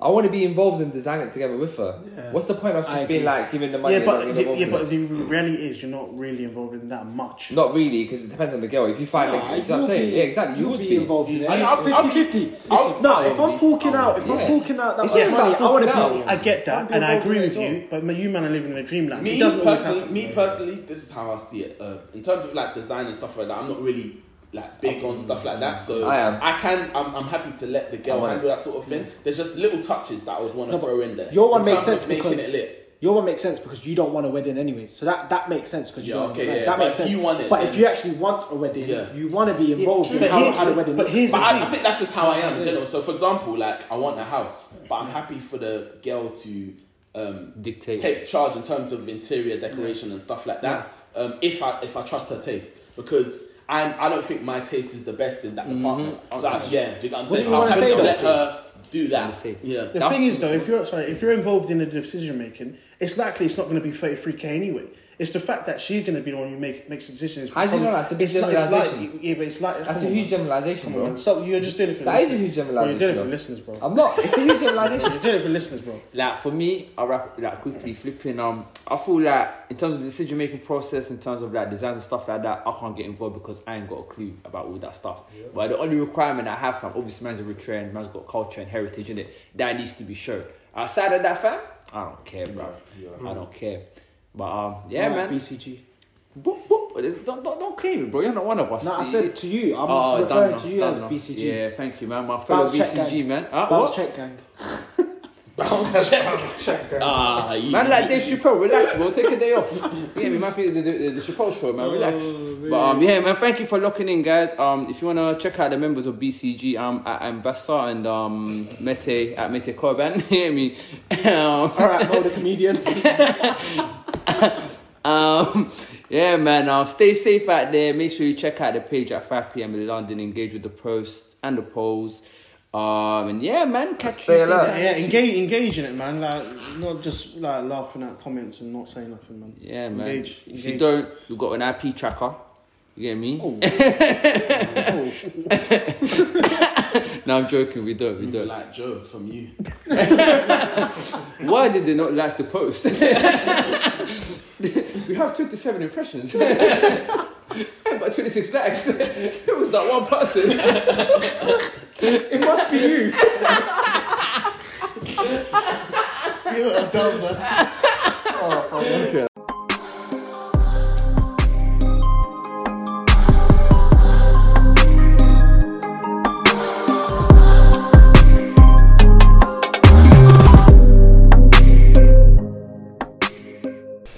[SPEAKER 4] I want to be involved in designing it together with her. What's the point of just
[SPEAKER 2] I
[SPEAKER 4] being
[SPEAKER 2] agree.
[SPEAKER 4] like giving the money?
[SPEAKER 5] yeah,
[SPEAKER 4] and not
[SPEAKER 5] but
[SPEAKER 4] being
[SPEAKER 5] the,
[SPEAKER 4] involved
[SPEAKER 5] yeah,
[SPEAKER 4] in it?
[SPEAKER 5] but the reality is you're not really involved in that much.
[SPEAKER 4] Not really, because it depends on the girl. If you find,
[SPEAKER 2] Nah,
[SPEAKER 4] like, you know what I'm
[SPEAKER 2] you'll
[SPEAKER 4] saying?
[SPEAKER 2] be-
[SPEAKER 4] yeah, exactly.
[SPEAKER 2] You would be involved in it.
[SPEAKER 3] I- I'll- I'll be-
[SPEAKER 2] 50
[SPEAKER 3] I'll-
[SPEAKER 2] No, if I'm forking out, if
[SPEAKER 4] Yeah.
[SPEAKER 2] I'm forking out that
[SPEAKER 4] It's
[SPEAKER 2] much
[SPEAKER 4] just
[SPEAKER 2] money,
[SPEAKER 4] like
[SPEAKER 2] I want
[SPEAKER 4] forking out.
[SPEAKER 2] to
[SPEAKER 5] I get
[SPEAKER 2] I'd
[SPEAKER 5] that,
[SPEAKER 2] be
[SPEAKER 5] and I
[SPEAKER 2] involved
[SPEAKER 5] agree
[SPEAKER 2] in it
[SPEAKER 5] with
[SPEAKER 2] as well.
[SPEAKER 5] you. But you man are living in a dreamland.
[SPEAKER 3] me
[SPEAKER 5] it doesn't always
[SPEAKER 3] personally,
[SPEAKER 5] happen.
[SPEAKER 3] me personally, this is how I see it. Um, in terms of like design and stuff like that, I'm not really like big on stuff like that. So
[SPEAKER 4] I am.
[SPEAKER 3] can. I'm, I'm happy to let the
[SPEAKER 4] I
[SPEAKER 3] girl
[SPEAKER 4] want it.
[SPEAKER 3] handle that sort of thing. There's just little touches that I would want to
[SPEAKER 2] No, but
[SPEAKER 3] throw in there.
[SPEAKER 2] your one
[SPEAKER 3] in
[SPEAKER 2] makes
[SPEAKER 3] terms
[SPEAKER 2] sense
[SPEAKER 3] of making
[SPEAKER 2] because-
[SPEAKER 3] it lit.
[SPEAKER 2] Your one makes sense because you don't want a wedding anyways. So that, that makes sense because you
[SPEAKER 3] Yeah,
[SPEAKER 2] don't
[SPEAKER 3] okay,
[SPEAKER 2] want a
[SPEAKER 3] yeah,
[SPEAKER 2] wedding. That
[SPEAKER 3] but
[SPEAKER 2] makes
[SPEAKER 3] if
[SPEAKER 2] sense.
[SPEAKER 3] you want it,
[SPEAKER 2] but
[SPEAKER 3] then-
[SPEAKER 2] if you actually want a wedding,
[SPEAKER 3] Yeah.
[SPEAKER 2] you want to be involved
[SPEAKER 5] true,
[SPEAKER 2] in
[SPEAKER 5] but
[SPEAKER 2] how,
[SPEAKER 5] here-
[SPEAKER 2] how the wedding
[SPEAKER 5] but
[SPEAKER 2] looks.
[SPEAKER 5] here's
[SPEAKER 3] But
[SPEAKER 5] the
[SPEAKER 3] I, I
[SPEAKER 5] thing.
[SPEAKER 3] think that's just how I am in
[SPEAKER 2] Yeah.
[SPEAKER 3] general. So for example, like I want a house, but I'm happy for the girl to um,
[SPEAKER 1] Dictate.
[SPEAKER 3] take charge in terms of interior decoration and stuff like that. Um, if I if I trust her taste, because I I don't think my taste is the best in that department. So I, yeah, do you get what I'm
[SPEAKER 2] What do
[SPEAKER 3] saying?
[SPEAKER 2] you
[SPEAKER 3] So I'm
[SPEAKER 2] wanna
[SPEAKER 3] happy
[SPEAKER 2] say
[SPEAKER 3] to
[SPEAKER 2] though?
[SPEAKER 3] let her do
[SPEAKER 1] Wanna
[SPEAKER 3] that.
[SPEAKER 1] say.
[SPEAKER 3] Yeah.
[SPEAKER 5] The thing is, though, if you're sorry, if you're involved in the decision making, it's likely it's not going to be 33k anyway. It's the fact that she's going to be the one who make, makes the decisions.
[SPEAKER 4] How do you know
[SPEAKER 5] Probably-
[SPEAKER 4] that's a big
[SPEAKER 5] it's like-
[SPEAKER 4] generalisation?
[SPEAKER 5] It's like, yeah, but it's like
[SPEAKER 4] That's a
[SPEAKER 5] come on,
[SPEAKER 4] huge
[SPEAKER 5] man.
[SPEAKER 4] generalization,
[SPEAKER 5] Come on,
[SPEAKER 4] bro.
[SPEAKER 5] man. Stop. You're just doing it for
[SPEAKER 4] That is a
[SPEAKER 5] listeners.
[SPEAKER 4] huge
[SPEAKER 5] Well, you're doing it
[SPEAKER 4] generalization. though.
[SPEAKER 5] for listeners, bro.
[SPEAKER 4] I'm not. It's a huge
[SPEAKER 5] You're
[SPEAKER 4] generalization.
[SPEAKER 5] doing it for listeners, bro.
[SPEAKER 1] Like for me, I wrap like quickly flipping. Um, I feel like in terms of the decision making process, in terms of like designs and stuff like that, I can't get involved because I ain't got a clue about all that stuff. But the only requirement I have, fam, obviously man's a rich man, man's got culture and heritage in it. That needs to be shown. Outside of that, fam, I don't care, bro. I don't care. But um, yeah,
[SPEAKER 2] Alright,
[SPEAKER 1] man.
[SPEAKER 2] BCG.
[SPEAKER 1] Boop, boop. It's- Don't, don't, don't claim it, bro. You're not one of us.
[SPEAKER 2] No, I
[SPEAKER 1] See?
[SPEAKER 2] said it to you. I'm
[SPEAKER 1] Oh,
[SPEAKER 2] referring
[SPEAKER 1] done
[SPEAKER 2] to
[SPEAKER 1] now,
[SPEAKER 2] you
[SPEAKER 1] done
[SPEAKER 2] as
[SPEAKER 1] now.
[SPEAKER 2] BCG.
[SPEAKER 1] Yeah, thank you, man. My fellow
[SPEAKER 2] Bounce check,
[SPEAKER 1] BCG,
[SPEAKER 2] gang.
[SPEAKER 1] man. Huh?
[SPEAKER 2] Bounce
[SPEAKER 1] What?
[SPEAKER 2] check gang.
[SPEAKER 3] Bounce check. Ah, you-
[SPEAKER 1] Man, like Dave Chappelle, relax, bro. Take a day off. Yeah, me, man. feel The, the, the Chappelle show, man. Relax. but um, yeah, man. Thank you for locking in, guys. Um, if you wanna check out the members of BCG, um, at Ambassador and um Mete at Mete Corban. Hear me. Um,
[SPEAKER 2] All right, hold the comedian.
[SPEAKER 1] um, yeah, man. Um, stay safe out there. Make sure you check out the page at 5 p.m. in London. Engage with the posts and the polls. Um, and yeah, man. Catch
[SPEAKER 4] Stay
[SPEAKER 1] you sometime
[SPEAKER 4] alert.
[SPEAKER 5] Yeah,
[SPEAKER 1] next week.
[SPEAKER 5] engage, engage in it, man. Like, not just like laughing at comments and not saying nothing, man.
[SPEAKER 1] Yeah, man.
[SPEAKER 5] Engage,
[SPEAKER 1] If you
[SPEAKER 5] engage.
[SPEAKER 1] don't, you've got an IP tracker. You get me? no, I'm joking. We don't. We
[SPEAKER 3] People
[SPEAKER 1] don't.
[SPEAKER 3] like Joe from you.
[SPEAKER 1] Why did they not like the post? we have 27 impressions. But 26 likes. it was that one person. it must be you.
[SPEAKER 5] You are dumb, man.